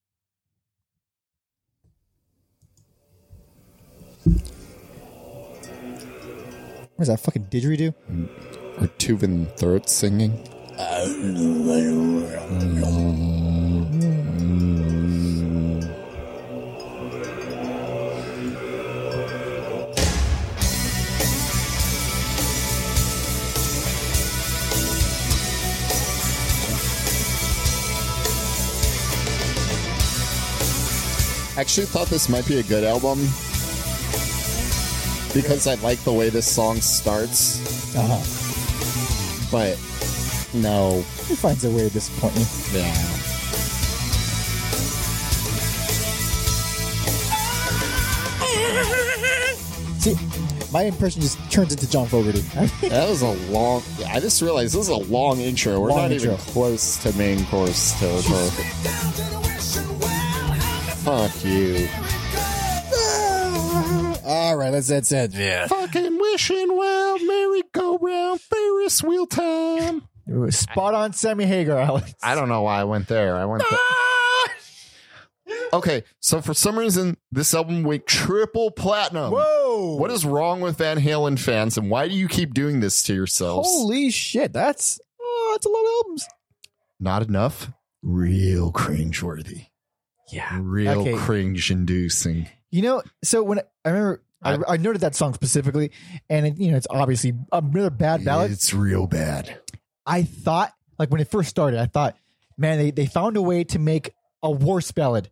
Speaker 5: What is that fucking didgeridoo?
Speaker 2: quick. Are Tuvin Throat singing? Actually, thought this might be a good album because I like the way this song starts.
Speaker 5: Uh-huh.
Speaker 2: but no.
Speaker 5: It finds a way to disappoint you.
Speaker 2: Yeah.
Speaker 5: See, my impression just turns into John Fogerty.
Speaker 2: That was a long. I just realized this is a long intro. We're
Speaker 5: Long
Speaker 2: not
Speaker 5: intro.
Speaker 2: even close to main course territory. Fuck you.
Speaker 5: All right, that's that's it.
Speaker 4: Yeah.
Speaker 2: Fucking wishing well, merry go round, Ferris wheel time.
Speaker 1: It was spot on, Sammy Hagar, Alex.
Speaker 2: I don't know why I went there. I went. Ah! there. okay, so for some reason, this album went triple platinum.
Speaker 1: Whoa!
Speaker 2: What is wrong with Van Halen fans, and why do you keep doing this to yourselves?
Speaker 1: Holy shit! That's oh, that's a lot of albums.
Speaker 2: Not enough. Real cringeworthy.
Speaker 4: Yeah.
Speaker 2: Real
Speaker 1: Okay.
Speaker 2: cringe inducing.
Speaker 1: You know, so when I remember, I, I noted that song specifically, and it, you know, it's obviously another bad Uh, ballad.
Speaker 2: It's real bad.
Speaker 1: I thought, like when it first started, I thought, man, they, they found a way to make a worse ballad.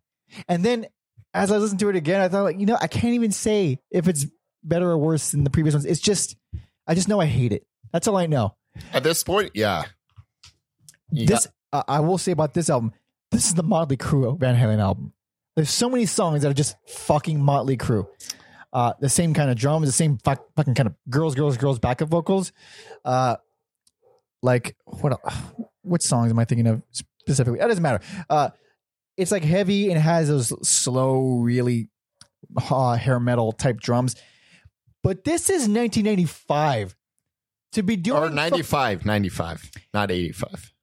Speaker 1: And then as I listened to it again, I thought, like, you know, I can't even say if it's better or worse than the previous ones. It's just, I just know I hate it. That's all I know.
Speaker 2: At this point, yeah. You
Speaker 1: This, uh, I will say about this album, this is the Motley Crue Van Halen album. There's so many songs that are just fucking Motley Crue. Uh, the same kind of drums, the same fuck, fucking kind of girls, girls, girls backup vocals. Uh, like what? el- What songs am I thinking of specifically? That doesn't matter. Uh, it's like heavy and has those slow, really uh, hair metal type drums. But this is 1995. To be doing
Speaker 2: or 95, 95, not 85.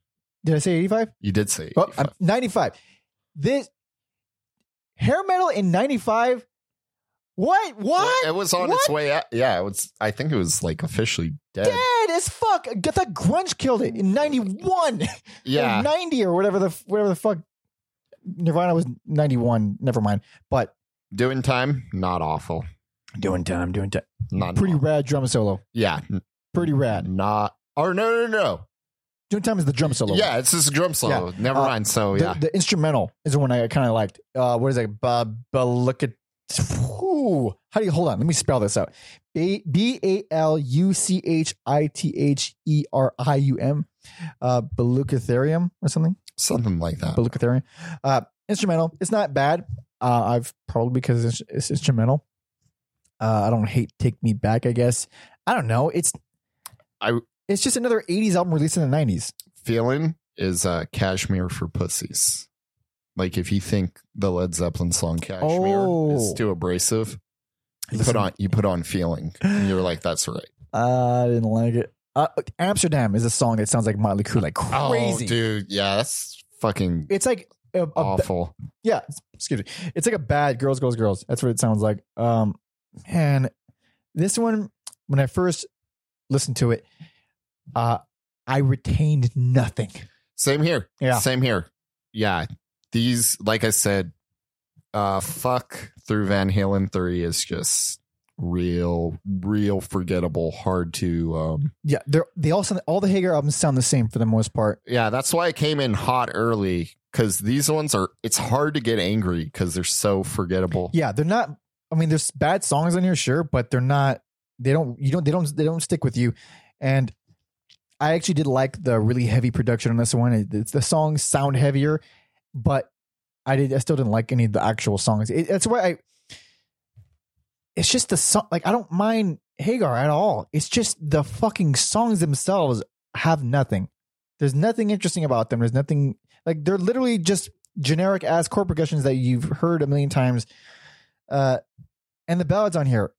Speaker 1: did I say 85?
Speaker 2: You did say
Speaker 1: Oh,
Speaker 2: 85.
Speaker 1: I'm 95. This hair metal in 95. What? What?
Speaker 2: It was on
Speaker 1: What?
Speaker 2: its way out. Yeah, it was. I think it was like officially dead.
Speaker 1: Dead as fuck. I thought grunge killed it in 91 or
Speaker 2: Yeah,
Speaker 1: 90 or whatever the whatever the fuck. Nirvana was 91. Never mind. But
Speaker 2: doing time. Not awful.
Speaker 1: doing time, doing time.
Speaker 2: Not
Speaker 1: Pretty
Speaker 2: awful.
Speaker 1: rad drum solo.
Speaker 2: Yeah, n-
Speaker 1: Pretty
Speaker 2: Mm.
Speaker 1: rad.
Speaker 2: not. Or no, no, no.
Speaker 1: Doing time is the drum solo.
Speaker 2: Yeah, it's just a drum solo. Never
Speaker 1: Uh,
Speaker 2: mind. So
Speaker 1: The,
Speaker 2: Oh, yeah,
Speaker 1: the instrumental is the one I kind of liked. Uh, what is it? Ba- ba- look at. Ooh. How do you hold on? Let me spell this out. B a l u c h i t h e r i u m, uh, Baluchitherium or something.
Speaker 2: something like that.
Speaker 1: Baluchitherium. Uh, instrumental. It's not bad. Uh, I've probably because it's, it's instrumental. Uh, I don't hate "Take Me Back." I guess I don't know. It's
Speaker 2: I-
Speaker 1: It's just another '80s album released in the '90s.
Speaker 2: Feeling is uh, cashmere for pussies. Like if you think the Led Zeppelin song "Cashmere" is
Speaker 1: Oh.
Speaker 2: too abrasive, you
Speaker 1: Listen.
Speaker 2: put on you put on "Feeling," and you're like, "That's right."
Speaker 1: I didn't like it. Uh, Amsterdam is a song that sounds like Motley Crue, like crazy. uh,
Speaker 2: Oh, dude. Yeah, that's fucking
Speaker 1: It's like a, a ba-
Speaker 2: awful.
Speaker 1: yeah. Excuse me. It's like a bad girls, girls, girls. That's what it sounds like. Um, man, this one when I first listened to it, uh, I retained nothing.
Speaker 2: Same here.
Speaker 1: Yeah.
Speaker 2: Same here. Yeah. These, like I said, uh, fuck through Van Halen 3 is just real, real forgettable, hard to. Um,
Speaker 1: Yeah, they're they also all the Hager albums sound the same for the most part.
Speaker 2: yeah, that's why I came in hot early because these ones are, it's hard to get angry because they're so forgettable.
Speaker 1: Yeah, they're not. I mean, there's bad songs on here, sure, but they're not. They don't. You don't. They don't. They don't stick with you. And I actually did like the really heavy production on this one. It, it's, the songs sound heavier, but I did. I still didn't like any of the actual songs. It, that's why I. It's just the song. Like I don't mind Hagar at all. It's just the fucking songs themselves have nothing. There's nothing interesting about them. There's nothing like they're literally just generic ass chord percussions that you've heard a million times uh, and the ballads on here.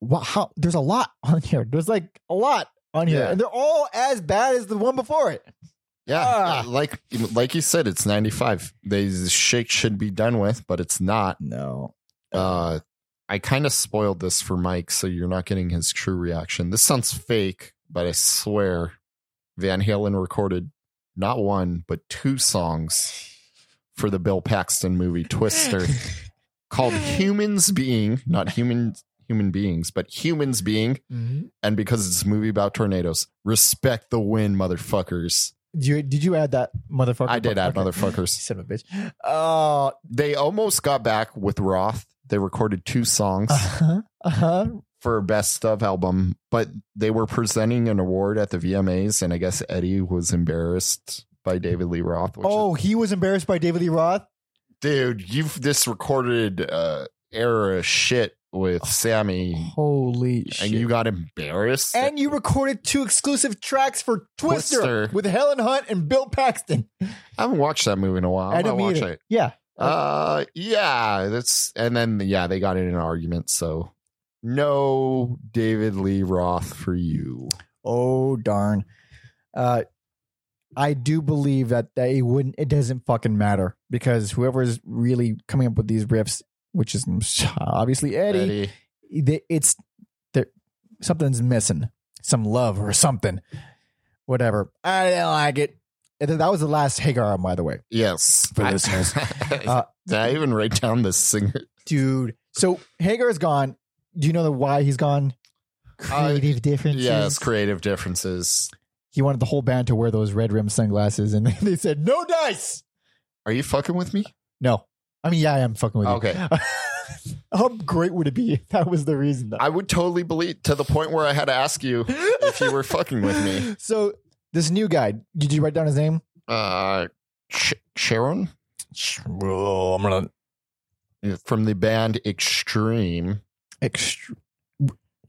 Speaker 1: Wow, how, there's a lot on here. There's like a lot on here,
Speaker 2: Yeah.
Speaker 1: and they're all as bad as the one before it.
Speaker 2: Yeah,
Speaker 1: Ah.
Speaker 2: like like you said, it's ninety five. They shake should be done with, but it's not.
Speaker 1: No,
Speaker 2: uh I kind of spoiled this for Mike, so you're not getting his true reaction. This sounds fake, but I swear Van Halen recorded not one, but two songs for the Bill Paxton movie Twister called Humans Being, not human human beings, but humans being,
Speaker 1: Mm-hmm.
Speaker 2: and because it's a movie about tornadoes, respect the wind, motherfuckers.
Speaker 1: did you did you add that motherfucker?
Speaker 2: I did add
Speaker 1: Okay.
Speaker 2: motherfuckers
Speaker 1: Son of a bitch. Oh,
Speaker 2: they almost got back with Roth. They recorded two songs
Speaker 1: uh huh, uh huh.
Speaker 2: for best of album, but they were presenting an award at the VMAs, and I guess Eddie was embarrassed by David Lee Roth. Which
Speaker 1: Oh, he was embarrassed by David Lee Roth.
Speaker 2: is- dude, you've this recorded uh, era shit with Sammy,
Speaker 1: Holy shit!
Speaker 2: and you got embarrassed.
Speaker 1: And you recorded two exclusive tracks for Twister,
Speaker 2: Twister.
Speaker 1: with Helen Hunt and Bill Paxton.
Speaker 2: I haven't watched that movie in a while. I,
Speaker 1: I
Speaker 2: might
Speaker 1: didn't
Speaker 2: watch
Speaker 1: either.
Speaker 2: it.
Speaker 1: Yeah,
Speaker 2: Uh, yeah, that's and then yeah, they got in an argument. So no, David Lee Roth for you.
Speaker 1: Oh darn. Uh I do believe that that it wouldn't it doesn't fucking matter because whoever's really coming up with these riffs, which is obviously Eddie,
Speaker 2: Eddie.
Speaker 1: they- it's there something's missing. Some love or something. Whatever. I didn't like it. And then that was the last Hagar album, by the way,
Speaker 2: Yes.
Speaker 4: For listeners.
Speaker 1: Uh,
Speaker 2: I, Did I even write down the singer?
Speaker 1: dude. So Hagar is gone. Do you know the why he's gone? Creative differences.
Speaker 2: Uh, Yes, creative differences.
Speaker 1: he wanted the whole band to wear those red rim sunglasses, and they said no dice.
Speaker 2: Are you fucking with me?
Speaker 1: No, I mean yeah, I am fucking with you.
Speaker 2: Okay.
Speaker 1: How great would it be if that was the reason? Though?
Speaker 2: I would totally believe to the point where I had to ask you if you were fucking with me.
Speaker 1: So this new guy, did you write down his name?
Speaker 2: Uh, Ch- Sharon
Speaker 4: Whoa, I'm gonna.
Speaker 2: from the band Extreme.
Speaker 1: Ext-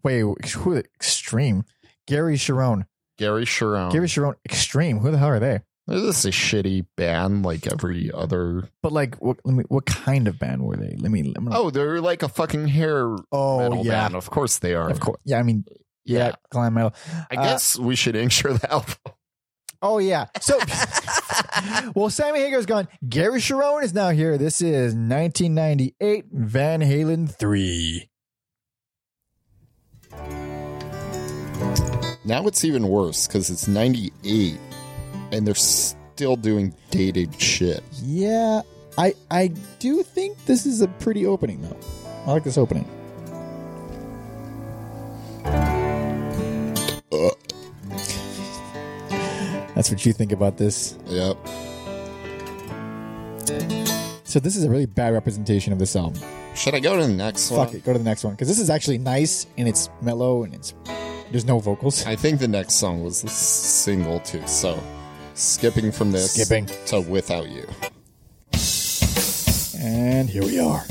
Speaker 1: wait, who? Extreme. Gary Sharon.
Speaker 2: Gary Sharon.
Speaker 1: Gary Sharon. Extreme. Who the hell are they?
Speaker 2: this is a shitty band like every other.
Speaker 1: But like, what? Let me. What kind of band were they? Let me. Let me
Speaker 2: Oh, they're like a fucking hair metal band. Of course they are.
Speaker 1: Oh, Of course. Yeah. I mean, yeah, glam metal.
Speaker 2: I
Speaker 1: Uh,
Speaker 2: guess we should insure the album.
Speaker 1: Oh yeah. So well, Sammy Hagar's gone. Gary Sharon is now here. This is 1998 Van Halen three.
Speaker 2: Now it's even worse because it's 98 and they're still doing dated shit.
Speaker 5: Yeah, I I do think this is a pretty opening though. I like this opening.
Speaker 1: Uh.
Speaker 5: That's what you think about this.
Speaker 2: Yep.
Speaker 5: So this is a really bad representation of this album.
Speaker 2: Should I go to the next one?
Speaker 5: Fuck it, go to the next one because this is actually nice and it's mellow and it's there's no vocals.
Speaker 2: I think the next song was the s- single too. So skipping from this
Speaker 5: Skipping.
Speaker 2: to Without You.
Speaker 5: And here we are.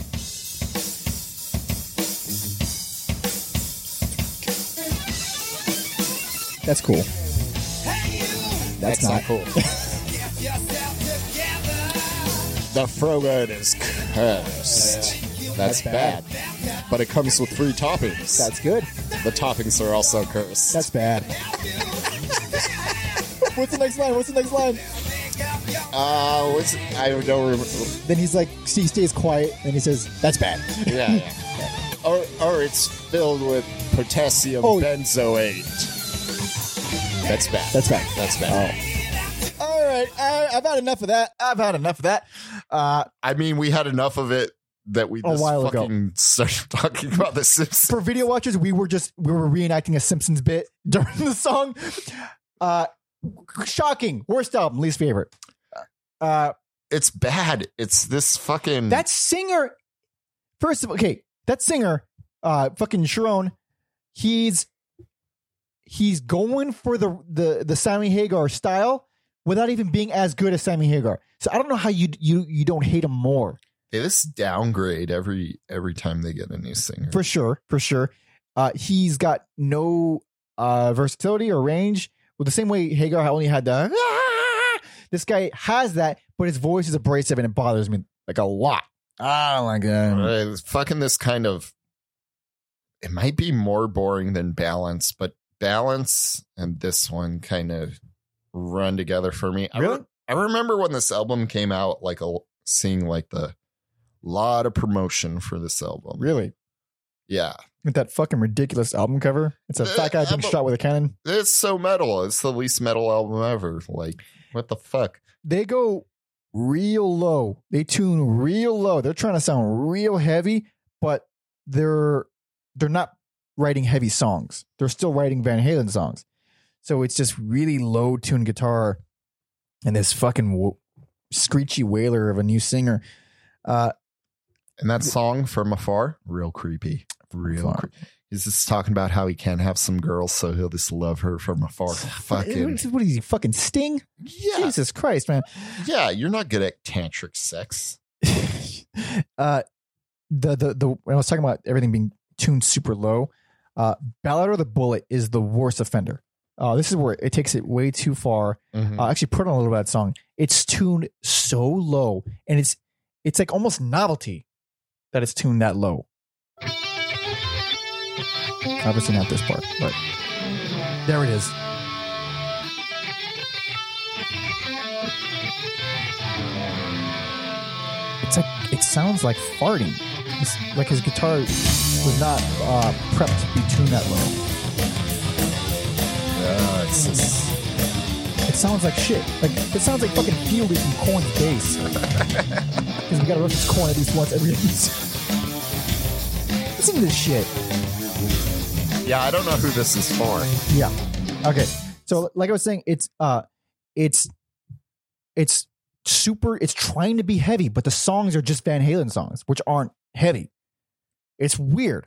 Speaker 5: That's cool. That's, not cool.
Speaker 2: The Frogurt is cursed. That's, bad. But it comes with free toppings.
Speaker 5: That's good.
Speaker 2: the toppings are also cursed.
Speaker 5: That's bad. What's the next line? What's the next line?
Speaker 2: uh, what's I don't remember.
Speaker 5: Then he's like, he stays quiet, and he says, "That's bad."
Speaker 2: Yeah. yeah. or, or it's filled with potassium
Speaker 5: Oh.
Speaker 2: benzoate. That's bad.
Speaker 5: That's bad.
Speaker 2: That's bad.
Speaker 1: Oh.
Speaker 5: All right, I, I've had enough of that.
Speaker 1: I've had enough of that. Uh,
Speaker 2: I mean, we had enough of it that we
Speaker 1: A
Speaker 2: just
Speaker 1: while ago.
Speaker 2: fucking started talking about the Simpsons.
Speaker 1: for video watchers, we were just we were reenacting a Simpsons bit during the song. Uh, shocking, worst album, least favorite. Uh,
Speaker 2: It's bad. It's this fucking.
Speaker 1: that singer. First of all, okay, that singer, uh, fucking Sharon, he's he's going for the the the Sammy Hagar style without even being as good as Sammy Hagar. So I don't know how you you you don't hate him more.
Speaker 2: They just downgrade every every time they get a new singer.
Speaker 1: for sure, for sure. Uh, he's got no uh, versatility or range. Well, the same way Hagar only had the. "Ah!" This guy has that, but his voice is abrasive and it bothers me like a lot. I don't like that.
Speaker 2: Uh, it's fucking this kind of. It might be more boring than balance, but balance and this one kind of run together for me. I,
Speaker 1: Really?
Speaker 2: I remember when this album came out, like a seeing like the lot of promotion for this album.
Speaker 1: Really?
Speaker 2: Yeah,
Speaker 1: With that fucking ridiculous album cover? It's a fat guy being shot with a cannon.
Speaker 2: it's so metal. It's the least metal album ever. Like, what the fuck?
Speaker 1: They go real low. They tune real low. They're trying to sound real heavy, but they're they're not writing heavy songs. They're still writing Van Halen songs. So it's just really low tuned guitar and this fucking wo- screechy wailer of a new singer. Uh,
Speaker 2: And that song from afar, real creepy. Real
Speaker 1: Far.
Speaker 2: creepy. He's just talking about how he can't have some girls, so he'll just love her from afar. Fucking
Speaker 1: What is he, fucking Sting?
Speaker 2: yeah,
Speaker 1: Jesus Christ, man.
Speaker 2: yeah. You're not good at tantric sex.
Speaker 1: uh, the the the when I was talking about everything being tuned super low, uh, Ballad or the Bullet is the worst offender. Uh, this is where it takes it way too far.
Speaker 2: Mm-hmm.
Speaker 1: Uh, actually, put on a little bit of that song. It's tuned so low, and it's it's like almost novelty that it's tuned that low. Obviously, not this part, but there it is. It's like it sounds like farting. It's like his guitar was not uh, prepped to be tuned that low.
Speaker 2: Uh, it's just-
Speaker 1: It's sounds like shit. Like it sounds like fucking Fieldy from Corn's bass. Because we gotta reference Corn at least once every episode. Listen to this shit.
Speaker 2: Yeah, I don't know who this is for.
Speaker 1: Yeah. Okay. So like I was saying, it's uh it's it's super it's trying to be heavy, but the songs are just Van Halen songs, which aren't heavy. It's weird.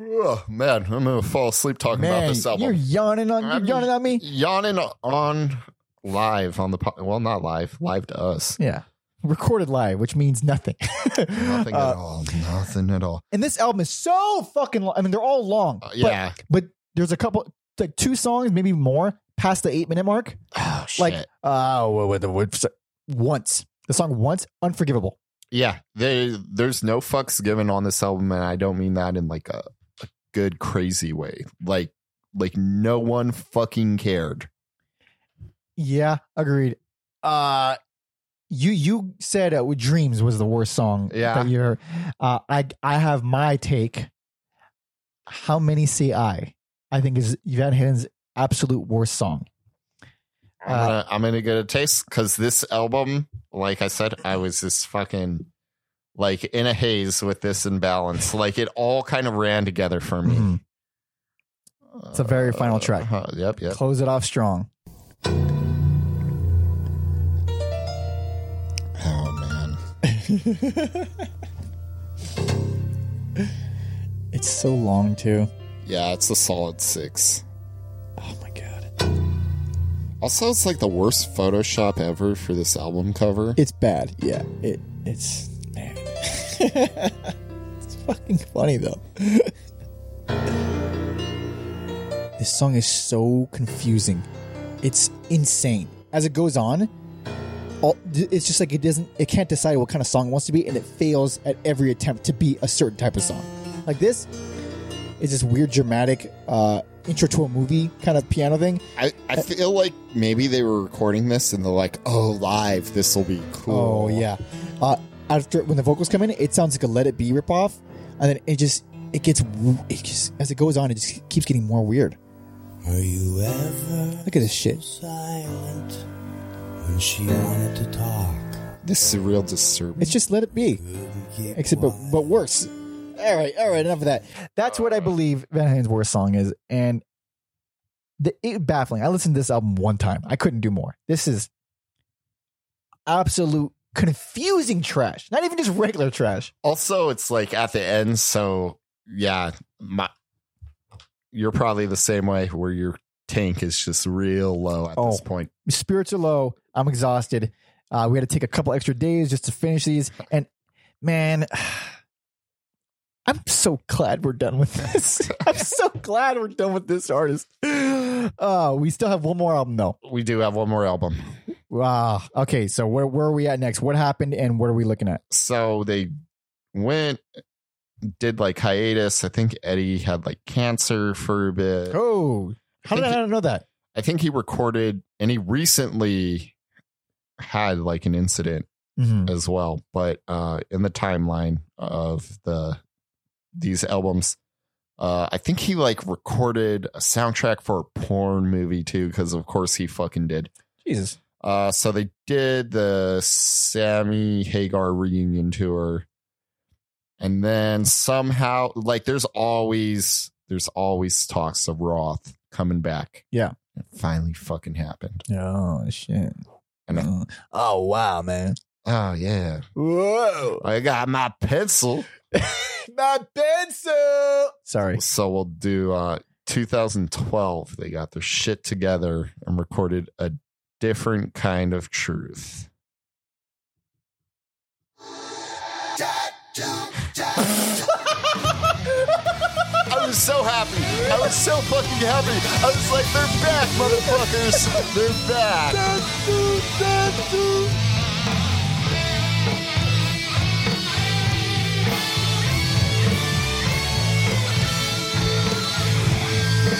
Speaker 2: Oh man, I'm gonna fall asleep talking about
Speaker 1: Man,
Speaker 2: this
Speaker 1: you're
Speaker 2: album.
Speaker 1: yawning on you're
Speaker 2: I'm-
Speaker 1: yawning at me.
Speaker 2: Yawning on live on the po- well, not live, live to us.
Speaker 1: Yeah. Recorded live, which means nothing.
Speaker 2: Nothing
Speaker 1: Uh,
Speaker 2: at all. Nothing at all.
Speaker 1: And this album is so fucking long. I mean, they're all long.
Speaker 2: Uh,
Speaker 1: but-
Speaker 2: yeah.
Speaker 1: But, there's a couple, like two songs, maybe more, past the eight minute mark.
Speaker 2: Oh shit.
Speaker 1: Like, uh, what, what, what, once. The song Once, unforgivable.
Speaker 2: yeah, they there's no fucks given on this album, and I don't mean that in like a, a good crazy way. Like like no one fucking cared.
Speaker 1: Yeah, agreed. Uh, you you said uh, Dreams was the worst song
Speaker 2: Yeah.
Speaker 1: that you heard. Uh, I, I have my take. How many say I? I think is Van Halen's absolute worst song.
Speaker 2: I'm
Speaker 1: Uh,
Speaker 2: gonna, I'm gonna get a taste because this album, like I said, I was just fucking like in a haze with this imbalance. Like it all kind of ran together for me.
Speaker 1: Mhm. It's a very final track.
Speaker 2: Uh, yep, yep.
Speaker 1: Close it off strong.
Speaker 2: Oh man,
Speaker 5: It's so long too.
Speaker 2: yeah, it's a solid six.
Speaker 5: Oh my god.
Speaker 2: Also, it's like the worst Photoshop ever for this album cover.
Speaker 5: It's bad. Yeah. It it's man. it's fucking funny though. this song is so confusing. It's insane. As it goes on, all, it's just like it doesn't it can't decide what kind of song it wants to be and it fails at every attempt to be a certain type of song. Like this is this weird dramatic uh intro to a movie kind of piano thing.
Speaker 2: I, I feel like maybe they were recording this and they're like, oh, live, this will be
Speaker 5: Oh
Speaker 2: cool.
Speaker 5: yeah. Uh, after when the vocals come in, it sounds like a Let It Be ripoff, and then it just it gets w- it just as it goes on, it just keeps getting more weird.
Speaker 6: Were you ever
Speaker 5: Look at this shit.
Speaker 6: silent when she wanted to talk?
Speaker 2: This is a real disturbance.
Speaker 5: It's just Let It Be, except but, but worse. All right, all right, enough of that.
Speaker 1: That's what I believe Van Halen's worst song is, and the, it baffling. I listened to this album one time. I couldn't do more. This is absolute confusing trash. Not even just regular trash.
Speaker 2: also it's like at the end so yeah my you're probably the same way where your tank is just real low at
Speaker 1: Oh.
Speaker 2: this point
Speaker 1: Spirits are low. I'm exhausted. Uh, we had to take a couple extra days just to finish these, and man. I'm so glad we're done with this. I'm so glad we're done with this artist. Uh, we still have one more album though.
Speaker 2: we do have one more album
Speaker 1: Wow. Okay. So where where are we at next? What happened and what are we looking at?
Speaker 2: so they went did like hiatus i think eddie had like cancer for a bit
Speaker 1: Oh, how did
Speaker 2: Thank
Speaker 1: I not know that?
Speaker 2: i think he recorded and he recently had like an incident
Speaker 1: Mhm.
Speaker 2: as well. But uh, in the timeline of the these albums, uh, I think he like recorded a soundtrack for a porn movie too, because of course he fucking did.
Speaker 1: Jesus.
Speaker 2: Uh, so they did the Sammy Hagar reunion tour, and then somehow, like, there's always there's always talks of Roth coming back.
Speaker 1: Yeah.
Speaker 2: it finally fucking happened.
Speaker 1: Oh shit.
Speaker 2: And I-
Speaker 1: Oh. Oh, wow, man.
Speaker 2: Oh yeah,
Speaker 1: Whoa.
Speaker 2: I got my pencil.
Speaker 1: My pencil. Sorry.
Speaker 2: So we'll do uh 2012. They got their shit together and recorded a different kind of truth. I was so happy. I was so fucking happy. I was like, they're back, motherfuckers. They're back.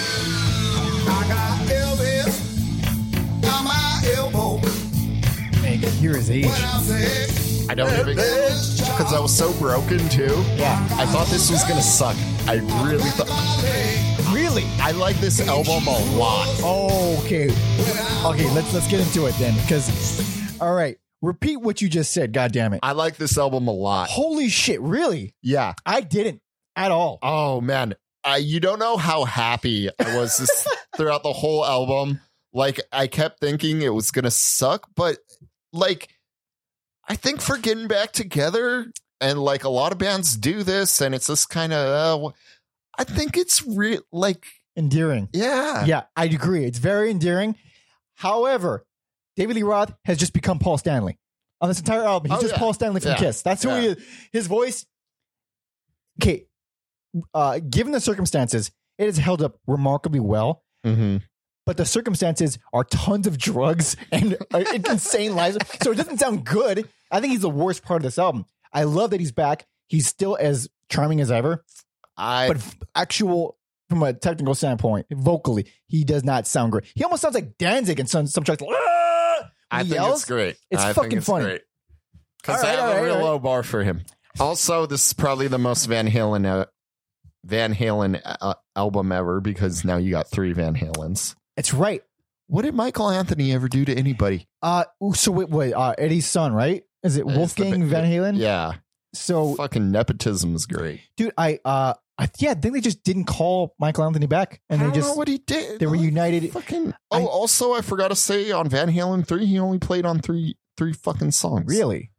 Speaker 3: I got Elvis on my elbow.
Speaker 1: Here is age.
Speaker 3: When I say
Speaker 2: I don't even because I was so broken too. Yeah. I thought this was gonna suck. I really thought
Speaker 3: ballet,
Speaker 1: Really?
Speaker 2: I like this album a lot.
Speaker 1: Okay. Okay, let's let's get into it then. Because all right. Repeat what you just said, god damn it.
Speaker 2: I like this album a lot.
Speaker 1: Holy shit, really?
Speaker 2: Yeah.
Speaker 1: I didn't at all.
Speaker 2: Oh man, I, you don't know how happy I was this, throughout the whole album. Like I kept thinking it was gonna suck, but like I think for getting back together, and like a lot of bands do this, and it's this kind of. Uh, I think it's real. Like
Speaker 1: Endearing.
Speaker 2: yeah,
Speaker 1: Yeah, I agree. It's very endearing. However, David Lee Roth has just become Paul Stanley on this entire album. He's
Speaker 2: Oh,
Speaker 1: just
Speaker 2: yeah.
Speaker 1: Paul Stanley from
Speaker 2: Yeah.
Speaker 1: Kiss. That's who he is. His voice. Okay, uh, given the circumstances, it has held up remarkably well.
Speaker 2: Mm-hmm.
Speaker 1: But the circumstances are tons of drugs and uh, insane lives, so it doesn't sound good. I think he's the worst part of this album. I love that he's back. He's still as charming as ever
Speaker 2: I
Speaker 1: but f- actual from a technical standpoint, vocally, he does not sound great. He almost sounds like Danzig in some some tracks. Like, "Ah!"
Speaker 2: I
Speaker 1: He
Speaker 2: think
Speaker 1: yells.
Speaker 2: it's great.
Speaker 1: It's
Speaker 2: I think
Speaker 1: fucking funny.
Speaker 2: great. Because
Speaker 1: All right,
Speaker 2: I
Speaker 1: all
Speaker 2: have
Speaker 1: right,
Speaker 2: a real
Speaker 1: all right.
Speaker 2: low bar for him. Also, this is probably the most Van Halen uh, Van Halen uh, album ever because now you got three Van Halens.
Speaker 1: It's right.
Speaker 2: What did Michael Anthony ever do to anybody?
Speaker 1: Uh, ooh, so wait, wait, uh, Eddie's son, right? Is it
Speaker 2: It's the
Speaker 1: Wolfgang
Speaker 2: ba-
Speaker 1: Van Halen? Oh.
Speaker 2: Yeah,
Speaker 1: So,
Speaker 2: fucking nepotism is great.
Speaker 1: dude, I uh, I yeah, I think they just didn't call Michael Anthony back, and they
Speaker 2: I don't know
Speaker 1: just
Speaker 2: what he did.
Speaker 1: they were united.
Speaker 2: fucking. Oh,
Speaker 1: I-
Speaker 2: also, I forgot to say on Van Halen three, he only played on three three fucking songs.
Speaker 1: Really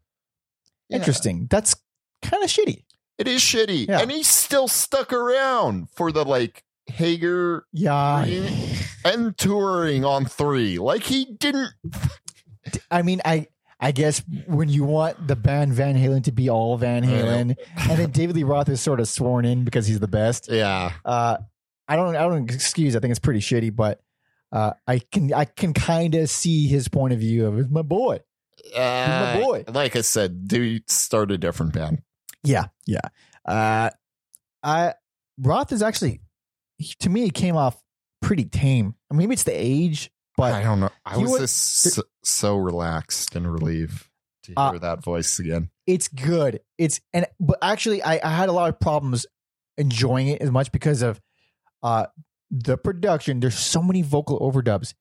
Speaker 2: Yeah.
Speaker 1: interesting. That's kind of shitty.
Speaker 2: It is shitty,
Speaker 1: Yeah.
Speaker 2: and he still stuck around for the like Hager
Speaker 1: Yeah,
Speaker 2: Green and touring on three. Like he didn't.
Speaker 1: I mean, I I guess when you want the band Van Halen to be all Van Halen, and then David Lee Roth is sort of sworn in because he's the best.
Speaker 2: Yeah,
Speaker 1: Uh, I don't I don't excuse. I think it's pretty shitty, but uh, I can I can kind of see his point of view of it's my boy.
Speaker 2: uh,
Speaker 1: boy.
Speaker 2: Like I said, dude, start a different band.
Speaker 1: Yeah, yeah. Uh, I Roth is actually he- to me it came off pretty tame. I mean, maybe it's the age,
Speaker 2: I
Speaker 1: but
Speaker 2: don't know. I
Speaker 1: He
Speaker 2: was,
Speaker 1: was-
Speaker 2: just so, so relaxed and relieved to hear
Speaker 1: Uh,
Speaker 2: that voice again.
Speaker 1: it's good. It's and but actually I, I had a lot of problems enjoying it as much because of uh the production. There's so many vocal overdubs.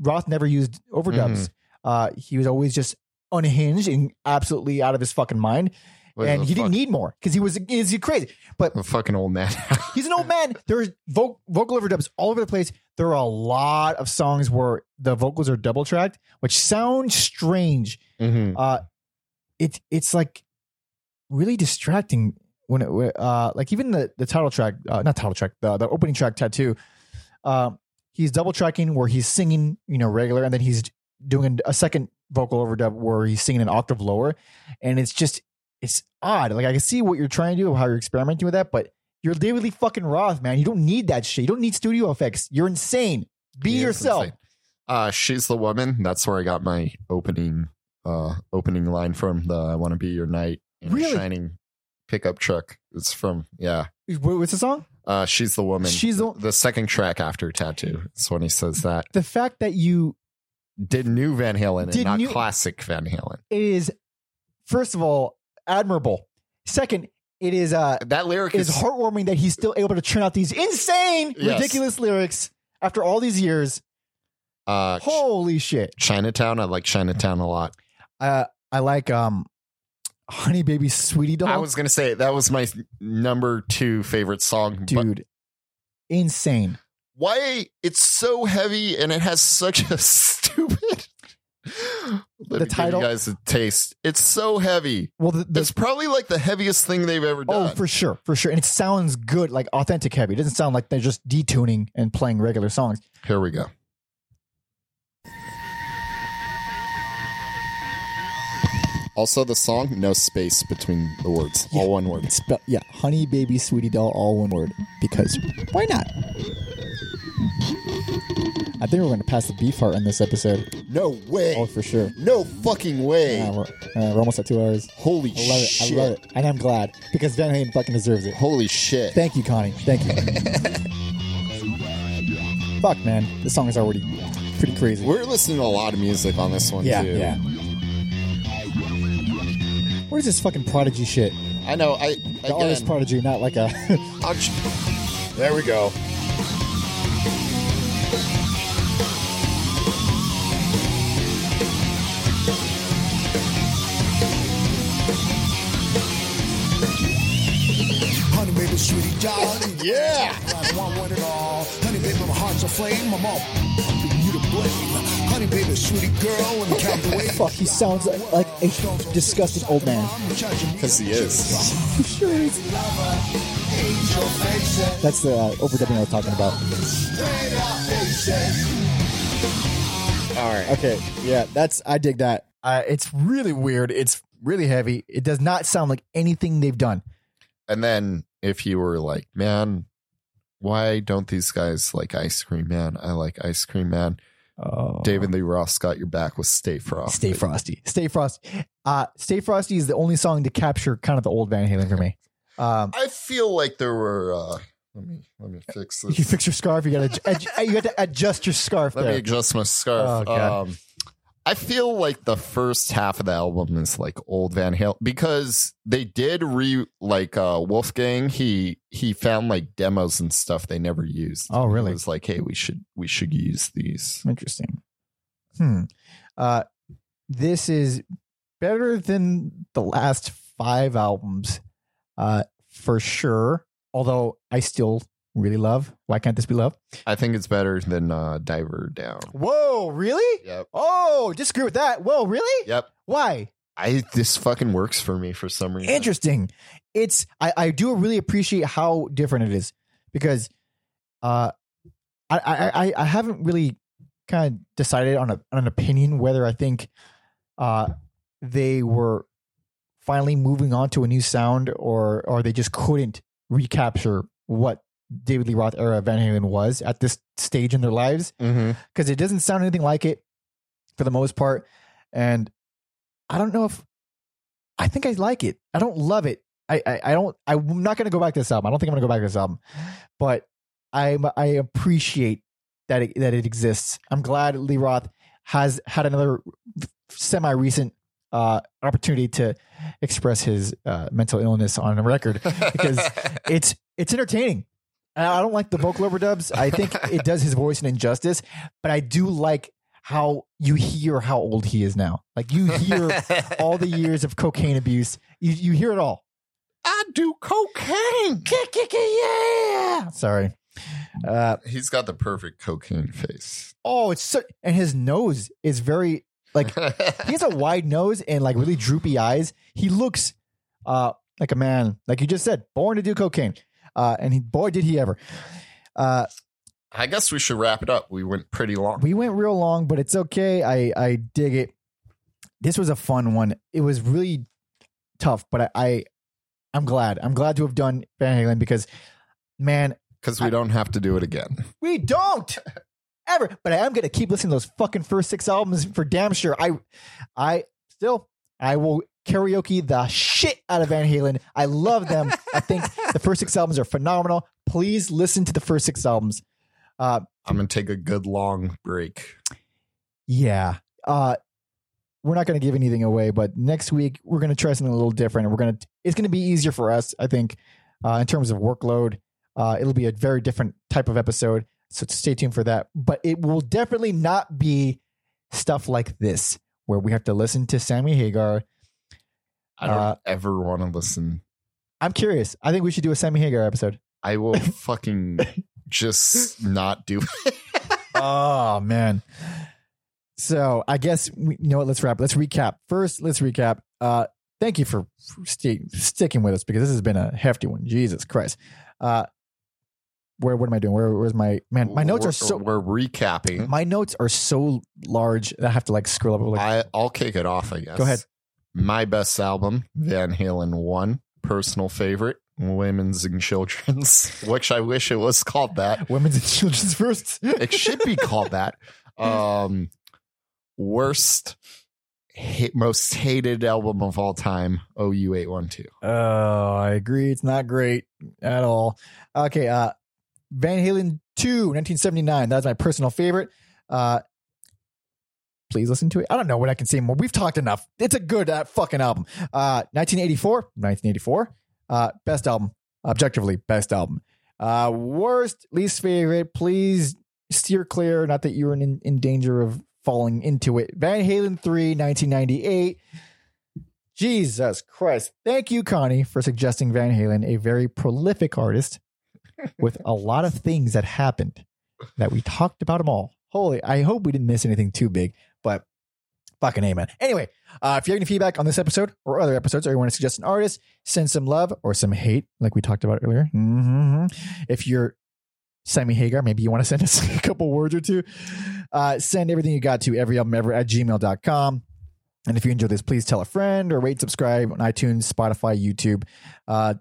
Speaker 1: Roth never used overdubs. Uh he was always just unhinged and absolutely out of his fucking mind.
Speaker 2: Was
Speaker 1: and
Speaker 2: a
Speaker 1: he
Speaker 2: fuck-
Speaker 1: didn't need more because he was is he crazy. But
Speaker 2: a fucking old man.
Speaker 1: he's an old man. There's vo- vocal overdubs all over the place. There are a lot of songs where the vocals are double tracked, which sounds strange
Speaker 2: Mhm.
Speaker 1: uh it it's like really distracting when it uh like even the the title track uh, not title track the, the opening track tattoo um he's double tracking where he's singing you know regular and then he's doing a second vocal overdub where he's singing an octave lower and it's just it's odd like i can see what you're trying to do how you're experimenting with that but you're David Lee fucking Roth, man. You don't need that shit. You don't need studio effects. You're insane. Be
Speaker 2: He is
Speaker 1: yourself.
Speaker 2: insane. Uh, she's the woman. That's where I got my opening uh opening line from the "I Want to Be Your Knight" in
Speaker 1: Really?
Speaker 2: a shining pickup truck. It's from yeah.
Speaker 1: What- What's the song?
Speaker 2: Uh, she's the woman.
Speaker 1: She's the-
Speaker 2: the second track after tattoo. That's when he says that.
Speaker 1: The fact that you
Speaker 2: Did new Van Halen
Speaker 1: Did
Speaker 2: and not
Speaker 1: new-
Speaker 2: classic Van Halen.
Speaker 1: it is first of all admirable. Second, it is uh
Speaker 2: That lyric
Speaker 1: it is
Speaker 2: is,
Speaker 1: heartwarming that he's still able to churn out these insane,
Speaker 2: Yes.
Speaker 1: ridiculous lyrics after all these years.
Speaker 2: uh, Ch-
Speaker 1: Holy shit!
Speaker 2: Chinatown. I like Chinatown a lot.
Speaker 1: Uh, I like um, Honey Baby Sweetie Doll,
Speaker 2: I was gonna say that was my number two favorite song. But
Speaker 1: dude. insane.
Speaker 2: why it's so heavy and it has such a stupid. Let me give
Speaker 1: title?
Speaker 2: you guys a taste. It's so heavy.
Speaker 1: Well, the, the
Speaker 2: It's probably like the heaviest thing they've ever
Speaker 1: oh
Speaker 2: done.
Speaker 1: for sure, for sure, and it sounds good, like authentic heavy. It doesn't sound like they're just detuning and playing regular songs.
Speaker 2: Here we go. Also, the song, no space between the words, all one word.
Speaker 5: It's spelled, yeah, honey baby sweetie doll, all one word. Because why not? I think we're going to pass the beef heart in this episode.
Speaker 2: No way.
Speaker 5: Oh, for sure.
Speaker 2: No fucking way.
Speaker 5: Yeah, we're, uh, we're almost at two hours.
Speaker 2: Holy
Speaker 5: I love it. I love it. And I'm glad because Van Halen fucking deserves it.
Speaker 2: Holy shit.
Speaker 5: Thank you, Connie. Thank you. Fuck, man. This song is already pretty crazy.
Speaker 2: We're listening to a lot of music on this one,
Speaker 5: yeah,
Speaker 2: too.
Speaker 5: yeah. Where's this fucking prodigy shit?
Speaker 2: I know. I
Speaker 5: The artist
Speaker 2: again,
Speaker 5: prodigy, not like a.
Speaker 2: I'll ch- There we go. Yeah.
Speaker 3: I want one and all. Honey, baby, my heart's aflame. I'm all f***ing you to blame. Honey, baby, sweetie girl, and count the ways.
Speaker 5: Fuck, he sounds like, like a disgusted old man.
Speaker 2: Because he is.
Speaker 5: That's the uh, overdubbing I was talking about.
Speaker 2: All right.
Speaker 5: Okay, yeah, that's I dig that.
Speaker 1: Uh, it's really weird. It's really heavy. It does not sound like anything they've done.
Speaker 2: And then if you were like, man, why don't these guys like ice cream man? I like ice cream man.
Speaker 1: Oh.
Speaker 2: David Lee Ross got your back with Stay
Speaker 5: Oh,
Speaker 2: Frosty.
Speaker 1: Stay Frosty. Stay Frosty. Uh, Stay Frosty is the only song to capture kind of the old Van Halen for me. Um,
Speaker 2: I feel like there were. Uh, let me let me fix
Speaker 1: you
Speaker 2: this.
Speaker 1: fix your scarf. You gotta ad- you got to adjust your scarf.
Speaker 2: Let
Speaker 1: there.
Speaker 2: me adjust my scarf.
Speaker 1: Oh, God.
Speaker 2: um, I feel like the first half of the album is like old Van Halen because they did re like uh, Wolfgang. He he found like demos and stuff they never used.
Speaker 1: Oh, really?
Speaker 2: It was like, hey, we should we should use these.
Speaker 1: Interesting. Hmm. Uh, this is better than the last five albums, uh, for sure. Although I still really love Why Can't This Be Love?
Speaker 2: I think it's better than uh, Diver Down.
Speaker 1: Whoa, really?
Speaker 2: Yep.
Speaker 1: Oh, disagree with that. Whoa, really?
Speaker 2: Yep.
Speaker 1: Why?
Speaker 2: I this fucking works for me for some reason.
Speaker 1: Interesting. It's I, I do really appreciate how different it is because uh I I I, I haven't really kind of decided on a on an opinion whether I think uh they were finally moving on to a new sound or or they just couldn't recapture what David Lee Roth era Van Halen was at this stage in their lives
Speaker 2: Mhm.
Speaker 1: because it doesn't sound anything like it for the most part. And I don't know if I think I like it. I don't love it. I I, I don't. I'm not going to go back to this album. I don't think I'm going to go back to this album. But I I appreciate that it, that it exists. I'm glad Lee Roth has had another semi recent uh, opportunity to express his uh, mental illness on a record because it's it's entertaining. And I don't like the vocal overdubs. I think it does his voice an injustice, but I do like how you hear how old he is now. Like you hear all the years of cocaine abuse. You you hear it all.
Speaker 2: I do cocaine.
Speaker 1: Yeah. Sorry. Uh,
Speaker 2: He's got the perfect cocaine face.
Speaker 1: oh, it's so, and his nose is very like he has a wide nose and like really droopy eyes. He looks uh like a man, like you just said, born to do cocaine. Uh, and he, boy, did he ever. Uh,
Speaker 2: I guess we should wrap it up. We went pretty long.
Speaker 1: we went real long, but it's okay. I I dig it. This was a fun one. It was really tough, but I, I I'm glad. I'm glad to have done Van Halen because man,
Speaker 2: Because we don't have to do it again.
Speaker 1: we don't ever. But I am gonna keep listening to those fucking first six albums for damn sure. I I still I will karaoke the shit out of Van Halen. I love them. I think the first six albums are phenomenal. Please listen to the first six albums. Uh,
Speaker 2: I'm gonna take a good long break.
Speaker 1: Yeah. Uh we're not going to give anything away, but next week we're going to try something a little different. We're going to it's going to be easier for us, I think, uh, in terms of workload. Uh, it'll be a very different type of episode, so stay tuned for that. But it will definitely not be stuff like this where we have to listen to Sammy Hagar.
Speaker 2: I don't
Speaker 1: Uh,
Speaker 2: ever want to listen.
Speaker 1: I'm curious. I think we should do a Sammy Hagar episode.
Speaker 2: I will fucking just not do it.
Speaker 1: oh man. So I guess we, you know what. Let's wrap. Let's recap first. Let's recap. Uh, thank you for, for sti- sticking with us because this has been a hefty one. Jesus Christ. Uh, where what am I doing? Where where's my man? My notes
Speaker 2: We're-
Speaker 1: are so
Speaker 2: We're recapping.
Speaker 1: my notes are so large that I have to like scroll up. Like,
Speaker 2: I, I'll kick it off. I guess.
Speaker 1: Go ahead.
Speaker 2: My best album, Van Halen One, personal favorite, Women's and Children's, which I wish it was called that.
Speaker 1: women's and children's first.
Speaker 2: It should be called that. Um, worst, hate, most hated album of all time, OU eight one two.
Speaker 1: Oh, I agree. It's not great at all. Okay, uh Van Halen 2, 1979. That's my personal favorite. Uh Please listen to it. I don't know what I can say more. We've talked enough. It's a good uh, fucking album. Uh 1984, 1984. Uh best album. Objectively best album. Uh worst, least favorite. Please steer clear, not that you're in in danger of falling into it. Van Halen 3, 1998. Jesus Christ. Thank you, Connie, for suggesting Van Halen, a very prolific artist. with a lot of things that happened that we talked about them all. Holy, I hope we didn't miss anything too big, but fucking amen. Anyway, uh, if you have any feedback on this episode or other episodes, or you want to suggest an artist, send some love or some hate, like we talked about earlier. hmm If you're Sammy Hagar, maybe you want to send us a couple words or two. Uh, send everything you got to everyalbumever at gmail.com. And if you enjoy this, please tell a friend or rate, subscribe on iTunes, Spotify, YouTube. Uh,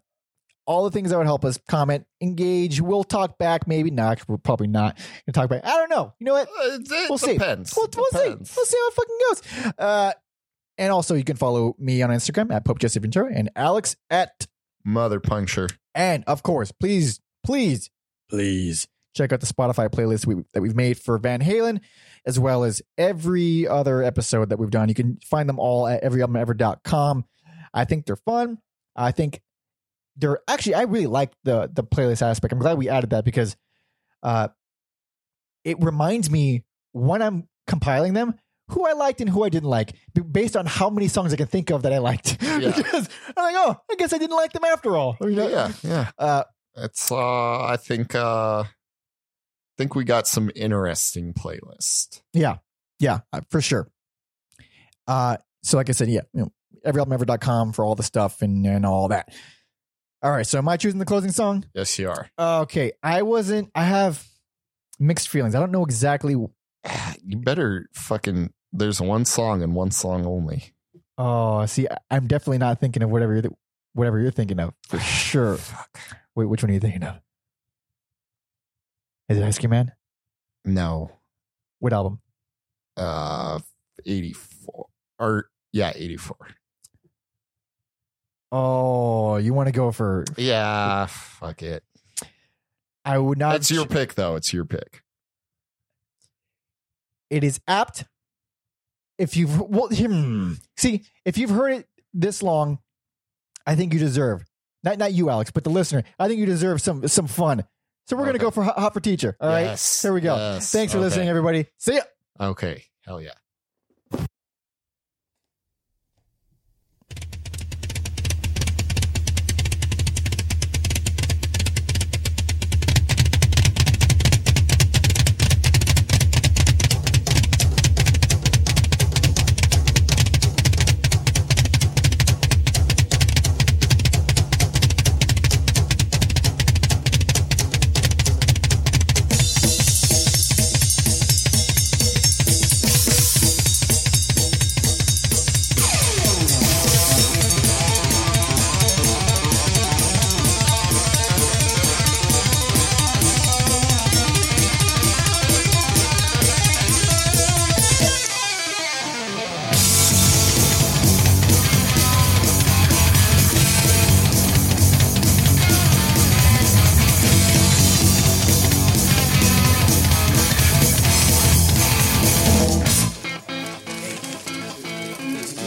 Speaker 1: all the things that would help us comment, engage. We'll talk back, maybe not. We're probably not going to talk back. I don't know. You know what?
Speaker 2: It, it
Speaker 1: We'll see.
Speaker 2: depends.
Speaker 1: We'll, we'll see.
Speaker 2: Depends.
Speaker 1: We'll see how it fucking goes. Uh, and also, you can follow me on Instagram at Pope Jesse Ventura and Alex at.
Speaker 2: Mother puncture.
Speaker 1: And of course, please, please, please check out the Spotify playlist we, that we've made for Van Halen, as well as every other episode that we've done. You can find them all at everyalbumever.com. I think they're fun. I think they're actually I really like the the playlist aspect. I'm glad we added that because uh it reminds me when I'm compiling them who I liked and who I didn't like b- based on how many songs I can think of that I liked. because I'm like, oh, I guess I didn't like them after all. You know?
Speaker 2: Yeah, yeah.
Speaker 1: Uh,
Speaker 2: It's uh I think uh think we got some interesting playlist.
Speaker 1: Yeah. Yeah, uh, for sure. Uh, so like I said, yeah, you know, everyalbumever.com for all the stuff and, and all that. All right. So am I choosing the closing song? Uh,
Speaker 2: Yes, you are.
Speaker 1: Okay. I wasn't, I have mixed feelings. I don't know exactly.
Speaker 2: You better fucking there's one song and one song only.
Speaker 1: Oh, see, I- I'm definitely not thinking of whatever you're, th- whatever you're thinking of for sure. Wait, which one are you thinking of? Is it Ice Cream Man?
Speaker 2: No.
Speaker 1: What album?
Speaker 2: Uh 84 or yeah, 84.
Speaker 1: Oh, you want to go for,
Speaker 2: Yeah, fuck it.
Speaker 1: I would not.
Speaker 2: That's your pick though. It's your pick.
Speaker 1: it is apt if you've well hmm. see if you've heard it this long i think you deserve not not you alex but the listener i think you deserve some some fun so we're
Speaker 2: Okay.
Speaker 1: gonna go for hot, hot for teacher all right
Speaker 2: Yes,
Speaker 1: here we go
Speaker 2: yes,
Speaker 1: thanks for
Speaker 2: okay.
Speaker 1: listening everybody see ya
Speaker 2: Okay. Hell yeah.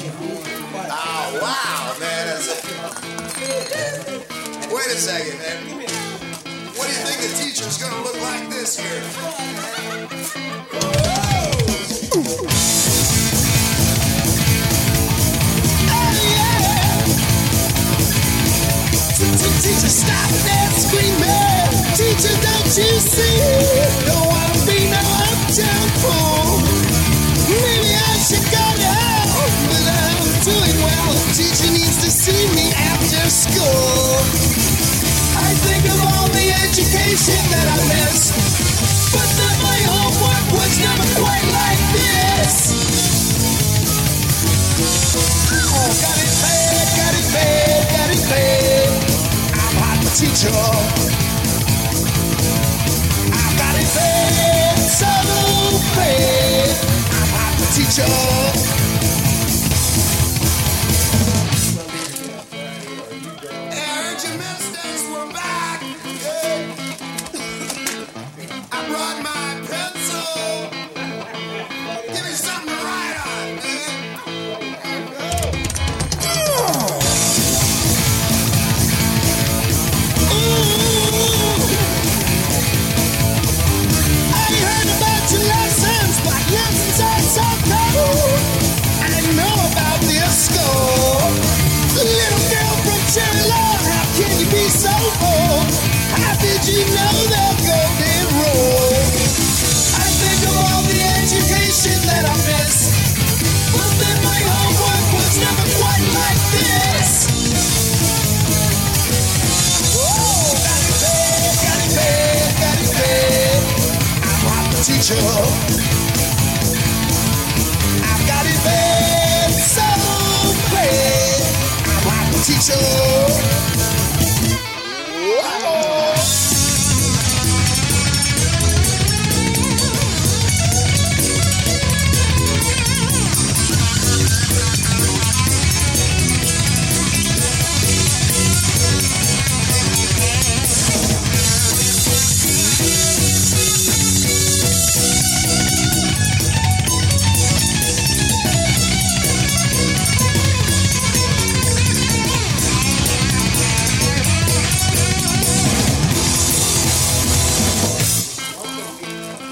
Speaker 3: Oh, wow, man. That's Wait a second, man. What do you think the teacher's gonna look like this year?
Speaker 7: Teacher, stop that screaming! Teacher, don't you see? Don't wanna be no uptown fool. Maybe I should go to hell, but I'm doing well. Teacher needs to see me after school. I think of all the education that I missed, but then my homework was never quite like this. Oh, got it bad, got it bad, got it bad. I'm hot for teacher. I got it bad, so bad. I'm hot for teacher.
Speaker 3: Air gymnastics, we're back. Yeah. I brought my pencil. Give me something to write on, man.
Speaker 7: Ooh. I heard about
Speaker 3: Did you know that golden rule? I think of all the education that I missed. But then my homework was never quite like this. Whoa! Got it bad, got it bad, got it bad. I'm not the teacher. I've got it bad, so bad. I'm not the teacher.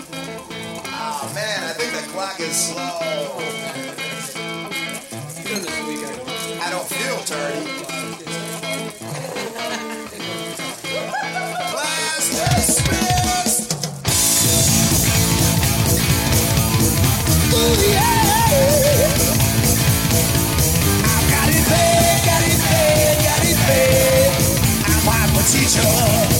Speaker 8: Oh man, I think the clock is slow. I don't feel dirty. Class dismissed.
Speaker 3: Ooh, yeah.
Speaker 8: Got it bad, got it bad, got it bad. I'm hot for teacher. Oh.
Speaker 3: Oh, Oh,